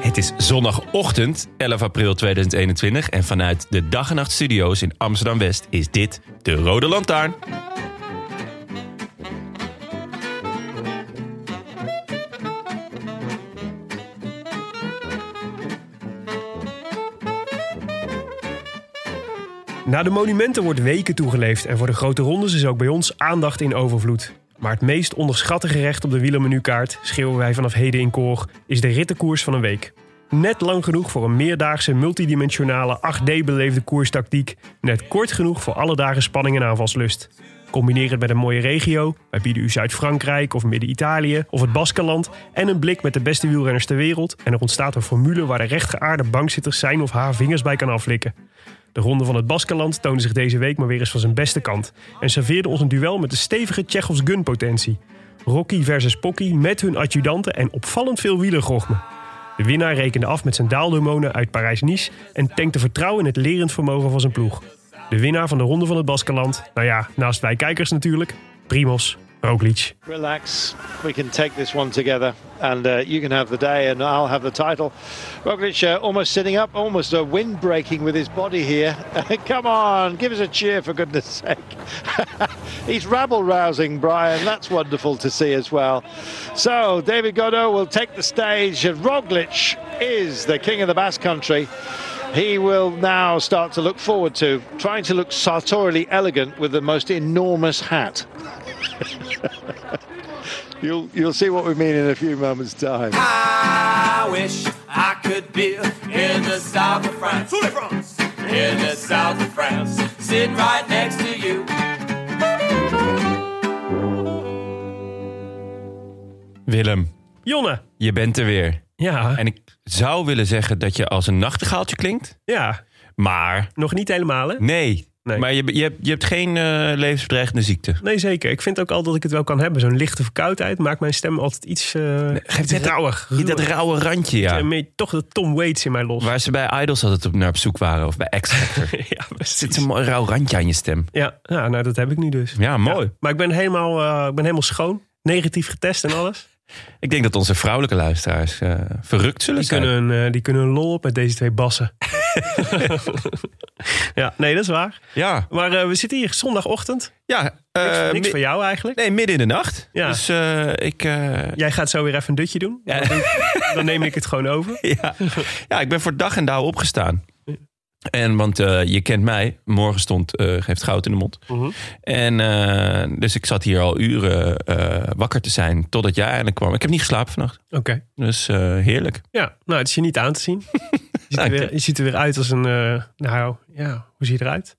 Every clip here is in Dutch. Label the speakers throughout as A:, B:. A: Het is zondagochtend 11 april 2021 en vanuit de Dag en Nacht Studio's in Amsterdam West is dit de Rode Lantaarn.
B: Na de monumenten wordt weken toegeleefd en voor de grote rondes is ook bij ons aandacht in overvloed. Maar het meest onderschatte gerecht op de wielermenukaart, schreeuwen wij vanaf heden in koor, is de rittenkoers van een week. Net lang genoeg voor een meerdaagse, multidimensionale, 8D-beleefde koerstactiek. Net kort genoeg voor alle dagen spanning en aanvalslust. Combineer het met een mooie regio. Wij bieden u Zuid-Frankrijk of Midden-Italië of het Baskenland. En een blik met de beste wielrenners ter wereld. En er ontstaat een formule waar de rechtgeaarde bankzitters zijn of haar vingers bij kan aflikken. De ronde van het Baskenland toonde zich deze week maar weer eens van zijn beste kant. En serveerde ons een duel met de stevige Tsjechos gunpotentie. Rocky versus Pocky met hun adjudanten en opvallend veel wielergochme. De winnaar rekende af met zijn daalhormonen uit Parijs-Nice en tankte vertrouwen in het lerend vermogen van zijn ploeg. De winnaar van de ronde van het Baskenland, nou ja, naast wij kijkers natuurlijk, Primos Roglic.
C: Relax. We can take this one together, and uh, you can have the day, and I'll have the title. Roglic uh, almost sitting up, almost a wind breaking with his body here. Come on, give us a cheer for goodness sake. He's rabble rousing, Brian. That's wonderful to see as well. So David Godot will take the stage. Roglic is the king of the Basque Country. He will now start to look forward to trying to look sartorially elegant with the most enormous hat. You'll you'll see what we mean in a few moments' time.
D: I wish I could be in the south of France. In the south of France, sitting right next to you.
A: Willem,
B: Jonne!
A: je bent er weer.
B: Ja,
A: En ik zou willen zeggen dat je als een nachtegaaltje klinkt,
B: ja,
A: maar
B: nog niet helemaal hè?
A: nee.
B: Nee.
A: Maar je, je, hebt- je hebt geen eh, levensbedreigende ziekte.
B: Nee, zeker. Ik vind ook al dat ik het wel kan hebben. Zo'n lichte verkoudheid maakt mijn stem altijd iets eh
A: geeft net-
B: rauwig.
A: Je, dat rauwe randje, ja.
B: En mee- toch de Tom Waits in mij los.
A: Waar ze bij Idols altijd op, naar op zoek waren, of bij X Factor.
B: ja,
A: Zit
B: precies.
A: een mooi rauw randje aan je stem.
B: Ja, ja, nou dat heb ik nu dus.
A: Ja, mooi.
B: Maar ik ben helemaal, eh, ik ben helemaal schoon. Negatief getest en alles.
A: Ik denk dat onze vrouwelijke luisteraars eh, verrukt zullen
B: Die
A: zijn.
B: kunnen, een, eh, die kunnen een lol op met deze twee bassen. ja, nee, dat is waar.
A: Ja,
B: Maar eh, we zitten hier zondagochtend.
A: ja
B: Niks,
A: eh,
B: niks
A: mi-
B: van jou eigenlijk.
A: Nee, midden in de nacht.
B: Ja.
A: Dus eh, ik, eh,
B: Jij gaat zo weer even een dutje doen.
A: Ja.
B: Dan, doe- dan neem ik het gewoon over.
A: ja. ja, ik ben voor dag en dauw opgestaan. En want eh, je kent mij, morgen stond eh, geeft goud in de mond.
B: Mhm.
A: En eh, dus ik zat hier al uren eh, wakker te zijn totdat jij eindelijk kwam. Ik heb niet geslapen vannacht.
B: Oké.
A: Dus eh, heerlijk.
B: Ja, nou, het is je niet aan te zien. Je ziet er
A: Dank je.
B: weer, je ziet er weer uit als een. eh, nou ja, hoe zie je eruit?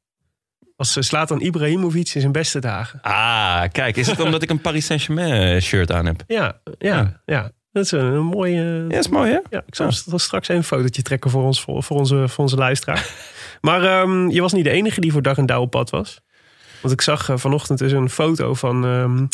B: Als slaat dan Ibrahimovic in zijn beste dagen.
A: Ah, kijk, is het omdat ik een Paris Saint-Germain eh, shirt aan heb?
B: Ja, ja, ja.
A: Ja.
B: Dat is een, een mooie. eh,
A: Ja, is mooi hè?
B: Ja, ik zal st- straks even een fotootje trekken voor, ons, voor, voor onze, voor onze luisteraar. maar ehm, je was niet de enige die voor dag en dauw op pad was. Want ik zag eh, vanochtend dus een foto van ehm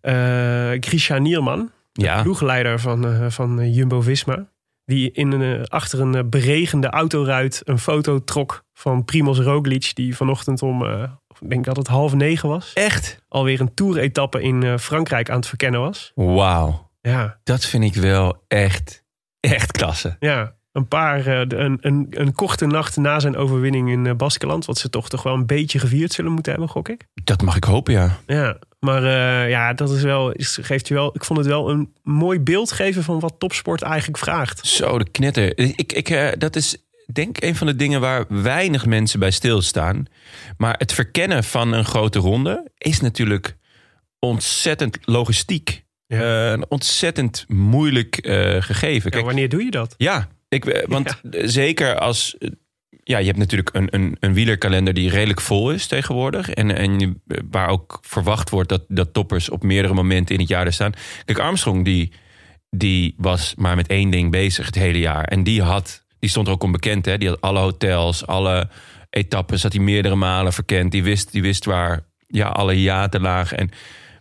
B: eh, Grisha Nierman.
A: Ja.
B: ploegleider van, eh, van eh, Jumbo-Visma. Die in een, eh, achter een eh, beregende autoruit een foto trok van Primoz Roglic. Die vanochtend om, eh, ik denk dat het half negen was.
A: Echt?
B: Alweer een toeretappe in eh, Frankrijk aan het verkennen was.
A: Wauw.
B: Ja,
A: Dat vind ik wel echt, echt klasse.
B: ja. Een, paar, eh, de- een, een, een korte nacht na zijn overwinning in eh, Baskeland. Wat ze toch toch wel een beetje gevierd zullen moeten hebben, gok ik.
A: Dat mag ik hopen, ja.
B: Ja, Maar eh, ja, dat is wel, is- geeft je wel. Ik vond het wel een mooi beeld geven van wat topsport eigenlijk vraagt.
A: Zo, de knetter. Ik, ik, eh, dat is denk ik een van de dingen waar weinig mensen bij stilstaan. Maar het verkennen van een grote ronde is natuurlijk ontzettend logistiek.
B: Ja.
A: Eh, een ontzettend moeilijk eh, gegeven.
B: Ja,
A: Kijk,
B: wanneer doe je dat?
A: ja, ik, eh, want zeker als... eh, Ja, je hebt natuurlijk een, een, een wielerkalender die redelijk vol is tegenwoordig. En, en je- eh, waar ook verwacht wordt dat, dat toppers op meerdere momenten in het jaar er staan. Kijk, Armstrong die, die was maar met één ding bezig het hele jaar. En die had, die stond er ook onbekend hè. Die had alle hotels, alle etappes, had hij meerdere malen verkend. Die wist, die wist waar ja, alle hiaten lagen. En,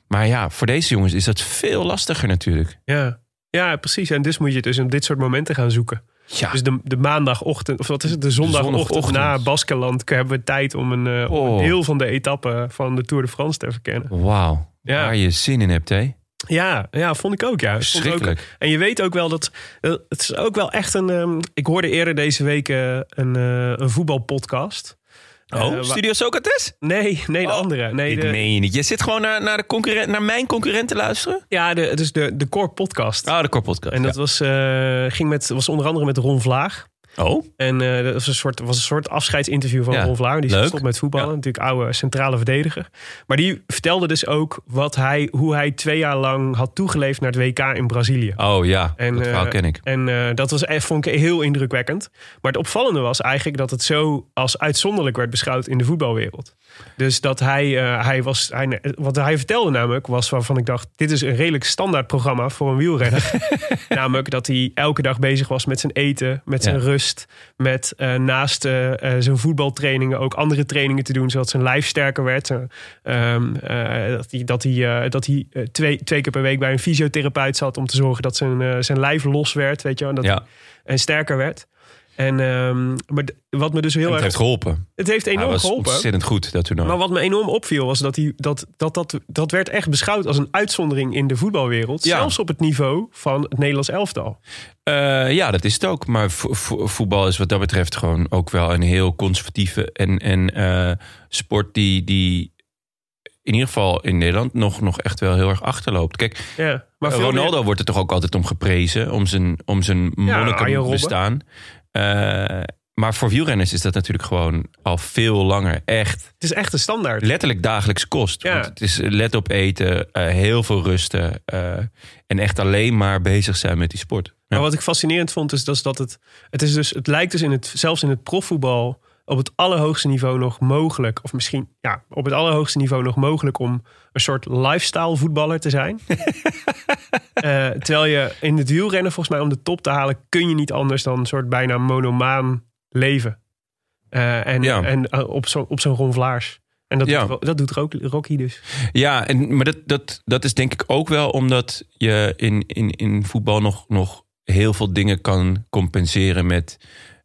A: maar ja, voor deze jongens is dat veel lastiger natuurlijk.
B: Ja. ja, precies. En dus moet je het dus op dit soort momenten gaan zoeken.
A: Ja,
B: Dus de, de maandagochtend, of wat is het, de zondagochtend
A: Zondagochtend.
B: na Baskeland hebben we tijd om een, eh, om een
A: Oh.
B: deel van de etappe van de Tour de France te verkennen.
A: wauw.
B: Ja.
A: Waar je zin in hebt, hè?
B: Ja, ja, vond ik ook. Ja. Ik vond het ook-
A: Verschrikkelijk.
B: en je weet ook wel dat eh, het is ook wel echt een. ehm, ik hoorde eerder deze week eh, een, eh, een voetbalpodcast. Eh,
A: Oh,
B: wa-
A: Studio Socrates?
B: Nee, nee, de
A: Oh,
B: andere. Nee,
A: Dit
B: de,
A: meen je niet. Je zit gewoon naar, naar, de concurrent, naar mijn concurrent te luisteren?
B: Ja, de, dus de, Ah, de Core Podcast.
A: Oh, de Korpodcast.
B: en dat was, eh, ging met, was onder andere met Ron Vlaag.
A: ja. Oh,
B: En eh, dat was een soort, was een soort afscheidsinterview van
A: Ja,
B: Ron Vlaar. Die
A: leuk.
B: stopt met voetballen.
A: Ja.
B: Natuurlijk oude centrale verdediger. Maar die vertelde dus ook wat hij, hoe hij twee jaar lang had toegeleefd naar het WK in Brazilië.
A: oh ja.
B: En,
A: dat verhaal
B: eh,
A: ken ik.
B: En eh, dat was, echt- vond ik heel indrukwekkend. Maar het opvallende was eigenlijk dat het zo als uitzonderlijk werd beschouwd in de voetbalwereld. Dus dat hij, eh, hij was, hij, wat hij vertelde namelijk, was waarvan ik dacht: dit is een redelijk standaard programma voor een wielrenner. namelijk dat hij elke dag bezig was met zijn eten, met zijn
A: Ja.
B: rust. Met eh, naast eh, eh, zijn voetbaltrainingen ook andere trainingen te doen, zodat zijn lijf sterker werd. Eh, ehm, eh, dat hij, dat hij, eh, dat hij eh, twee, twee keer per week bij een fysiotherapeut zat om te zorgen dat zijn, eh, zijn lijf los werd, weet je wel. En dat
A: Ja,
B: en sterker werd. En ehm, maar d- wat me dus heel
A: en het
B: erg.
A: heeft geholpen.
B: het heeft
A: Hij
B: enorm
A: was
B: geholpen.
A: ontzettend goed, dat toernooi.
B: Maar wat me enorm opviel was dat, hij, dat, dat, dat dat werd echt beschouwd als een uitzondering in de voetbalwereld.
A: Ja.
B: Zelfs op het niveau van het Nederlands elftal.
A: Eh, ja, dat is het ook. Maar vo- vo- voetbal is wat dat betreft gewoon ook wel een heel conservatieve en, en eh, sport die, die in ieder geval in Nederland nog, nog echt wel heel erg achterloopt. Kijk,
B: Ja. Maar veel
A: Ronaldo
B: meer-
A: wordt er toch ook altijd om geprezen, om zijn, om zijn
B: Arjen
A: monniken
B: Robben.
A: bestaan. Eh, maar voor wielrenners is dat natuurlijk gewoon al veel langer echt
B: het is echt een standaard.
A: letterlijk dagelijks kost.
B: Ja.
A: Want het is let op eten, eh, heel veel rusten eh, en echt alleen maar bezig zijn met die sport. Ja.
B: Maar wat ik fascinerend vond is, dat is dat het. Het, is dus, het lijkt dus in het, zelfs in het profvoetbal op het allerhoogste niveau nog mogelijk. Of misschien ja, op het allerhoogste niveau nog mogelijk om een soort lifestyle voetballer te zijn. Eh, terwijl je in het wielrennen volgens mij om de top te halen, kun je niet anders dan een soort bijna monomaan leven. Eh, en
A: Ja.
B: en eh, op zo'n op zo'n Ron Vlaars. En dat,
A: Ja.
B: doet, Ro- dat doet Ro- Rocky dus.
A: Ja, en, maar dat, dat, dat is denk ik ook wel omdat je in, in, in voetbal nog, nog heel veel dingen kan compenseren met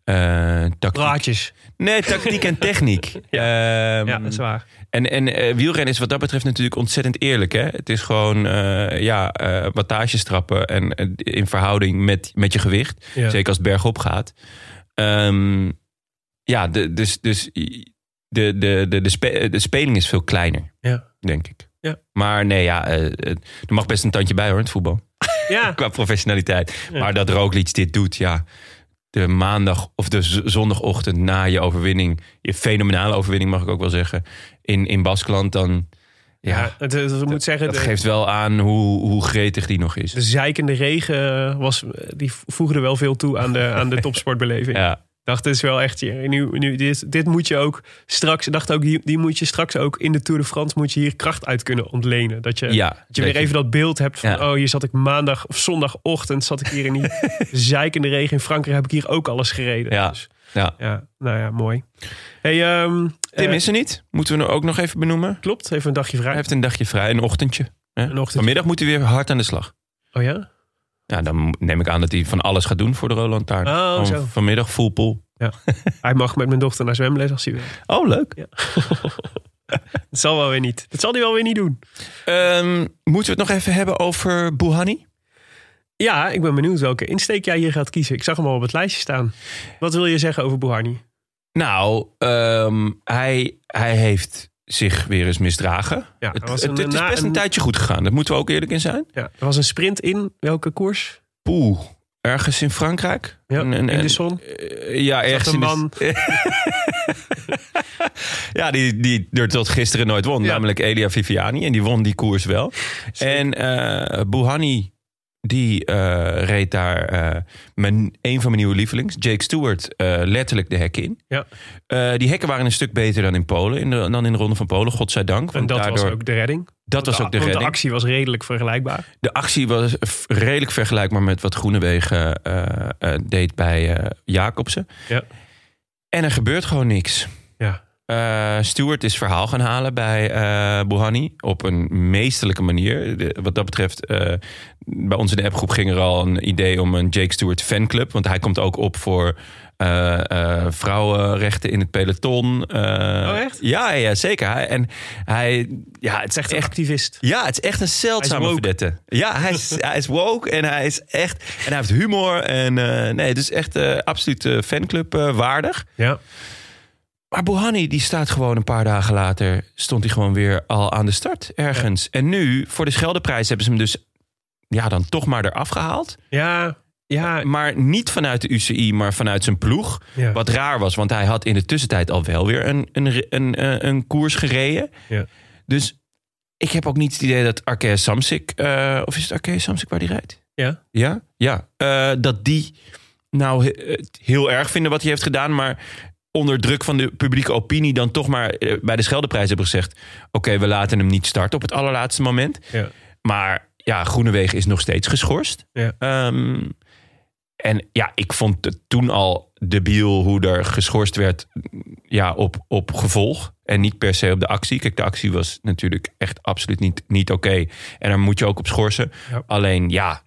A: eh, tactiek.
B: Praatjes.
A: Nee, tactiek en techniek. Ehm,
B: Ja, dat is waar.
A: En, en eh, wielrennen is wat dat betreft natuurlijk ontzettend eerlijk. Hè? Het is gewoon eh ja, eh wattages trappen en eh, in verhouding met, met je gewicht.
B: Ja.
A: Zeker als het bergop gaat. Ehm, ja, de, dus, dus i- de, de, de, de, spe- de speling is veel kleiner,
B: Ja.
A: denk ik.
B: Ja.
A: Maar nee, ja, eh, eh, er mag best een tandje bij hoor in het voetbal.
B: Ja,
A: Qua professionaliteit.
B: Ja.
A: Maar dat Roglic dit doet, ja. De maandag of de z- zondagochtend na je overwinning. Je fenomenale overwinning mag ik ook wel zeggen. In, in Baskeland dan... Ja,
B: ja. het, het- Dus- ik moet zeggen,
A: dat
B: de-
A: geeft wel aan hoe, hoe gretig die nog is.
B: De zeikende regen eh, was, die voegde wel veel toe aan de, aan de topsportbeleving.
A: ja.
B: Ik dacht, dit is wel echt... hier- Nu, nu, dit, dit moet je ook straks... Ik dacht ook, die, die moet je straks ook in de Tour de France... moet je hier kracht uit kunnen ontlenen. Dat je,
A: Ja,
B: dat je
A: dat
B: weer
A: je-
B: even dat beeld hebt van...
A: Ja.
B: oh, hier zat ik maandag of zondagochtend... zat ik hier in die zeikende regen in Frankrijk... heb ik hier ook alles gereden.
A: Ja.
B: Dus,
A: ja.
B: ja nou ja, mooi. Hey, ehm,
A: Tim
B: eh,
A: is er niet. Moeten we hem ook nog even benoemen.
B: Klopt, even een dagje vrij.
A: Hij heeft een dagje vrij, een ochtendje. hè?
B: ochtendje.
A: Vanmiddag moet hij weer hard aan de slag.
B: Oh ja?
A: Ja, dan neem ik aan dat hij van alles gaat doen voor de Roland Taarn.
B: Oh,
A: Gewoon
B: zo.
A: Vanmiddag full pool.
B: Hij mag met mijn dochter naar zwemles als hij wil.
A: Oh, leuk.
B: Dat zal wel weer niet. Dat zal hij wel weer niet doen.
A: Ehm, moeten we het nog even hebben over Bouhanni?
B: Ja, ik ben benieuwd welke insteek jij hier gaat kiezen. Ik zag hem al op het lijstje staan. Wat wil je zeggen over Buharni?
A: Nou, ehm, hij, hij heeft zich weer eens misdragen.
B: Ja,
A: het,
B: er was
A: het-
B: een-
A: het is
B: na-
A: best een,
B: een-
A: tijdje goed gegaan. Daar moeten we ook eerlijk in zijn.
B: Ja, er was een sprint in welke koers?
A: Poeh, ergens in Frankrijk.
B: Ja,
A: Een- een-
B: in de
A: een-
B: zon.
A: eh, ja, ergens
B: een
A: in de-
B: man.
A: ja, die, die er tot gisteren nooit won.
B: Ja.
A: Namelijk Elia Viviani. En die won die koers wel. En eh Bouhanni, die eh, reed daar eh, mijn, een van mijn nieuwe lievelings, Jake Stewart, eh, letterlijk de hek in.
B: Ja.
A: Eh, die hekken waren een stuk beter dan in Polen. In de, dan in de Ronde van Polen, godzijdank.
B: En
A: want
B: dat
A: daardoor,
B: was ook de redding.
A: dat was ook de
B: want
A: redding.
B: de actie was redelijk vergelijkbaar.
A: De actie was f- redelijk vergelijkbaar met wat Groenewegen eh, eh, deed bij eh, Jacobsen.
B: Ja.
A: En er gebeurt gewoon niks.
B: Ja.
A: Eh, Stewart is verhaal gaan halen bij eh Bouhanni op een meesterlijke manier. De- wat dat betreft, eh, bij ons in de appgroep ging er al een idee om een Jake Stewart fanclub. Want hij komt ook op voor eh, eh, vrouwenrechten in het peloton. Eh,
B: Oh, echt?
A: Ja, ja, zeker. Hij- En hij, ja, het is echt,
B: Echt een activist.
A: ja, het is echt een zeldzame
B: Hij is woke.
A: vedette. Ja, hij is, hij is woke en hij is echt... En hij heeft humor en eh, nee, het is echt eh, absoluut eh, fanclub eh, waardig.
B: Ja.
A: Maar Bohani, die staat gewoon een paar dagen later... stond hij gewoon weer al aan de start ergens. En nu, voor de Scheldeprijs hebben ze hem dus... ja, dan toch maar eraf gehaald.
B: Ja. Ja.
A: Maar niet vanuit de UCI, maar vanuit zijn ploeg.
B: Ja.
A: Wat raar was, want hij had in de tussentijd al wel weer een, een, re- een, eh, een koers gereden.
B: Ja.
A: Dus ik heb ook niet het idee dat Arkea Samsic... eh, of is het Arkea Samsic waar die rijdt?
B: Ja.
A: Ja? Ja. Eh, dat die nou he- het heel erg vinden wat hij heeft gedaan, maar onder druk van de publieke opinie dan toch maar eh, bij de Scheldeprijs hebben gezegd... oké, we laten hem niet starten op het allerlaatste moment.
B: Ja.
A: Maar ja, Groenewegen is nog steeds geschorst.
B: Ja.
A: Ehm, en ja, ik vond het toen al debiel hoe er geschorst werd ja, op, op gevolg. En niet per se op de actie. Kijk, de actie was natuurlijk echt absoluut niet, niet oké. En daar moet je ook op schorsen.
B: Ja.
A: Alleen ja,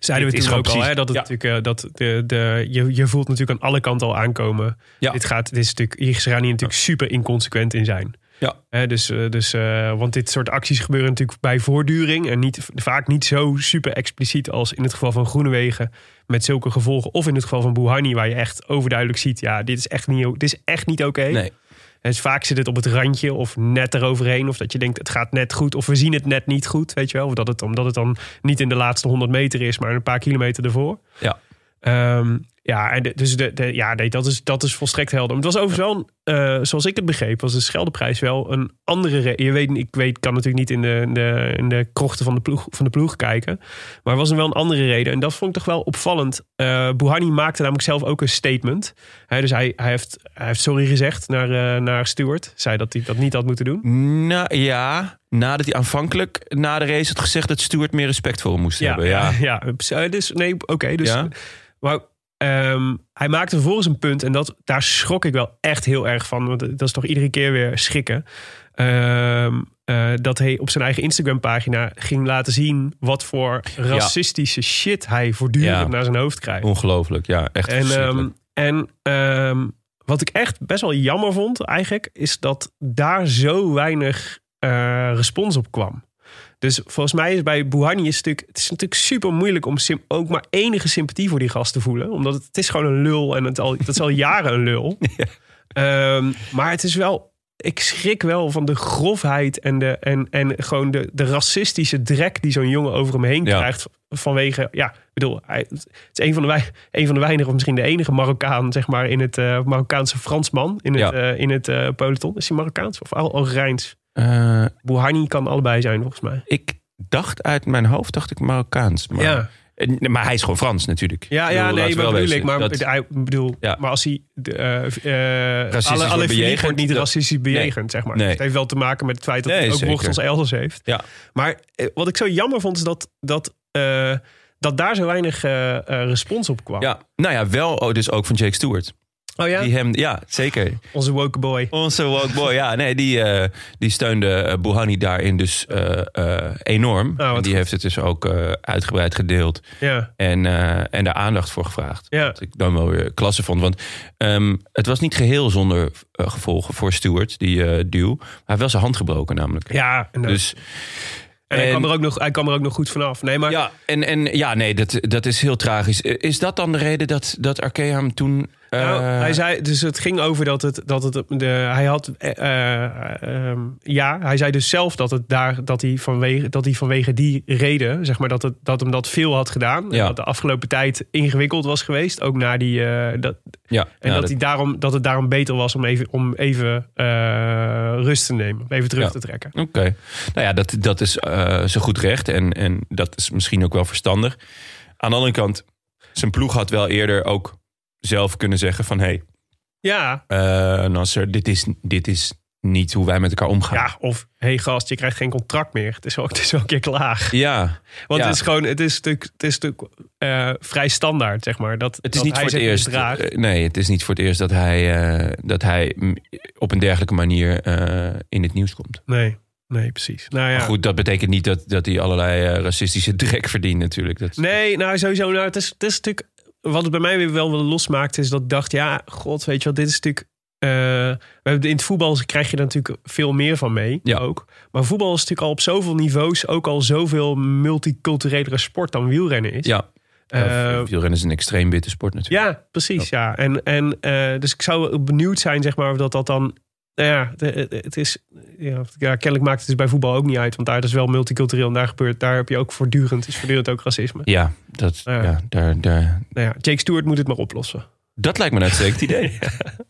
B: Zeiden we
A: Dit is
B: toen ook
A: gewoon
B: al, hè,
A: precies-
B: dat het
A: ja.
B: natuurlijk, eh, dat de, de, je, je voelt natuurlijk aan alle kanten al aankomen.
A: Ja.
B: Dit gaat, dit is natuurlijk, hier gaan hier natuurlijk super inconsequent in zijn.
A: Ja.
B: Hè, dus, eh, dus, eh, want dit soort acties gebeuren natuurlijk bij voortduring en niet, vaak niet zo super expliciet als in het geval van Groenewegen met zulke gevolgen. Of in het geval van Bouhanni, waar je echt overduidelijk ziet, ja, dit is echt niet, o- dit is echt niet oké.
A: nee.
B: En dus vaak zit het op het randje of net eroverheen. Of dat je denkt, het gaat net goed. Of we zien het net niet goed, weet je wel. Of dat het, omdat het dan niet in de laatste 100 meter is, maar een paar kilometer ervoor.
A: Ja.
B: Ehm, ja, en de- dus de, de- ja, nee, dat, is, dat is volstrekt helder. Maar het was overigens wel, een, eh, zoals ik het begreep, was de Scheldeprijs wel een andere... re- Je weet, ik weet, kan natuurlijk niet in de, in de, in de krochten van de, ploeg, van de ploeg kijken. Maar er was wel een andere reden. En dat vond ik toch wel opvallend. Eh Bouhanni maakte namelijk zelf ook een statement. Hè, dus hij, hij, heeft, hij heeft sorry gezegd naar, eh, naar Stewart. Zei dat hij dat niet had moeten doen.
A: Nou ja, nadat hij aanvankelijk na de race had gezegd... dat Stuart meer respect voor hem moest hebben. Ja.
B: ja. Eh, Dus, nee, oké. dus,
A: Ja.
B: Maar ehm, hij maakte vervolgens een punt. En dat, daar schrok ik wel echt heel erg van. Want dat is toch iedere keer weer schrikken. Ehm, eh, dat hij op zijn eigen Instagram-pagina ging laten zien... wat voor racistische shit hij voortdurend
A: Ja.
B: naar zijn hoofd krijgt.
A: Ongelooflijk, ja. Echt
B: En,
A: verschrikkelijk.
B: ehm, en ehm, wat ik echt best wel jammer vond eigenlijk, is dat daar zo weinig eh, respons op kwam. Dus volgens mij is bij Bouhanni is het, natuurlijk, het is natuurlijk super moeilijk om sym- ook maar enige sympathie voor die gast te voelen. Omdat het, het is gewoon een lul en het al, dat is al jaren een lul. Ehm, maar het is wel, ik schrik wel van de grofheid en, de, en, en gewoon de, de racistische drek die zo'n jongen over hem heen
A: Ja.
B: krijgt. Vanwege, ja, ik bedoel, hij, het is een van, de, wei- een van de weinige, of misschien de enige Marokkaan, zeg maar, in het eh, Marokkaanse Fransman. In het,
A: Ja.
B: eh, in het eh, peloton. Is hij Marokkaans of Al- Algerijns?
A: Eh,
B: Bouhanni kan allebei zijn, volgens mij.
A: ik dacht uit mijn hoofd, dacht ik Marokkaans. Maar,
B: Ja.
A: En- maar hij is gewoon Frans natuurlijk.
B: Ja,
A: Ik
B: ja
A: bedoel,
B: nee,
A: laten we wel
B: maar bedoel
A: wezen,
B: ik. Maar,
A: dat-
B: hij- bedoel,
A: Ja.
B: maar als hij... De, eh, eh,
A: Racistisch
B: alle
A: wordt
B: alle
A: bejegend,
B: wordt niet
A: dat-
B: racistisch bejegend, zeg maar.
A: Nee.
B: Dus het heeft wel te maken met het feit dat
A: Nee,
B: hij ook
A: zeker.
B: bocht als elders heeft.
A: Ja.
B: Maar eh, wat ik zo jammer vond, is dat, dat, eh, dat daar zo weinig eh, eh, respons op kwam.
A: Ja, nou ja, wel oh, dus ook van Jake Stewart.
B: Oh ja?
A: Die hem, ja, zeker.
B: Onze woke boy.
A: Onze woke boy, ja. Nee, die, eh, die steunde eh, Bouhanni daarin dus eh, eh, enorm.
B: Nou, wat
A: en die
B: goed.
A: heeft het dus ook eh, uitgebreid gedeeld.
B: Ja.
A: En, eh, en daar aandacht voor gevraagd.
B: Ja.
A: Wat ik dan wel weer klasse vond. Want ehm, het was niet geheel zonder eh, gevolgen voor Stewart, die eh, duw. Hij heeft wel zijn hand gebroken namelijk.
B: Ja, en,
A: Dus
B: en hij,
A: en-
B: kwam er ook nog, hij kwam er ook nog goed vanaf. Nee, maar
A: Ja, en, en ja, nee, dat, dat is heel tragisch. Eh, Is dat dan de reden dat, dat Arkea hem toen
B: Nou,
A: Eh,
B: hij zei, dus het ging over dat het, dat het de, hij had, eh, eh, ehm, ja, hij zei dus zelf dat het daar, dat hij vanwege, dat hij vanwege die reden, zeg maar, dat het, dat hem dat veel had gedaan. En
A: Ja.
B: dat de afgelopen tijd ingewikkeld was geweest, ook na die, eh, dat,
A: ja,
B: en
A: nou,
B: dat, hij daarom, dat het daarom beter was om even, om even eh, rust te nemen, om even terug
A: Ja.
B: te trekken.
A: Oké. Nou ja, dat, dat is eh, zo goed recht. En, en dat is misschien ook wel verstandig. Aan de andere kant, zijn ploeg had wel eerder ook zelf kunnen zeggen van... hé, hey,
B: Ja,
A: eh, Nasser, dit is, dit is niet hoe wij met elkaar omgaan.
B: ja of hey gast, je krijgt geen contract meer. Het is wel, het is wel een keer klaar.
A: Ja,
B: Want
A: Ja.
B: het is gewoon, het is natuurlijk, het is natuurlijk eh, vrij standaard, zeg maar. Dat,
A: het is
B: dat
A: niet
B: hij
A: voor het
B: zich
A: eerst.
B: misdraagt.
A: eh, nee, het is niet voor het eerst dat hij, eh, dat hij mm, op een dergelijke manier eh, in het nieuws komt.
B: Nee, nee, precies. Nou ja.
A: Maar goed, dat betekent niet dat, dat hij allerlei eh, racistische drek verdient natuurlijk. Dat,
B: Nee, nou sowieso. Nou, het, is, het is natuurlijk. Wat het bij mij weer wel wel losmaakt, is dat ik dacht, ja, god, weet je wel, dit is natuurlijk. eh, we hebben in het voetbal krijg je daar natuurlijk veel meer van mee.
A: Ja.
B: Ook. Maar voetbal is natuurlijk al op zoveel niveaus ook al zoveel multiculturelere sport dan wielrennen is.
A: Ja,
B: Eh,
A: Eh, wielrennen is een extreem witte sport natuurlijk.
B: Ja, precies. Ja. En, en, eh, dus ik zou benieuwd zijn, zeg maar, of dat dat dan. Nou ja, de- de- het is. Ja, ja, kennelijk maakt het dus bij voetbal ook niet uit. Want daar is wel multicultureel en daar gebeurt. Daar heb je ook voortdurend. Is voortdurend ook racisme.
A: Ja, dat,
B: Ja.
A: ja, daar, daar,
B: Nou ja, Jake Stewart moet het maar oplossen.
A: dat lijkt me een uitstekend idee.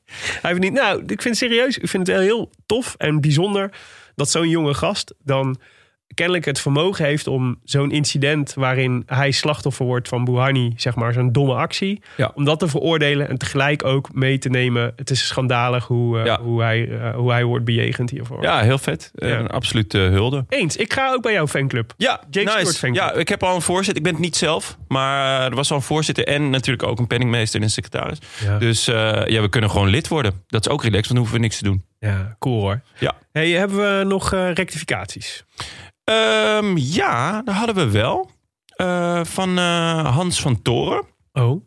B: Hij heeft niet. Nou, ik vind het serieus. Ik vind het wel heel tof en bijzonder. Dat zo'n jonge gast dan kennelijk het vermogen heeft om zo'n incident waarin hij slachtoffer wordt van Buhani, zeg maar, zo'n domme actie,
A: Ja.
B: om dat te veroordelen en tegelijk ook mee te nemen. Het is schandalig hoe, eh,
A: Ja.
B: hoe, hij, eh, hoe hij wordt bejegend hiervoor.
A: Ja, heel vet. Eh,
B: Ja.
A: Een absolute hulde.
B: Eens, ik ga ook bij jouw fanclub.
A: Ja,
B: Jake Stewart
A: nice.
B: fan
A: ja,
B: club.
A: ik heb al een voorzitter. Ik ben het niet zelf, maar er was al een voorzitter en natuurlijk ook een penningmeester en een secretaris.
B: Ja.
A: Dus eh, ja, we kunnen gewoon lid worden. Dat is ook relaxed, want dan hoeven we niks te doen.
B: Ja, cool hoor.
A: Ja.
B: Hey, hebben we nog eh, rectificaties?
A: Ehm, ja, daar hadden we wel. Eh, van eh, Hans van Toren.
B: Oh.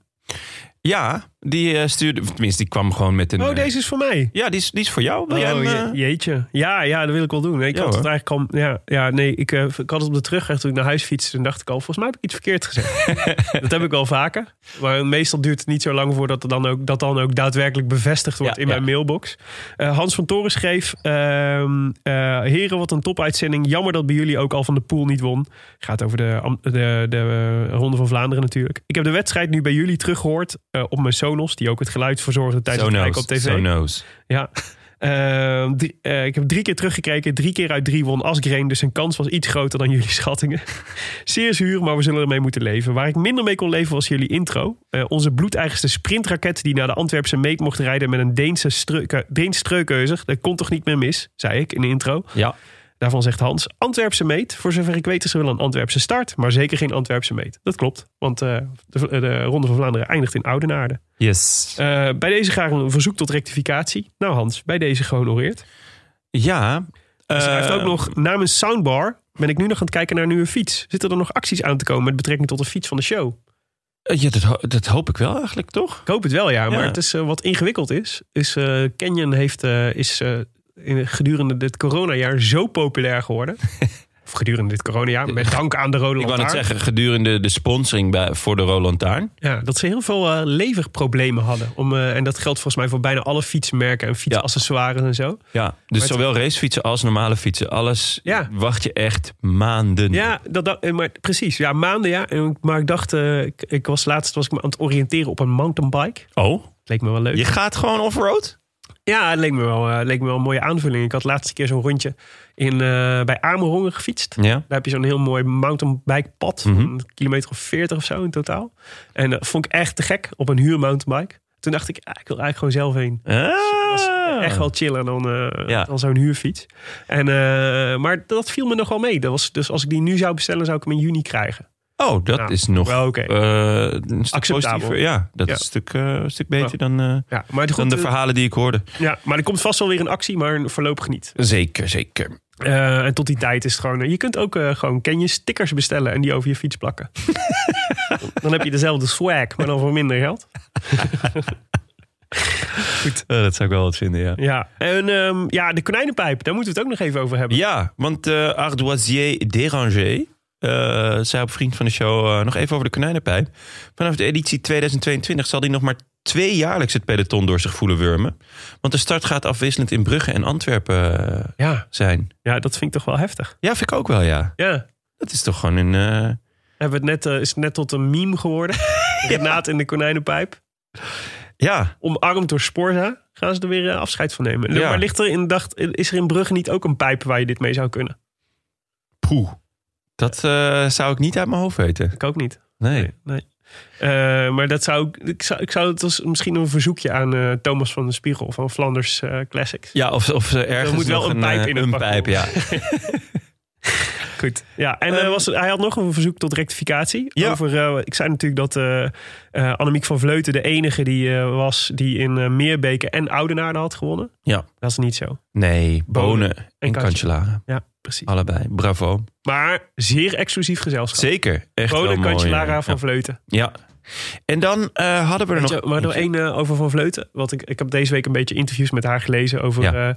A: Ja, die eh, stuurde, of tenminste, die kwam gewoon met een.
B: Oh,
A: eh,
B: deze is voor mij.
A: Ja, die is, die is voor jou. Wil jij hem,
B: Oh, je-
A: eh,
B: jeetje. Ja, ja, dat wil ik wel doen. Ik
A: Ja,
B: had het
A: hoor.
B: eigenlijk al. Ja, ja nee, ik, eh, ik had het op de terugweg toen ik naar huis fietste. Toen dacht ik al, volgens mij heb ik iets verkeerd gezegd. dat heb ik wel vaker. Maar meestal duurt het niet zo lang voordat het dan ook, dat dan ook daadwerkelijk bevestigd wordt
A: Ja,
B: in
A: ja.
B: mijn mailbox. Eh, Hans van Toren schreef: ehm, eh, Heren, wat een topuitzending. Jammer dat bij jullie ook al van de pool niet won. Gaat over de, Am- de, de eh, Ronde van Vlaanderen natuurlijk. Ik heb de wedstrijd nu bij jullie teruggehoord eh, op mijn Sonos, die ook het geluid verzorgde tijdens
A: so
B: het
A: knows.
B: kijken op tv.
A: So knows.
B: Ja. Ehm, drie- eh, ik heb drie keer teruggekeken. Drie keer uit drie won Asgreen. Dus zijn kans was iets groter dan jullie schattingen. Zeer zuur, maar we zullen ermee moeten leven. Waar ik minder mee kon leven was jullie intro. Eh, onze bloedeigenste sprintraket die naar de Antwerpse meet mocht rijden... met een Deense streuke, Deens streukeuzig. Dat kon toch niet meer mis, zei ik in de intro.
A: Ja.
B: Daarvan zegt Hans, Antwerpse meet. Voor zover ik weet is er wel een Antwerpse start... maar zeker geen Antwerpse meet. Dat klopt, want eh, de, de Ronde van Vlaanderen eindigt in Oudenaarde.
A: Yes.
B: Eh, bij deze graag een verzoek tot rectificatie. Nou Hans, bij deze gehonoreerd.
A: Ja.
B: Hij schrijft
A: eh,
B: ook nog, namens Soundbar ben ik nu nog aan het kijken naar een nieuwe fiets. Zitten er nog acties aan te komen met betrekking tot de fiets van de show?
A: eh, Ja, dat, ho- dat hoop ik wel eigenlijk, toch?
B: Ik hoop het wel ja, maar
A: Ja.
B: het is eh, wat ingewikkeld is. is eh, Canyon heeft, eh, is eh, in, gedurende dit coronajaar zo populair geworden. of gedurende dit coronajaar, met dank aan de Rode
A: Ik wou net
B: Lantaarn.
A: zeggen, gedurende de sponsoring bij, voor de Roland Taarn.
B: Ja, dat ze heel veel eh, leverproblemen hadden. Om, eh, en dat geldt volgens mij voor bijna alle fietsmerken en fietsaccessoires en zo.
A: Ja, dus
B: het-
A: zowel racefietsen als normale fietsen. Alles
B: Ja.
A: wacht je echt maanden.
B: Ja, dat, dat- eh, maar precies. Ja, maanden ja. En- Maar ik dacht, eh, ik, ik was laatst was ik me aan het oriënteren op een mountainbike.
A: Oh,
B: Het leek me wel leuk.
A: je gaat gewoon offroad?
B: Ja, het leek me wel, eh, leek me wel een mooie aanvulling. Ik had de laatste keer zo'n rondje in, eh, bij Amerongen gefietst.
A: Ja.
B: Daar heb je zo'n heel mooi mountainbikepad. van
A: Mhm.
B: Een kilometer of veertig of zo in totaal. En dat vond ik echt te gek op een huurmountainbike. Toen dacht ik, ah, ik wil eigenlijk gewoon zelf heen. Dat is
A: Ah.
B: echt wel chiller dan, eh,
A: Ja.
B: dan zo'n huurfiets. En, eh, maar dat viel me nog wel mee. Dat was, dus als ik die nu zou bestellen, zou ik hem in juni krijgen.
A: Oh, dat
B: Nou,
A: is nog
B: wel oké.
A: eh, een stuk
B: Acceptabel.
A: positiever. Ja, dat
B: Ja.
A: is een stuk, eh, een stuk beter dan, eh,
B: Ja, maar het
A: dan
B: goed,
A: de
B: eh,
A: verhalen die ik hoorde.
B: Ja, maar er komt vast wel weer een actie, maar voorlopig niet.
A: Zeker, zeker.
B: Eh, en tot die tijd is het gewoon... eh, je kunt ook eh, gewoon Canyon stickers bestellen en die over je fiets plakken. dan heb je dezelfde swag, maar dan voor minder geld. Eh,
A: dat zou ik wel wat vinden, ja.
B: Ja, en ehm, ja, de konijnenpijp, daar moeten we het ook nog even over hebben.
A: Ja, want eh Ardoisier Déranger eh zei op Vriend van de Show eh, nog even over de konijnenpijp. Vanaf de editie 2022 zal die nog maar twee jaarlijks het peloton door zich voelen wurmen. Want de start gaat afwisselend in Brugge en Antwerpen eh,
B: Ja.
A: zijn.
B: ja, dat vind ik toch wel heftig.
A: Ja, vind ik ook wel, ja.
B: Ja.
A: Dat is toch gewoon een... eh,
B: Hebben we het net, eh, is het net tot een meme geworden? Renaat in de konijnenpijp.
A: ja,
B: Omarmd door Sporza gaan ze er weer eh, afscheid van nemen.
A: Ja.
B: Maar ligt er in, dacht, is er in Brugge niet ook een pijp waar je dit mee zou kunnen?
A: poeh. Dat eh, zou ik niet uit mijn hoofd weten.
B: Ik ook niet.
A: Nee.
B: nee. Eh, maar dat zou, ik- ik, zou, ik zou het als misschien een verzoekje aan eh, Thomas van den Spiegel van Flanders eh, Classics.
A: Ja, of, of ze ergens
B: moet wel
A: nog
B: een pijp
A: eh,
B: in het
A: een
B: pak
A: pijp, ja.
B: Goed. Ja, en eh, was, hij had nog een verzoek tot rectificatie.
A: Ehm, Ja.
B: Over, eh, ik zei natuurlijk dat eh eh, Annemiek van Vleuten de enige die eh, was die in eh, Meerbeke en Oudenaarde had gewonnen.
A: Ja.
B: Dat is niet zo.
A: Nee, bonen en
B: kantje.
A: kanselaren.
B: Ja, precies.
A: Allebei. Bravo.
B: Maar zeer exclusief gezelschap.
A: Zeker. Echt wel
B: Bonen,
A: mooi.
B: Cancellara
A: ja.
B: van Vleuten.
A: Ja. En dan eh, hadden we er
B: Weet
A: nog...
B: je, maar nog één eh, over Van Vleuten. Want ik, ik heb deze week een beetje interviews met haar gelezen over...
A: Ja.
B: eh,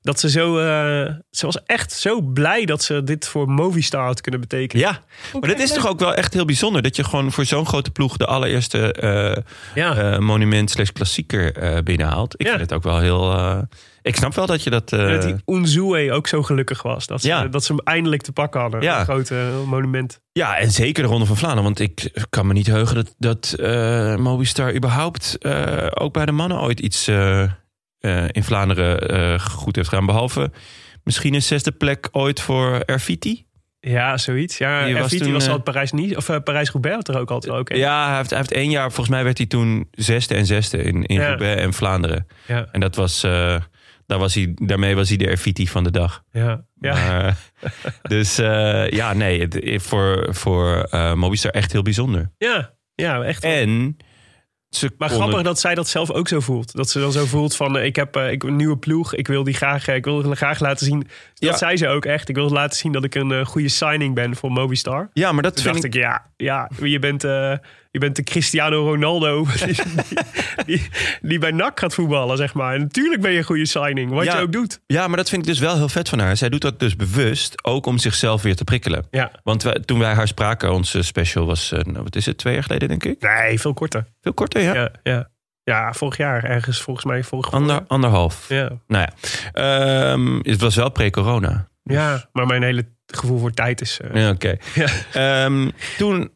B: dat ze zo... eh, ze was echt zo blij dat ze dit voor Movistar had kunnen betekenen.
A: Ja, maar dat is toch ook wel echt heel bijzonder... dat je gewoon voor zo'n grote ploeg de allereerste eh,
B: Ja,
A: eh, monument slash klassieker eh, binnenhaalt. Ik
B: Ja.
A: vind het ook wel heel... eh, ik snap wel dat je dat... eh,
B: en dat die Unzue ook zo gelukkig was. Dat ze,
A: Ja.
B: dat ze hem eindelijk te pakken hadden.
A: Ja.
B: Een groot eh, monument.
A: Ja, en zeker de Ronde van Vlaanderen. Want ik kan me niet heugen dat, dat eh, Movistar überhaupt eh, ook bij de mannen ooit iets eh, eh, in Vlaanderen eh, goed heeft gedaan. Behalve misschien een zesde plek ooit voor Erviti.
B: Ja, zoiets. Ja,
A: Die was
B: was,
A: toen,
B: was
A: eh,
B: al Parijs-Roubaix of, eh, Parijs-Roubaix had er ook altijd wel ook. hè?
A: Ja, hij heeft, hij heeft één jaar, volgens mij werd hij toen zesde en zesde in, in
B: Ja.
A: Roubaix en Vlaanderen.
B: Ja,
A: En dat was, eh, daar was hij, daarmee was hij de Erviti van de dag.
B: ja, ja.
A: Maar, dus eh, ja, nee, het, voor, voor eh Movistar echt heel bijzonder.
B: ja, ja, echt.
A: En ze
B: Maar
A: konden-
B: grappig dat zij dat zelf ook zo voelt. Dat ze dan zo voelt van eh, ik heb eh, ik, een nieuwe ploeg. Ik wil die graag, eh, ik wil graag laten zien. Dat
A: Ja.
B: zei ze ook echt. Ik wil laten zien dat ik een eh, goede signing ben voor Movistar.
A: Ja, maar dat
B: Toen
A: vind
B: dacht
A: ik...
B: ik, ja, ja, je bent, eh, je bent de Cristiano Ronaldo die, die, die bij NAC gaat voetballen, zeg maar. En natuurlijk ben je een goede signing, wat
A: Ja.
B: je ook doet.
A: Ja, maar dat vind ik dus wel heel vet van haar. Zij doet dat dus bewust, ook om zichzelf weer te prikkelen.
B: Ja.
A: Want wij- toen wij haar spraken, onze special was, eh, nou, wat is het, twee jaar geleden denk ik?
B: Nee, veel korter.
A: Veel korter, ja.
B: Ja, ja. ja vorig jaar ergens, volgens mij vorig
A: Ander, anderhalf.
B: Ja.
A: Nou ja, Ehm, het was wel pre-corona.
B: ja, maar mijn hele gevoel voor tijd is... eh,
A: Ja, oké.
B: Ja.
A: Ehm, toen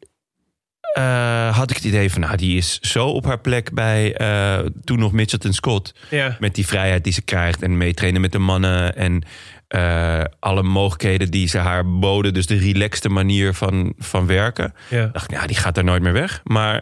A: eh, had ik het idee van, nou, die is zo op haar plek bij eh, toen nog Mitchelton Scott.
B: ja.
A: Met die vrijheid die ze krijgt en meetrainen met de mannen. En eh, alle mogelijkheden die ze haar boden. Dus de relaxte manier van, van werken.
B: ja.
A: dacht ik, nou, die gaat daar nooit meer weg. Maar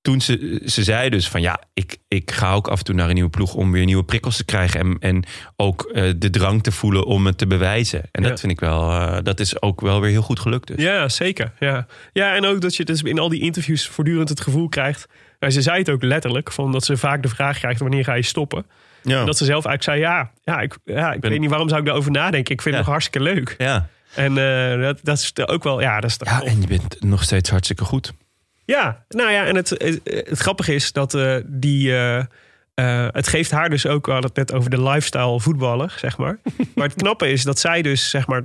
A: toen ze, ze zei dus van ja, ik, ik ga ook af en toe naar een nieuwe ploeg om weer nieuwe prikkels te krijgen. En, en ook eh, de drang te voelen om het te bewijzen. En
B: Ja.
A: dat vind ik wel, eh, dat is ook wel weer heel goed gelukt. Dus.
B: Ja, zeker. Ja. ja, en ook dat je dus in al die interviews voortdurend het gevoel krijgt. Nou, ze zei het ook letterlijk, van dat ze vaak de vraag krijgt: wanneer ga je stoppen?
A: Ja.
B: Dat ze zelf eigenlijk zei: ja, ja ik, ja, ik
A: Oh. Ben-
B: weet niet waarom zou ik daarover nadenken. Ik vind
A: Ja.
B: het nog hartstikke leuk.
A: ja.
B: En eh, dat, dat is ook wel, ja, dat is toch
A: Ja,
B: top.
A: en je bent nog steeds hartstikke goed.
B: Ja, nou ja, en het, het, het grappige is dat eh, die. eh, eh, het geeft haar dus ook, we hadden het net over de lifestyle voetballer, zeg maar. Maar het knappe is dat zij dus, zeg maar,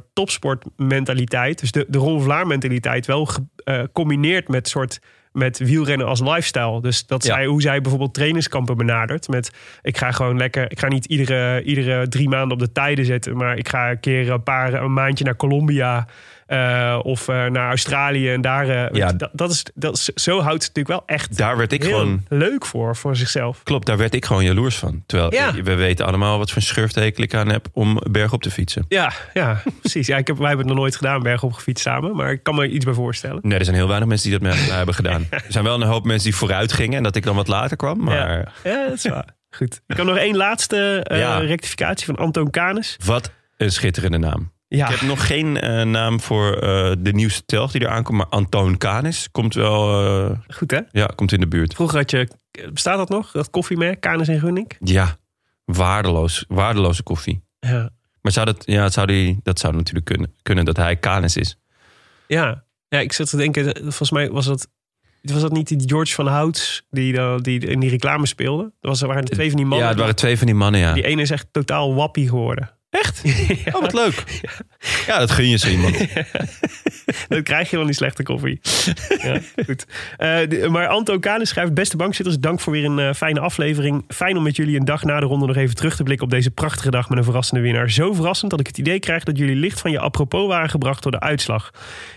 B: topsportmentaliteit, dus de, de Ron Vlaar mentaliteit, wel ge- eh, combineert met soort met wielrennen als lifestyle. Dus dat
A: Ja.
B: zij, hoe zij bijvoorbeeld trainingskampen benadert. Met ik ga gewoon lekker, ik ga niet iedere, iedere drie maanden op de tijden zetten, maar ik ga een keer een paar een maandje naar Colombia. eh, of eh, naar Australië en daar. eh,
A: Ja.
B: dat, dat is, dat is, zo houdt ze het natuurlijk wel echt
A: Daar werd ik
B: heel
A: gewoon,
B: leuk voor, voor zichzelf.
A: klopt, daar werd ik gewoon jaloers van. Terwijl
B: Ja.
A: eh, we weten allemaal wat voor schurftekel ik aan heb om berg op te fietsen.
B: Ja, ja precies. Ja, ik heb, wij hebben het nog nooit gedaan, bergop gefietst samen. Maar ik kan me iets bij voorstellen.
A: Nee, er zijn heel weinig mensen die dat met mij hebben gedaan. Er zijn wel een hoop mensen die vooruit gingen en dat ik dan wat later kwam. Maar
B: Ja, ja dat is waar. eh, Goed. Ik kan nog één laatste eh,
A: Ja.
B: rectificatie van Antoon Canis.
A: Wat een schitterende naam.
B: Ja,
A: Ik heb nog geen eh, naam voor eh, de nieuwste telg die er aankomt. Maar Antoon Kanis komt wel eh,
B: goed hè?
A: ja, komt in de buurt.
B: Vroeger had je, bestaat dat nog? Dat koffiemerk, Canis en Gunning?
A: Ja, waardeloos, waardeloze koffie.
B: Ja.
A: Maar zou dat, ja, het zou die, dat zou natuurlijk kunnen, kunnen dat hij Kanis is.
B: Ja. ja, ik zat te denken, eh, volgens mij was dat... Was dat niet die George van Houts die, dan- die in die reclame speelde? Er was, er waren twee van die mannen.
A: ja, het waren twee van die mannen, ja.
B: Die ene is echt totaal wappie geworden. Oh,
A: Echt? Oh, wat leuk. Ja, dat gun je zo iemand.
B: Dat krijg je van die slechte koffie. Ja, goed. Eh, de- maar Anto Kanis schrijft... Beste bankzitters, dank voor weer een eh, fijne aflevering. Fijn om met jullie een dag na de ronde nog even terug te blikken... op deze prachtige dag met een verrassende winnaar. Zo verrassend dat ik het idee krijg dat jullie licht van je apropos waren gebracht door de uitslag.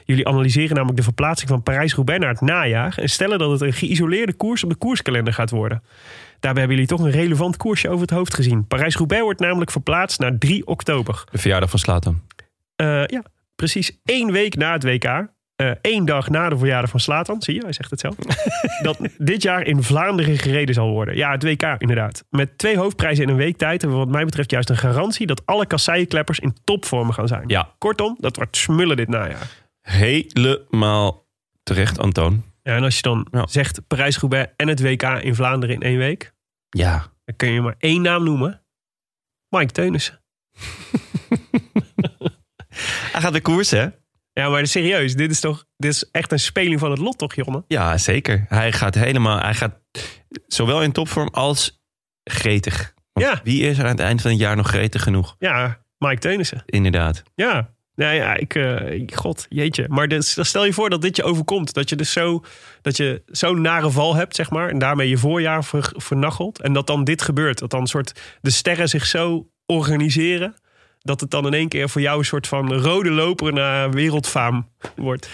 B: Jullie analyseren namelijk de verplaatsing van Parijs-Roubaix naar het najaar... en stellen dat het een geïsoleerde koers op de koerskalender gaat worden. Daarbij hebben jullie toch een relevant koersje over het hoofd gezien. Parijs-Roubaix wordt namelijk verplaatst naar 3 oktober.
A: De verjaardag van Slatan.
B: Eh, ja, precies één week na het WK. eh, één dag na de verjaardag van Slatan, zie je, hij zegt het zelf. dat dit jaar in Vlaanderen gereden zal worden. Ja, het WK inderdaad. Met twee hoofdprijzen in een week tijd hebben we wat mij betreft juist een garantie dat alle kasseiekleppers in topvorm gaan zijn.
A: Ja,
B: Kortom, dat wordt smullen dit najaar.
A: helemaal terecht, Antoon.
B: Ja, en als je dan
A: Ja.
B: zegt Parijs-Roubaix en het WK in Vlaanderen in één week,
A: Ja.
B: dan kun je maar één naam noemen. Mike Teunissen.
A: Hij gaat de koers, hè?
B: Ja, maar serieus, dit is toch dit is echt een speling van het lot toch, Jonne?
A: Ja, zeker. Hij gaat helemaal, hij gaat zowel in topvorm als gretig. Want
B: Ja.
A: Wie is er aan het eind van het jaar nog gretig genoeg?
B: Ja, Mike Teunissen.
A: Inderdaad.
B: Ja, nou ja, ik, eh, ik- god, jeetje. Maar dus, dan stel je voor dat dit je overkomt. Dat je dus zo, dat je zo'n nare val hebt, zeg maar. En daarmee je voorjaar ver, vernachelt. En dat dan dit gebeurt. Dat dan een soort de sterren zich zo organiseren. Dat het dan in één keer voor jou een soort van rode loper naar wereldfaam wordt.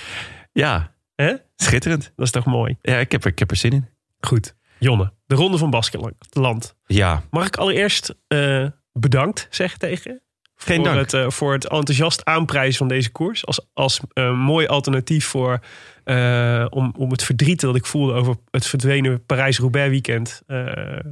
A: Ja,
B: Hè?
A: schitterend.
B: Dat is toch mooi?
A: Ja, ik heb er, ik heb er zin in.
B: Goed. Jonne, de Ronde van Baskeland.
A: Ja,
B: Mag ik allereerst eh, bedankt zeggen tegen je?
A: geen
B: voor,
A: dank.
B: het, eh, voor het enthousiast aanprijzen van deze koers. Als, als eh, mooi alternatief voor, eh, om, om het verdriet dat ik voelde over het verdwenen Parijs-Roubaix weekend eh, eh,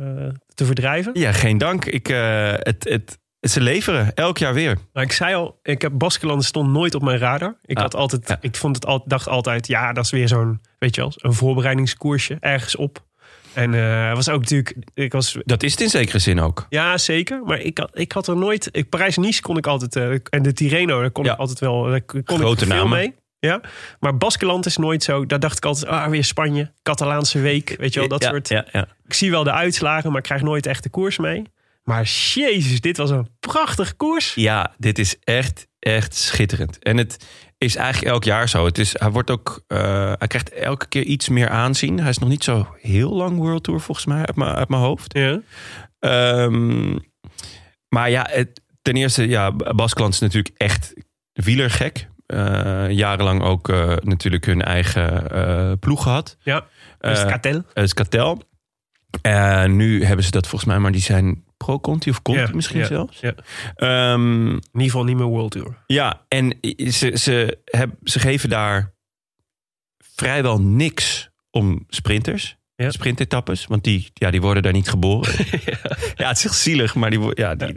B: te verdrijven.
A: Ja, geen dank. Ik, eh, het, het, het, ze leveren elk jaar weer.
B: Maar ik zei al, ik heb Baskeland stond nooit op mijn radar. Ik,
A: Ah,
B: had altijd,
A: ja.
B: ik vond het al, dacht altijd, ja, dat is weer zo'n, weet je wel, een voorbereidingskoersje ergens op. En eh, was ook natuurlijk, ik was
A: Dat is het in zekere zin ook.
B: Ja, zeker. Maar ik had, ik had er nooit... ik- Parijs-Nice kon ik altijd... eh, en de Tirreno, daar kon
A: Ja.
B: ik altijd wel... Daar kon
A: Grote
B: ik veel
A: namen.
B: mee. Ja. Maar Baskeland is nooit zo... Daar dacht ik altijd, ah, weer Spanje. Catalaanse week, weet je wel, dat
A: Ja,
B: soort...
A: Ja, ja.
B: Ik zie wel de uitslagen, maar ik krijg nooit echt de koers mee. Maar jezus, dit was een prachtig koers.
A: ja, dit is echt, echt schitterend. En het is eigenlijk elk jaar zo. Het is, hij, wordt ook, eh, hij krijgt elke keer iets meer aanzien. Hij is nog niet zo heel lang World Tour volgens mij uit mijn, uit mijn hoofd.
B: Ja.
A: Ehm, maar ja, het- ten eerste, ja, Baskeland is natuurlijk echt wielergek. Eh, jarenlang ook eh, natuurlijk hun eigen eh, ploeg gehad.
B: Ja.
A: Eh,
B: Katel.
A: eh, Skatel. Eh, nu hebben ze dat volgens mij, maar die zijn pro-Conti of Conti
B: Ja,
A: misschien
B: ja,
A: zelfs.
B: ja.
A: Ehm,
B: In ieder geval niet meer World Tour.
A: ja, en ze, ze, heb, ze geven daar vrijwel niks om sprinters.
B: Ja.
A: Sprintetappes, want die, ja, die worden daar niet geboren. ja. het is echt zielig, maar die, wo- ja, die-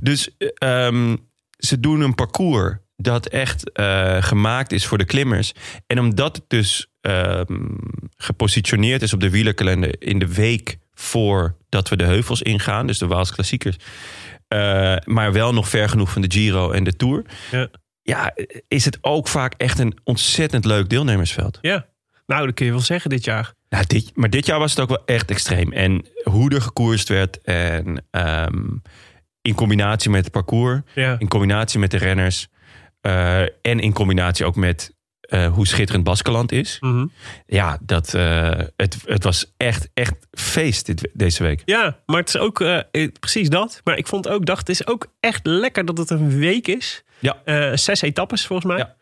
A: Dus eh, ehm, ze doen een parcours dat echt eh, gemaakt is voor de klimmers. En omdat het dus ehm, gepositioneerd is op de wielerkalender in de week voordat we de heuvels ingaan, dus de Waals Klassiekers, eh, maar wel nog ver genoeg van de Giro en de Tour.
B: Ja.
A: Ja, is het ook vaak echt een ontzettend leuk deelnemersveld.
B: Ja. Nou, dat kun je wel zeggen dit jaar.
A: Nou, dit, maar dit jaar was het ook wel echt extreem. En hoe er gekoerst werd en ehm, in combinatie met het parcours,
B: Ja.
A: in combinatie met de renners eh, en in combinatie ook met eh, hoe schitterend Baskeland is.
B: Mhm.
A: Ja, dat, eh, het, het was echt, echt feest dit, deze week.
B: Ja, maar het is ook eh, eh, precies dat. Maar ik vond ook, dacht, het is ook echt lekker dat het een week is.
A: Ja.
B: Eh, zes etappes volgens mij.
A: Ja.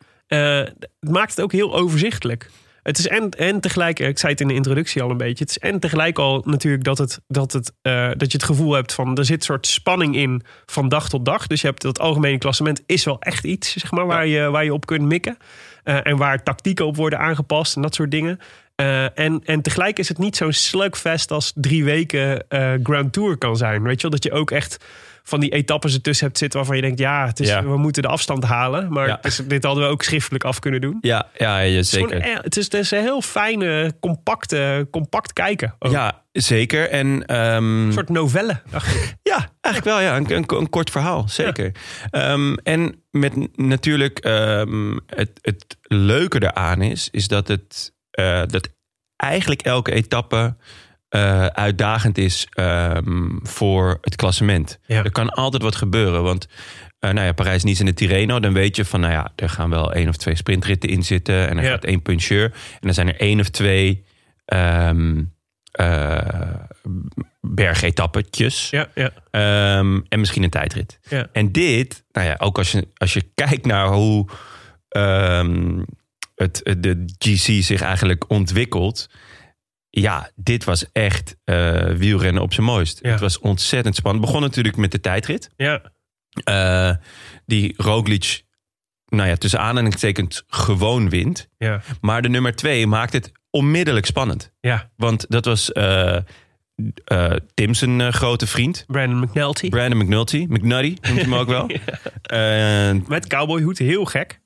B: Eh, het maakt het ook heel overzichtelijk. Het is en, en tegelijk, eh, ik zei het in de introductie al een beetje. Het is en tegelijk al natuurlijk dat, het, dat, het, eh, dat je het gevoel hebt van er zit een soort spanning in van dag tot dag. Dus je hebt dat algemene klassement is wel echt iets, zeg maar, waar, je, waar je op kunt mikken. Eh, en waar tactieken op worden aangepast en dat soort dingen. Eh, en, en tegelijk is het niet zo'n slugfest als drie weken eh, Grand Tour kan zijn. Weet je wel, dat je ook echt van die etappes ertussen hebt zitten waarvan je denkt, ja, het is,
A: Ja.
B: we moeten de afstand halen. Maar
A: Ja.
B: het is- dit hadden we ook schriftelijk af kunnen doen.
A: Ja, ja, ja
B: Het is, gewoon, eh, het, is, het is een heel fijne, compacte, compact kijken. Ook.
A: Ja, zeker. En, ehm,
B: Een soort novelle. dacht ik.
A: Ja, eigenlijk wel. Ja. Een, een, een kort verhaal, zeker. Ehm, en met n- natuurlijk ehm, het, het leuke eraan is, is dat het eh, dat eigenlijk elke etappe eh, uitdagend is ehm, voor het klassement.
B: Ja.
A: Er kan altijd wat gebeuren. Want eh, nou ja, Parijs-Nice en de Tirreno, dan weet je van... nou ja, er gaan wel één of twee sprintritten in zitten... en er
B: Ja.
A: gaat één puncheur. En dan zijn er één of twee ehm eh, bergetappetjes.
B: Ja, ja,
A: Ehm, en misschien een tijdrit.
B: ja.
A: En dit, nou ja, ook als je, als je kijkt naar hoe ehm, het, het- de GC zich eigenlijk ontwikkelt. Ja, dit was echt eh, wielrennen op zijn mooist.
B: Ja.
A: Het was ontzettend spannend. Begon natuurlijk met de tijdrit.
B: ja.
A: eh, die Roglic, nou ja, tussen aanhalingstekens gewoon wint.
B: ja.
A: Maar de nummer twee maakt het onmiddellijk spannend.
B: Ja,
A: Want dat was eh eh, Tim zijn eh, grote vriend.
B: Brandon McNulty.
A: Brandon McNulty. McNulty noemt hem ook wel. Eh,
B: Met cowboyhoed, heel gek.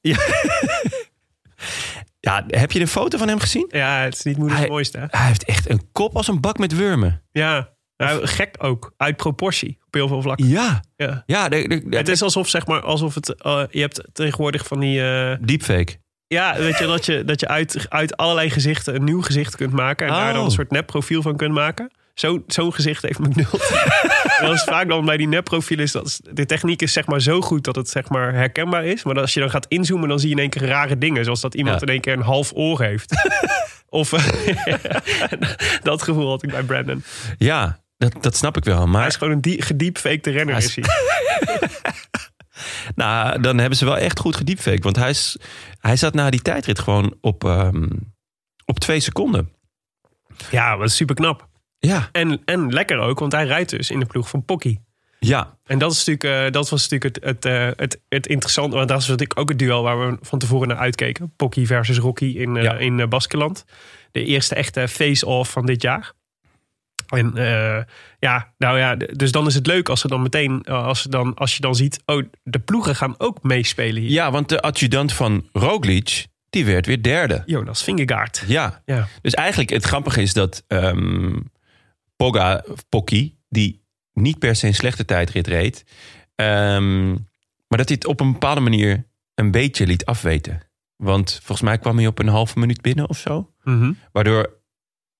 A: Ja, heb je de foto van hem gezien?
B: Ja, het is niet moeilijk
A: Hij-
B: het mooiste. hè?
A: Hij heeft echt een kop als een bak met wurmen.
B: Ja, Nou, gek ook. Uit proportie, op heel veel vlakken.
A: Ja.
B: Ja.
A: Ja, de, de,
B: Het is alsof, zeg maar, alsof het, eh, je hebt tegenwoordig van die... eh,
A: deepfake.
B: ja, weet je, dat je, dat je uit, uit allerlei gezichten een nieuw gezicht kunt maken. En daar
A: Oh.
B: dan een soort nepprofiel van kunt maken. Zo- Zo'n gezicht heeft McNulty. En dat is vaak dan bij die nepprofielen. Is dat, is- de techniek is zeg maar zo goed dat het zeg maar herkenbaar is. Maar als je dan gaat inzoomen, dan zie je in één keer rare dingen. Zoals dat iemand
A: Ja.
B: in één keer een half oor heeft. of eh, dat gevoel had ik bij Brandon.
A: Ja, dat, dat snap ik wel. Maar
B: Hij is gewoon een die, gediepfakte renner.
A: Hij
B: Is,
A: is-
B: hij.
A: nou, dan hebben ze wel echt goed gediepfaked. Want hij, is, hij zat na die tijdrit gewoon op, ehm, op twee seconden.
B: Ja, dat is super knap.
A: Ja,
B: En, en lekker ook, want hij rijdt dus in de ploeg van Pocky.
A: ja,
B: En dat, is natuurlijk, eh, dat was natuurlijk het, het, eh, het, het interessante. Want dat was natuurlijk ook het duel waar we van tevoren naar uitkeken. Pocky versus Rocky in, eh
A: Ja.
B: in eh, Baskeland. De eerste echte face-off van dit jaar. En eh, ja, nou ja, d- dus dan is het leuk als ze dan meteen, eh, als, ze dan, als je dan ziet, oh, de ploegen gaan ook meespelen hier.
A: ja, want de adjudant van Roglic, die werd weer derde.
B: Jonas Vingegaard.
A: Ja,
B: Ja,
A: dus eigenlijk het grappige is dat ehm Pogga, of Pocky, die niet per se een slechte tijdrit reed, ehm, maar dat hij het op een bepaalde manier een beetje liet afweten. Want volgens mij kwam hij op een halve minuut binnen of zo.
B: Mhm.
A: Waardoor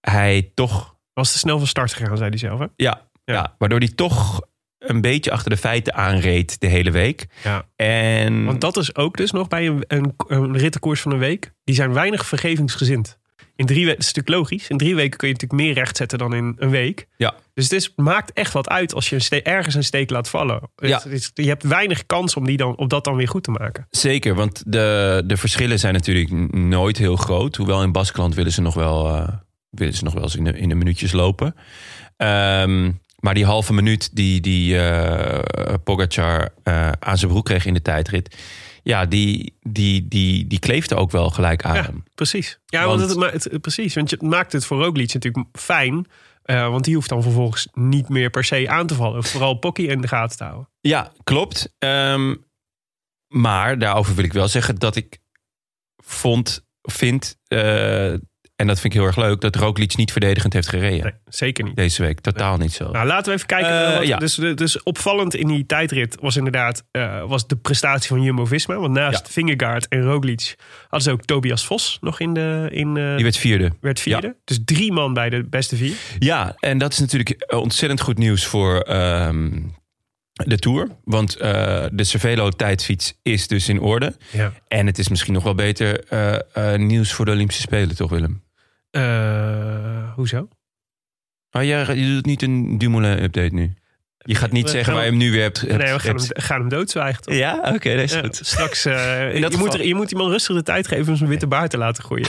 A: hij toch,
B: was te snel van start gegaan, zei hij zelf. Hè?
A: ja, ja.
B: Ja.
A: waardoor hij toch een beetje achter de feiten aanreed de hele week.
B: Ja.
A: En
B: Want dat is ook dus nog bij een, een, een rittenkoers van een week. Die zijn weinig vergevingsgezind. In drie weken, dat is natuurlijk logisch. In drie weken kun je natuurlijk meer recht zetten dan in een week.
A: ja,
B: Dus het is, maakt echt wat uit als je een ste- ergens een steek laat vallen. Het
A: Ja.
B: is- je hebt weinig kans om, die dan, om dat dan weer goed te maken.
A: Zeker, want de, de verschillen zijn natuurlijk n- nooit heel groot. Hoewel in Baskeland willen ze nog wel, eh, willen ze nog wel eens in de, in de minuutjes lopen. Ehm, maar die halve minuut die, die eh Pogacar eh, aan zijn broek kreeg in de tijdrit... ja, die, die, die, die kleefde ook wel gelijk aan
B: Ja,
A: hem.
B: precies. Ja, want,
A: Want-
B: het, ma- het- precies. Want je het maakt het voor Roglic natuurlijk fijn. eh, want die hoeft dan vervolgens niet meer per se aan te vallen. Vooral Pocky in de gaten te houden.
A: Ja, klopt. Ehm, maar daarover wil ik wel zeggen dat ik vond, vind... eh, en dat vind ik heel erg leuk... dat Roglic niet verdedigend heeft gereden
B: Nee, zeker niet.
A: deze week. Totaal niet zo.
B: Nou, laten we even kijken.
A: Eh,
B: eh, wat-
A: ja.
B: dus, dus opvallend in die tijdrit was inderdaad eh, was de prestatie van Jumbo-Visma. Want naast
A: Ja.
B: Vingegaard en Roglic hadden ze ook Tobias Vos nog in de... In, eh,
A: Die werd vierde.
B: werd vierde.
A: ja.
B: Dus drie man bij de beste vier.
A: Ja, en dat is natuurlijk eh, ontzettend goed nieuws voor ehm, de Tour. Want eh, de Cervelo-tijdfiets is dus in orde.
B: Ja.
A: En het is misschien nog wel beter eh, eh, nieuws voor de Olympische Spelen, toch Willem?
B: Eh, hoezo?
A: Oh, jij, je doet niet een Dumoulin-update nu. Je gaat niet
B: We
A: zeggen
B: gaan-
A: waar je hem nu weer hebt.
B: nee, we
A: hebt-
B: gaan hem,
A: hebt-
B: gaan hem doodzwijgen. toch?
A: Ja, oké, dat is
B: Ja,
A: goed.
B: straks, eh, je,
A: dat
B: moet
A: geval-
B: er, je moet iemand rustig de tijd geven om zijn witte baard te laten groeien.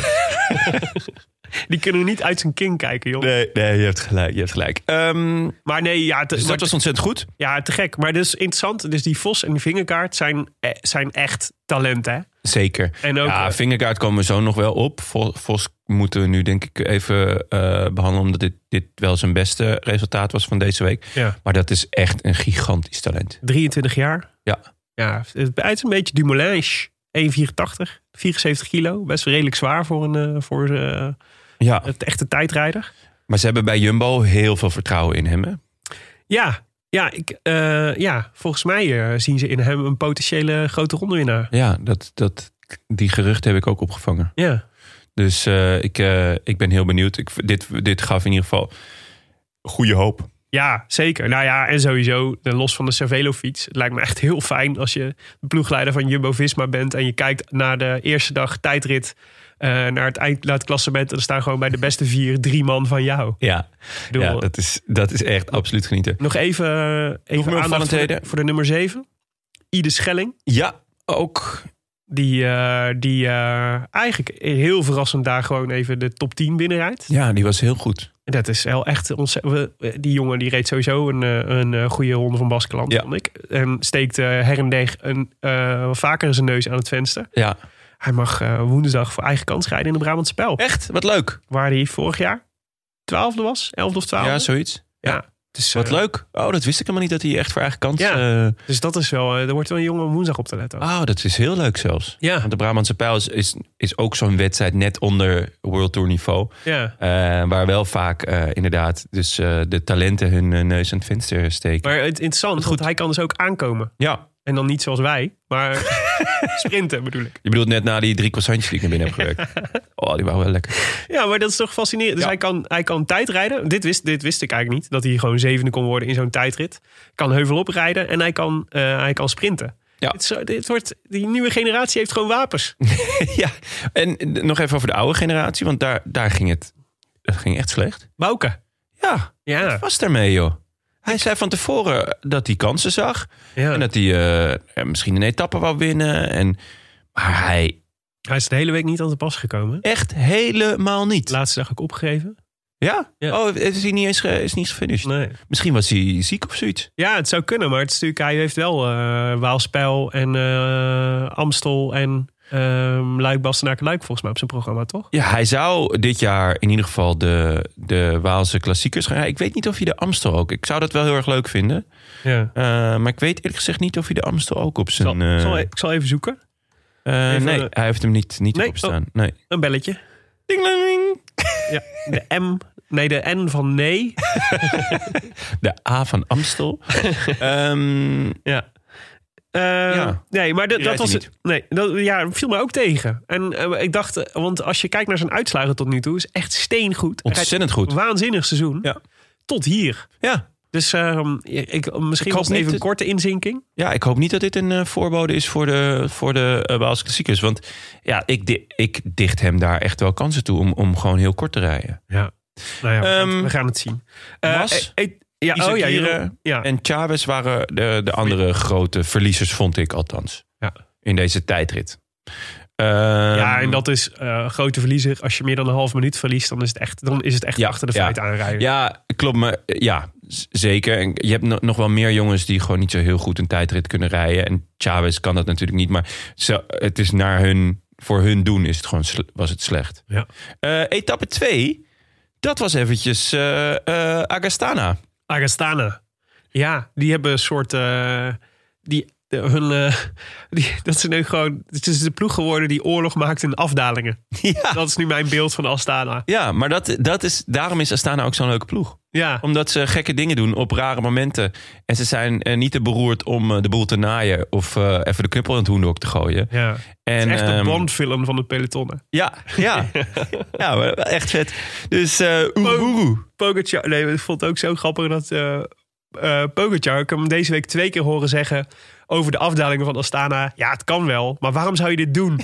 B: die kunnen we niet uit zijn kin kijken, joh.
A: Nee, nee, je hebt gelijk. Je hebt gelijk. Ehm,
B: Maar nee, ja, het-
A: dus
B: maar-
A: dat was ontzettend goed.
B: Ja, te gek. Maar dus interessant. Dus die Vos en die Vingerkaart zijn, eh, zijn echt talenten. hè?
A: Zeker.
B: En ook,
A: ja,
B: eh,
A: Vingergaard komen we zo nog wel op. Vo- Vos moeten we nu denk ik even eh, behandelen... omdat dit, dit wel zijn beste resultaat was van deze week.
B: Ja.
A: Maar dat is echt een gigantisch talent.
B: 23 jaar.
A: Ja.
B: Ja, het het is een beetje Dumoulin. 1,84, 74 kilo. Best wel redelijk zwaar voor, een, eh, voor eh,
A: ja.
B: het echte tijdrijder.
A: Maar ze hebben bij Jumbo heel veel vertrouwen in hem. Hè?
B: Ja, ja, ik, eh, ja volgens mij eh, zien ze in hem een potentiële grote rondewinnaar.
A: Ja, dat, dat, die geruchten heb ik ook opgevangen.
B: Ja,
A: Dus eh, ik, eh, ik ben heel benieuwd. Ik, dit, dit gaf in ieder geval goede hoop.
B: Ja, zeker. Nou ja, en sowieso, eh, los van de Cervelo-fiets. Het lijkt me echt heel fijn als je de ploegleider van Jumbo-Visma bent... en je kijkt naar de eerste dag tijdrit eh, naar, het eind, naar het klassement... en er staan gewoon bij de beste vier drie man van jou.
A: Ja,
B: bedoel-
A: ja dat, is, dat is echt absoluut genieten.
B: Nog even, even
A: meer
B: aandacht voor de,
A: opvallendheden?
B: voor de nummer 7. Ide Schelling.
A: Ja, ook.
B: Die, eh, die eh, eigenlijk heel verrassend daar gewoon even de top 10 binnenrijdt.
A: Ja, die was heel goed.
B: En Dat is wel echt ontzettend. Die jongen die reed sowieso een, eh, een eh, goede ronde van Baskeland,
A: Ja.
B: vond ik. En steekt eh, her en der een, eh, vaker zijn neus aan het venster.
A: Ja.
B: Hij mag eh, woensdag voor eigen kans rijden in de Brabantse Pijl.
A: Echt? Wat leuk.
B: Waar hij vorig jaar twaalfde was, elfde of twaalfde.
A: Ja, zoiets.
B: dus, eh,
A: Wat leuk. Oh, dat wist ik helemaal niet dat hij echt voor eigen kant...
B: Ja.
A: eh,
B: Dus dat is wel, eh, er wordt wel een jongen om woensdag op te letten.
A: Oh, dat is heel leuk zelfs.
B: Ja,
A: Want de Brabantse Pijl is, is, is ook zo'n wedstrijd net onder World Tour niveau.
B: ja.
A: eh, waar wel vaak eh, inderdaad dus, eh, de talenten hun eh, neus aan het venster steken.
B: Maar het is interessant, want hij kan dus ook aankomen.
A: ja,
B: En dan niet zoals wij, maar sprinten bedoel ik.
A: je bedoelt net na die drie croissantjes die ik naar binnen heb gewerkt. Oh, die waren wel lekker.
B: Ja, maar dat is toch fascinerend. Dus hij, kan, hij kan tijdrijden. Dit wist, dit wist ik eigenlijk niet. Dat hij gewoon zevende kon worden in zo'n tijdrit. Kan heuvel oprijden en hij kan, eh, hij kan sprinten.
A: Ja.
B: Het is zo- dit wordt, die nieuwe generatie heeft gewoon wapens.
A: ja, en d- nog even over de oude generatie, want daar, daar ging het dat ging echt slecht.
B: Bouke.
A: Ja,
B: Ja.
A: was daarmee joh. Hij zei van tevoren dat hij kansen zag.
B: ja.
A: En dat hij eh, misschien een etappe wou winnen. En, maar hij
B: Hij is de hele week niet aan de pas gekomen.
A: echt helemaal niet.
B: Laatste dag ook opgegeven.
A: Ja?
B: Ja.
A: Oh, is hij niet eens, ge- is niet eens gefinished?
B: Nee.
A: Misschien was hij ziek of zoiets.
B: Ja, het zou kunnen, maar het is natuurlijk, hij heeft wel eh Waalspijl en eh, Amstel en ehm Luik, Bastenaken, Luik volgens mij op zijn programma, toch?
A: Ja, hij zou dit jaar in ieder geval de, de Waalse klassiekers gaan rijden. Ik weet niet of hij de Amstel ook... Ik zou dat wel heel erg leuk vinden.
B: Ja.
A: Eh, maar ik weet eerlijk gezegd niet of hij de Amstel ook op
B: Ik zal,
A: zijn...
B: ik zal,
A: eh,
B: ik zal even zoeken.
A: eh,
B: even-
A: nee, hij heeft hem niet, niet
B: Nee, oh.
A: op staan. Nee.
B: Een belletje.
A: Dingling.
B: Ja. De M, nee, de N van nee.
A: De A van Amstel. Ehm,
B: Ja.
A: Ja.
B: Eh, Nee, maar dat,
A: Die
B: dat
A: rijdt
B: was
A: hij
B: het. Nee, dat ja, viel me ook tegen. En eh, ik dacht, eh, want als je kijkt naar zijn uitslagen tot nu toe, is echt steengoed. Hij rijdt
A: ontzettend goed.
B: een Waanzinnig seizoen.
A: Ja.
B: Tot hier.
A: Ja.
B: Dus ehm, ik, misschien
A: Ik hoop
B: was het even
A: niet
B: een
A: dat-
B: korte inzinking.
A: Ja, ik hoop niet dat dit een eh, voorbode is voor de, voor de eh, Waalse klassiekers. Want ja, ik, di- ik dicht hem daar echt wel kansen toe om, om gewoon heel kort te rijden.
B: Ja. Nou ja, we gaan het-
A: Ehm,
B: we gaan het zien. Eh,
A: Mas,
B: eh, eh, ja, oh ja,
A: Isakire
B: Jeroen. ja.
A: En Chavez waren de, de andere grote verliezers, vond ik althans.
B: Ja.
A: In deze tijdrit.
B: ja,
A: Ehm,
B: en dat is eh, grote verliezer. Als je meer dan een half minuut verliest, dan is het echt, dan is het echt
A: Ja,
B: achter de
A: ja.
B: feiten aanrijden.
A: Ja, klopt. Maar eh, ja, z- zeker. En je hebt no- nog wel meer jongens die gewoon niet zo heel goed een tijdrit kunnen rijden. En Chavez kan dat natuurlijk niet. Maar zo, het is naar hun, voor hun doen is het gewoon, sle- was het slecht.
B: Ja.
A: Eh, etappe 2, dat was eventjes eh, eh, Agastana.
B: Agastana. Ja, die hebben een soort. eh, die, de- hun, eh, die, dat ze nu gewoon. Het is de ploeg geworden die oorlog maakt in afdalingen.
A: ja.
B: Dat is nu mijn beeld van Astana.
A: ja, maar dat, dat is, daarom is Astana ook zo'n leuke ploeg.
B: Ja,
A: Omdat ze gekke dingen doen op rare momenten. En ze zijn eh, niet te beroerd om eh, de boel te naaien. Of eh, even de knuppel in het hoendok te gooien.
B: ja. Het
A: En,
B: is echt een
A: ehm,
B: Bond-film van de pelotonnen.
A: Ja, ja. ja, maar wel echt vet. Dus eh Oeroboeroe.
B: Pogacar, nee, ik vond het ook zo grappig dat eh eh, Pogacar, ik heb hem deze week twee keer horen zeggen over de afdalingen van Astana. Ja, het kan wel, maar waarom zou je dit doen?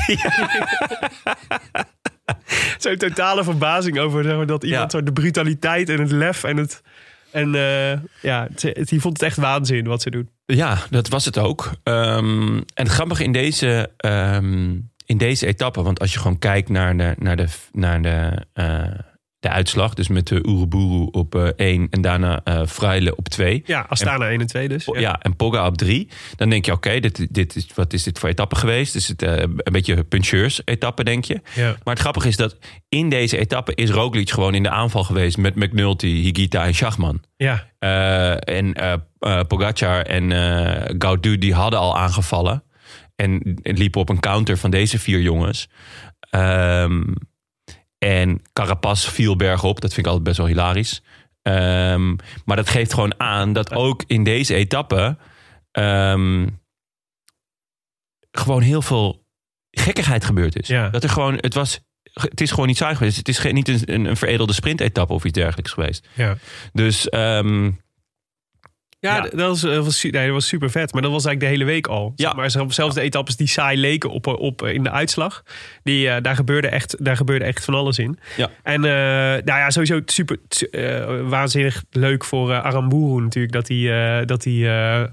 B: Zo'n totale verbazing over zeg maar, dat iemand
A: Ja.
B: zo de brutaliteit en het lef en het... En eh, ja, het, het- die vond het echt waanzin wat ze doen.
A: Ja, dat was het ook. Ehm, en het grappige in deze, ehm, in deze etappe, want als je gewoon kijkt naar de, naar de, naar de, eh, de uitslag, dus met de Oeroboeroe op eh, één en daarna eh Freile op twee.
B: Ja, Astana 1 en 2 dus.
A: Po- ja, en Pogga op drie. Dan denk je, oké, dit, dit is, wat is dit voor etappe geweest? Is het eh, een beetje puncheurs-etappe, denk je?
B: Ja.
A: Maar het grappige is dat in deze etappe is Roglic gewoon in de aanval geweest... met McNulty, Higita en Schachman.
B: Ja,
A: Eh, en eh eh, Pogacar en eh Gaudu, die hadden al aangevallen. En liepen op een counter van deze vier jongens. Ehm, en Carapaz viel bergop. Dat vind ik altijd best wel hilarisch. Ehm, maar dat geeft gewoon aan dat ook in deze etappe... ehm, gewoon heel veel gekkigheid gebeurd is.
B: Ja.
A: Dat er gewoon... Het was het is gewoon niet saai geweest. Het is geen, niet een, een, een veredelde sprintetappe of iets dergelijks geweest.
B: Ja.
A: Dus ehm,
B: Ja,
A: Ja.
B: d- Dat, was, dat, was, su- nee, dat was super vet. Maar dat was eigenlijk de hele week al.
A: Ja.
B: Zeg Maar zelf- zelfs de etappes die saai leken op, eh, op in de uitslag. Die, eh, daar, gebeurde echt, daar gebeurde echt van alles in.
A: Ja.
B: En eh, nou ja, sowieso super t- eh, waanzinnig leuk voor eh, Aramburu natuurlijk. Dat hij eh, dat hij eh, eh,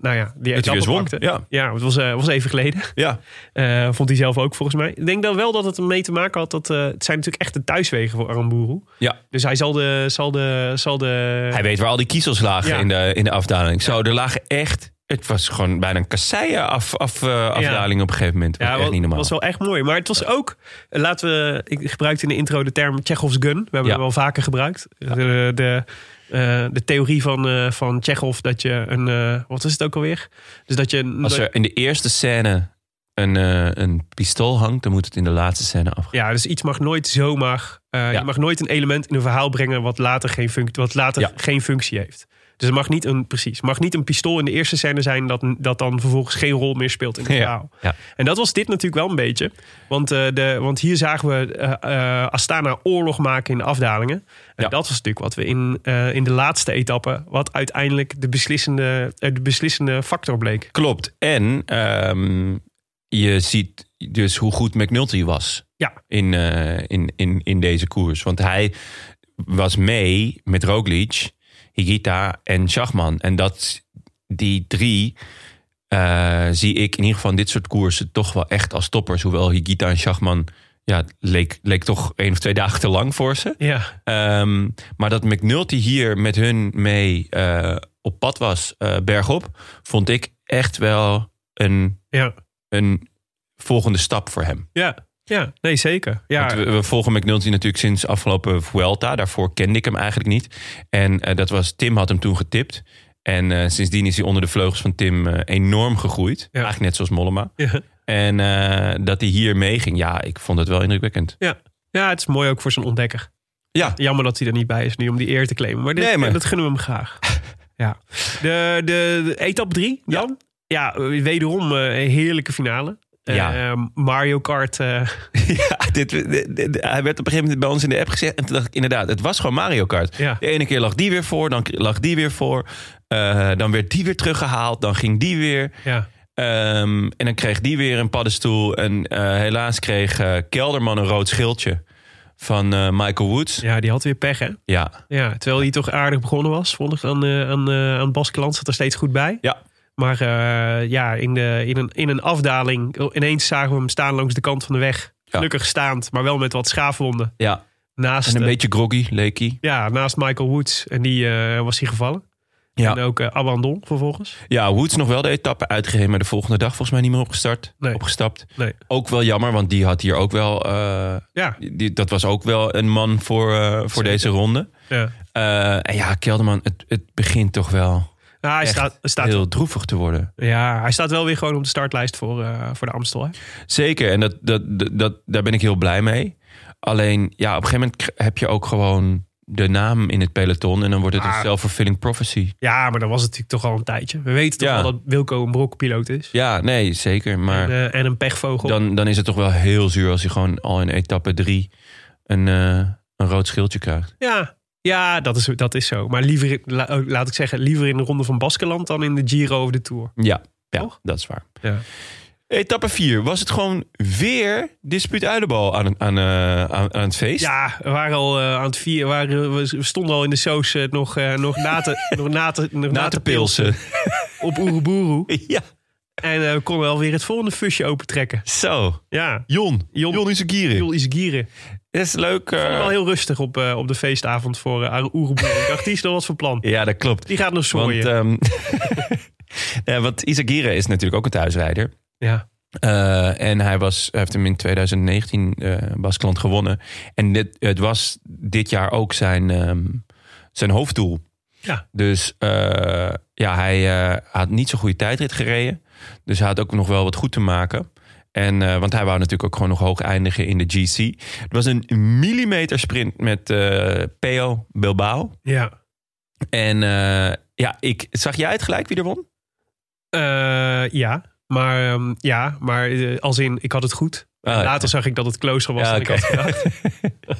B: nou ja, die
A: weer
B: etappe
A: zwom,
B: pakte.
A: ja.
B: ja het was, eh, was even geleden.
A: ja,
B: Eh, vond hij zelf ook volgens mij. Ik denk dan wel dat het ermee te maken had. Dat, eh, het zijn natuurlijk echt de thuiswegen voor Aramburu.
A: ja.
B: Dus hij zal de... Zal de, zal de
A: Hij weet waar al die kiezels lagen
B: Ja.
A: in, de, in de afdaling. Zo, er lagen echt... Het was gewoon bijna een kasseien af, af, eh, afdaling op een gegeven moment. Was
B: Ja,
A: echt
B: wel-
A: niet normaal.
B: was wel echt mooi. Maar het was ook, eh, laten we, ik gebruikte in de intro de term Tsjechovs gun. We hebben
A: Ja.
B: hem wel vaker gebruikt. De, de, eh, de theorie van, eh van Tsjechov dat je een, eh, wat is het ook alweer? Dus dat je een,
A: Als er in de eerste scène een, eh, een pistool hangt... dan moet het in de laatste scène afgaan.
B: ja, dus iets mag nooit zomaar, eh,
A: Ja.
B: je mag nooit een element in een verhaal brengen wat later geen, funct, wat later
A: Ja.
B: geen functie heeft. Dus het mag niet een, precies, het mag niet een pistool in de eerste scène zijn dat, dat dan vervolgens geen rol meer speelt in het
A: Ja.
B: verhaal.
A: Ja.
B: En dat was dit natuurlijk wel een beetje. Want, eh, de, want hier zagen we eh, eh, Astana oorlog maken in de afdalingen. En
A: Ja.
B: dat was natuurlijk wat we in, eh, in de laatste etappe... wat uiteindelijk de beslissende, eh, de beslissende factor bleek.
A: Klopt. En ehm, je ziet dus hoe goed McNulty was
B: Ja.
A: in, eh, in, in, in deze koers. Want hij was mee met Roglic, Higita en Schachman. En dat, die drie eh, zie ik in ieder geval in dit soort koersen toch wel echt als toppers. Hoewel Higita en Schachman... Ja, het leek, leek toch één of twee dagen te lang voor ze.
B: Ja,
A: Ehm, maar dat McNulty hier met hun mee eh, op pad was, eh, bergop, vond ik echt wel een,
B: ja,
A: een volgende stap voor hem.
B: ja, ja. Nee, zeker. Ja,
A: Want we, we volgen McNulty natuurlijk sinds afgelopen Vuelta. Daarvoor kende ik hem eigenlijk niet. En eh, dat was, Tim had hem toen getipt. En eh, sindsdien is hij onder de vleugels van Tim eh, enorm gegroeid. Eigenlijk net zoals Mollema.
B: ja.
A: En eh, dat hij hier meeging, ja, ik vond het wel indrukwekkend.
B: Ja. ja, het is mooi ook voor zo'n ontdekker.
A: Ja,
B: Jammer dat hij er niet bij is nu om die eer te claimen. Maar, dit,
A: Nee, maar-
B: dat gunnen we hem graag. ja. De, de, de etappe 3 dan? Ja, eh, wederom eh, een heerlijke finale. Eh,
A: Ja.
B: eh, Mario Kart. eh,
A: Ja, dit, dit- dit- hij werd op een gegeven moment bij ons in de app gezegd. En toen dacht ik inderdaad, het was gewoon Mario Kart.
B: Ja.
A: De ene keer lag die weer voor, dan lag die weer voor. Eh, dan werd die weer teruggehaald, dan ging die weer.
B: ja.
A: Ehm, en dan kreeg die weer een paddenstoel. En eh, helaas kreeg eh, Kelderman een rood schildje van eh, Michael Woods. Ja.
B: ja, die had weer pech hè.
A: ja.
B: Ja, terwijl hij toch aardig begonnen was. Vond ik aan, eh, aan, eh, aan Baskeland zat er steeds goed bij. Maar eh, ja, in, de, in, een, in een afdaling oh, ineens zagen we hem staan langs de kant van de weg. Gelukkig staand, maar wel met wat schaafwonden.
A: Ja.
B: Naast,
A: En een
B: eh,
A: beetje groggy, leek hij.
B: ja, naast Michael Woods. En die eh, was hier gevallen.
A: Ja.
B: En ook eh, abandon vervolgens.
A: Ja, Woods nog wel de etappe uitgegeven, maar de volgende dag volgens mij niet meer opgestart,
B: Nee.
A: opgestapt.
B: Nee.
A: Ook wel jammer, want die had hier ook wel. eh,
B: Ja.
A: die- dat was ook wel een man voor, eh, voor deze ronde.
B: ja.
A: Eh, en ja, Kelderman, het, het begint toch wel
B: Nou, hij,
A: echt
B: staat, staat,
A: heel droevig te worden.
B: ja, hij staat wel weer gewoon op de startlijst voor, eh, voor de Amstel. Hè?
A: Zeker, en dat, dat, dat, dat- daar ben ik heel blij mee. Alleen, ja, op een gegeven moment k- heb je ook gewoon de naam in het peloton. En dan wordt het een
B: Ah.
A: self-fulfilling prophecy.
B: Ja, maar dat was het natuurlijk toch al een tijdje. We weten toch
A: Ja.
B: al dat Wilco een brokpiloot is.
A: Ja, nee, zeker. Maar
B: En, eh, en een pechvogel.
A: dan, dan is het toch wel heel zuur als je gewoon al in etappe drie een, eh, een rood schildje krijgt.
B: Ja, ja dat, is, dat is zo. Maar liever, in- la- oh, laat ik zeggen, liever in de Ronde van Baskeland dan in de Giro of de Tour.
A: Ja, ja
B: Toch?
A: dat is waar.
B: Ja.
A: Etappe 4 was het gewoon weer dispuut uilenbal aan, aan, eh, aan, aan het feest.
B: Ja, we waren al eh, aan het vier, waren, we we stonden al in de saus eh, nog, eh, nog na te, nog na te, nog
A: Na te pilsen.
B: op Oeruburu.
A: ja,
B: En eh, we konden alweer het volgende fusje opentrekken.
A: zo.
B: Ja,
A: Jon.
B: Jon.
A: Jon, is een gieren.
B: Jules Isgieren.
A: Dat is leuk. eh.
B: Wel heel rustig op, eh, op de feestavond voor uh, Ik dacht, die is nog wat voor plan.
A: Ja, dat klopt.
B: Die gaat nog
A: Want,
B: zooien.
A: ehm ja, want Isagire is natuurlijk ook een thuisrijder.
B: ja.
A: Eh, en hij was, hij heeft hem in 2019 eh Baskeland gewonnen. En dit, het was dit jaar ook zijn, ehm, zijn hoofddoel.
B: Ja.
A: Dus eh, ja, hij eh, had niet zo'n goede tijdrit gereden. Dus hij had ook nog wel wat goed te maken. En, eh, want hij wou natuurlijk ook gewoon nog hoog eindigen in de GC. Het was een millimeter sprint met eh Peo Bilbao.
B: ja.
A: En eh, ja, ik, zag jij het gelijk wie er won?
B: Eh, ja, maar, ehm, ja, maar eh, als in, ik had het goed.
A: Ah,
B: Later zag ik dat het closer was
A: Ja,
B: dan
A: oké.
B: ik had gedacht.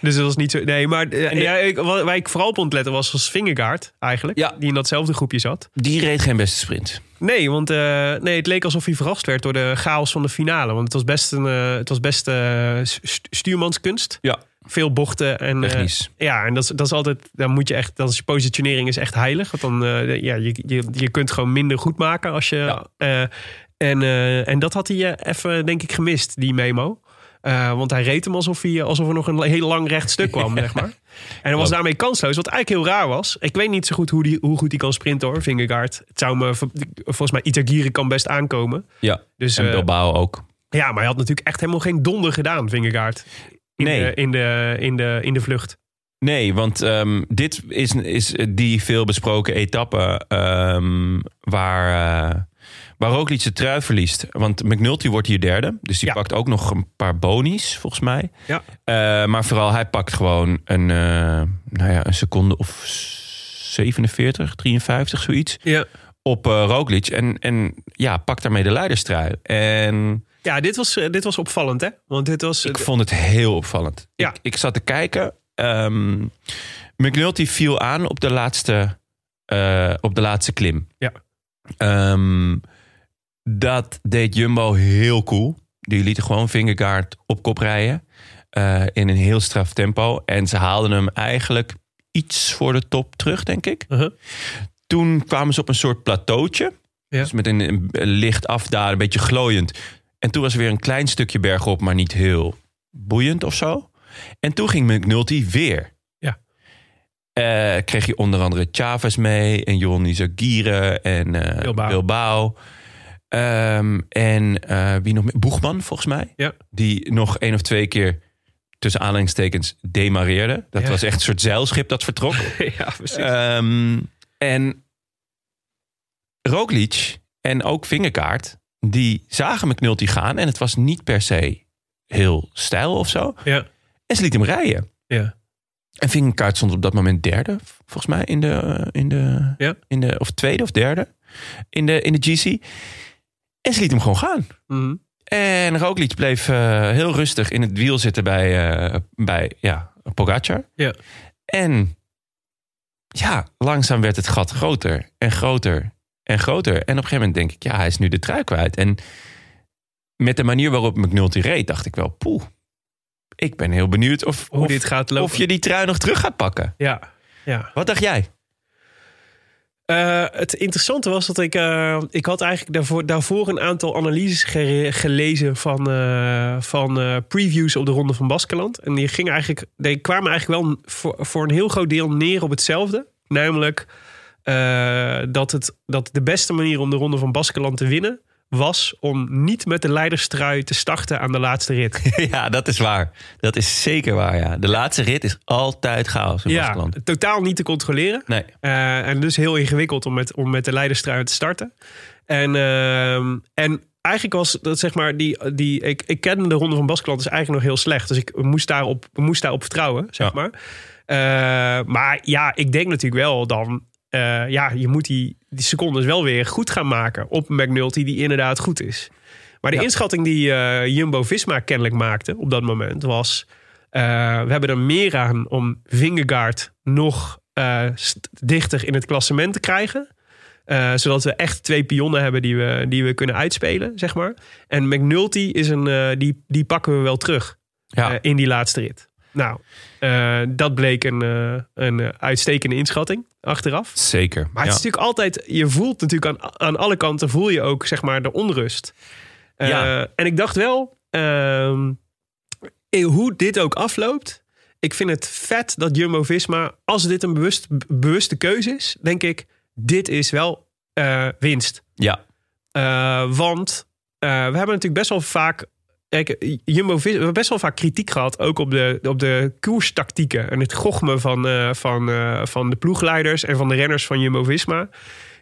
B: dus dat was niet zo... Nee, maar eh,
A: de-
B: ja, ik, wa- waar ik vooral op ontletten was, was Vingegaard eigenlijk.
A: Ja.
B: Die in datzelfde groepje zat.
A: Die reed geen beste sprint.
B: Nee, want eh, nee, het leek alsof hij verrast werd door de chaos van de finale. Want het was best, een, eh, het was best eh, stu- stuurmanskunst.
A: Ja.
B: Veel bochten. En, eh,
A: Technisch.
B: ja, en dat, is- dat is altijd... Dan moet je echt... Dan is je positionering is echt heilig. Want dan... eh, ja, je, je, je kunt gewoon minder goed maken als je... eh, en, eh, en dat had hij eh, even, denk ik, gemist, die memo. Eh, want hij reed hem alsof, hij, alsof er nog een heel lang recht stuk kwam, zeg maar. En hij was
A: Klopt.
B: daarmee kansloos, wat eigenlijk heel raar was. Ik weet niet zo goed hoe, die, hoe goed hij kan sprinten hoor, Vingegaard. Het zou me, ver- volgens mij, Itagiri kan best aankomen.
A: Ja.
B: Dus,
A: en
B: eh,
A: Bilbao ook.
B: Ja, maar hij had natuurlijk echt helemaal geen donder gedaan, Vingegaard. In
A: Nee.
B: De, in, de, in, de, in de vlucht.
A: Nee, want ehm, dit is, is die veel besproken etappe ehm, waar, eh waar Roglic de trui verliest. Want McNulty wordt hier derde, dus die
B: Ja.
A: pakt ook nog een paar bonies volgens mij.
B: Ja.
A: Eh, maar vooral hij pakt gewoon een, eh, nou ja, een seconde of 47, 53, zoiets
B: Ja.
A: op eh Roglic. En, en ja, pakt daarmee de leiderstrui. En
B: Ja, dit was, eh, dit was opvallend, hè? Want dit was... eh,
A: ik vond het heel opvallend.
B: Ja.
A: Ik, ik zat te kijken. Ehm, McNulty viel aan op de laatste, eh, op de laatste klim.
B: Ja.
A: Ehm, dat deed Jumbo heel cool. Die lieten gewoon Vingegaard op kop rijden. eh, in een heel straf tempo. En ze haalden hem eigenlijk iets voor de top terug, denk ik.
B: Uh-huh.
A: Toen kwamen ze op een soort plateautje.
B: Ja.
A: Dus met een, een licht afdalen, een beetje glooiend. En toen was er weer een klein stukje bergop, maar niet heel boeiend of zo. En toen ging McNulty weer.
B: Ja.
A: Eh, kreeg je onder andere Chavez mee en Johnny Zagire en eh,
B: Bilbao.
A: Bilbao. Ehm, en eh, wie nog meer? Boegman, volgens mij.
B: Ja.
A: Die nog één of twee keer tussen aanhalingstekens demareerde. Dat
B: Ja.
A: was echt een soort zeilschip dat vertrok.
B: ja, precies.
A: Ehm, en Roglic en ook Vingerkaart, die zagen McNulty gaan. En het was niet per se heel stijl of zo.
B: ja.
A: En ze liet hem rijden.
B: Ja.
A: En Vingerkaart stond op dat moment derde, volgens mij, in de, eh, in de,
B: Ja.
A: in de of tweede of derde, in de, in de GC. En ze liet hem gewoon gaan.
B: Mhm.
A: En Roglic bleef eh, heel rustig in het wiel zitten bij, eh, bij ja, Pogacar.
B: Ja.
A: En ja, langzaam werd het gat groter en groter en groter. En op een gegeven moment denk ik, ja, hij is nu de trui kwijt. En met de manier waarop McNulty reed, dacht ik wel, poeh. Ik ben heel benieuwd of,
B: Hoe
A: of,
B: dit gaat lopen.
A: of je die trui nog terug gaat pakken.
B: Ja, ja.
A: Wat dacht jij?
B: Eh, het interessante was dat ik... eh, ik had eigenlijk daarvoor, daarvoor een aantal analyses gere- gelezen van, eh, van eh, previews op de Ronde van Baskeland. En die, gingen eigenlijk, die kwamen eigenlijk wel voor, voor een heel groot deel neer op hetzelfde. Namelijk eh, dat, het, dat de beste manier om de Ronde van Baskeland te winnen... was om niet met de leiderstrui te starten aan de laatste rit.
A: ja, dat is waar. Dat is zeker waar, ja. De laatste rit is altijd chaos in
B: ja,
A: Baskeland.
B: totaal niet te controleren.
A: Nee,
B: Eh, en dus heel ingewikkeld om met, om met de leiderstrui te starten. En, ehm, en eigenlijk was dat zeg maar, die, die, ik, ik kende de Ronde van Baskeland dus eigenlijk nog heel slecht. Dus ik moest daarop, moest daarop vertrouwen, zeg
A: Ja.
B: maar. Eh, maar ja, ik denk natuurlijk wel dan, eh, ja, je moet die, die secondes wel weer goed gaan maken op McNulty die inderdaad goed is. Maar de
A: Ja.
B: inschatting die eh, Jumbo-Visma kennelijk maakte op dat moment was... eh, we hebben er meer aan om Vingegaard nog eh, st- dichter in het klassement te krijgen... Eh, zodat we echt twee pionnen hebben die we, die we kunnen uitspelen, zeg maar. En McNulty is een, eh, die, die pakken we wel terug
A: ja.
B: eh, in die laatste rit. Nou, eh, dat bleek een, eh, een eh, uitstekende inschatting achteraf.
A: zeker.
B: Maar
A: ja.
B: het is natuurlijk altijd, je voelt natuurlijk aan, aan alle kanten, voel je ook zeg maar de onrust. Eh,
A: Ja.
B: En ik dacht wel, ehm, eh, hoe dit ook afloopt, ik vind het vet dat Jumbo Visma, als dit een bewust, bewuste keuze is, denk ik, dit is wel eh, winst.
A: ja.
B: Eh, want eh, we hebben natuurlijk best wel vaak. Kijk, Jumbo Vis, we hebben best wel vaak kritiek gehad. Ook op de, op de koerstactieken. En het gochme van, eh, van, eh, van de ploegleiders en van de renners van Jumbo Visma.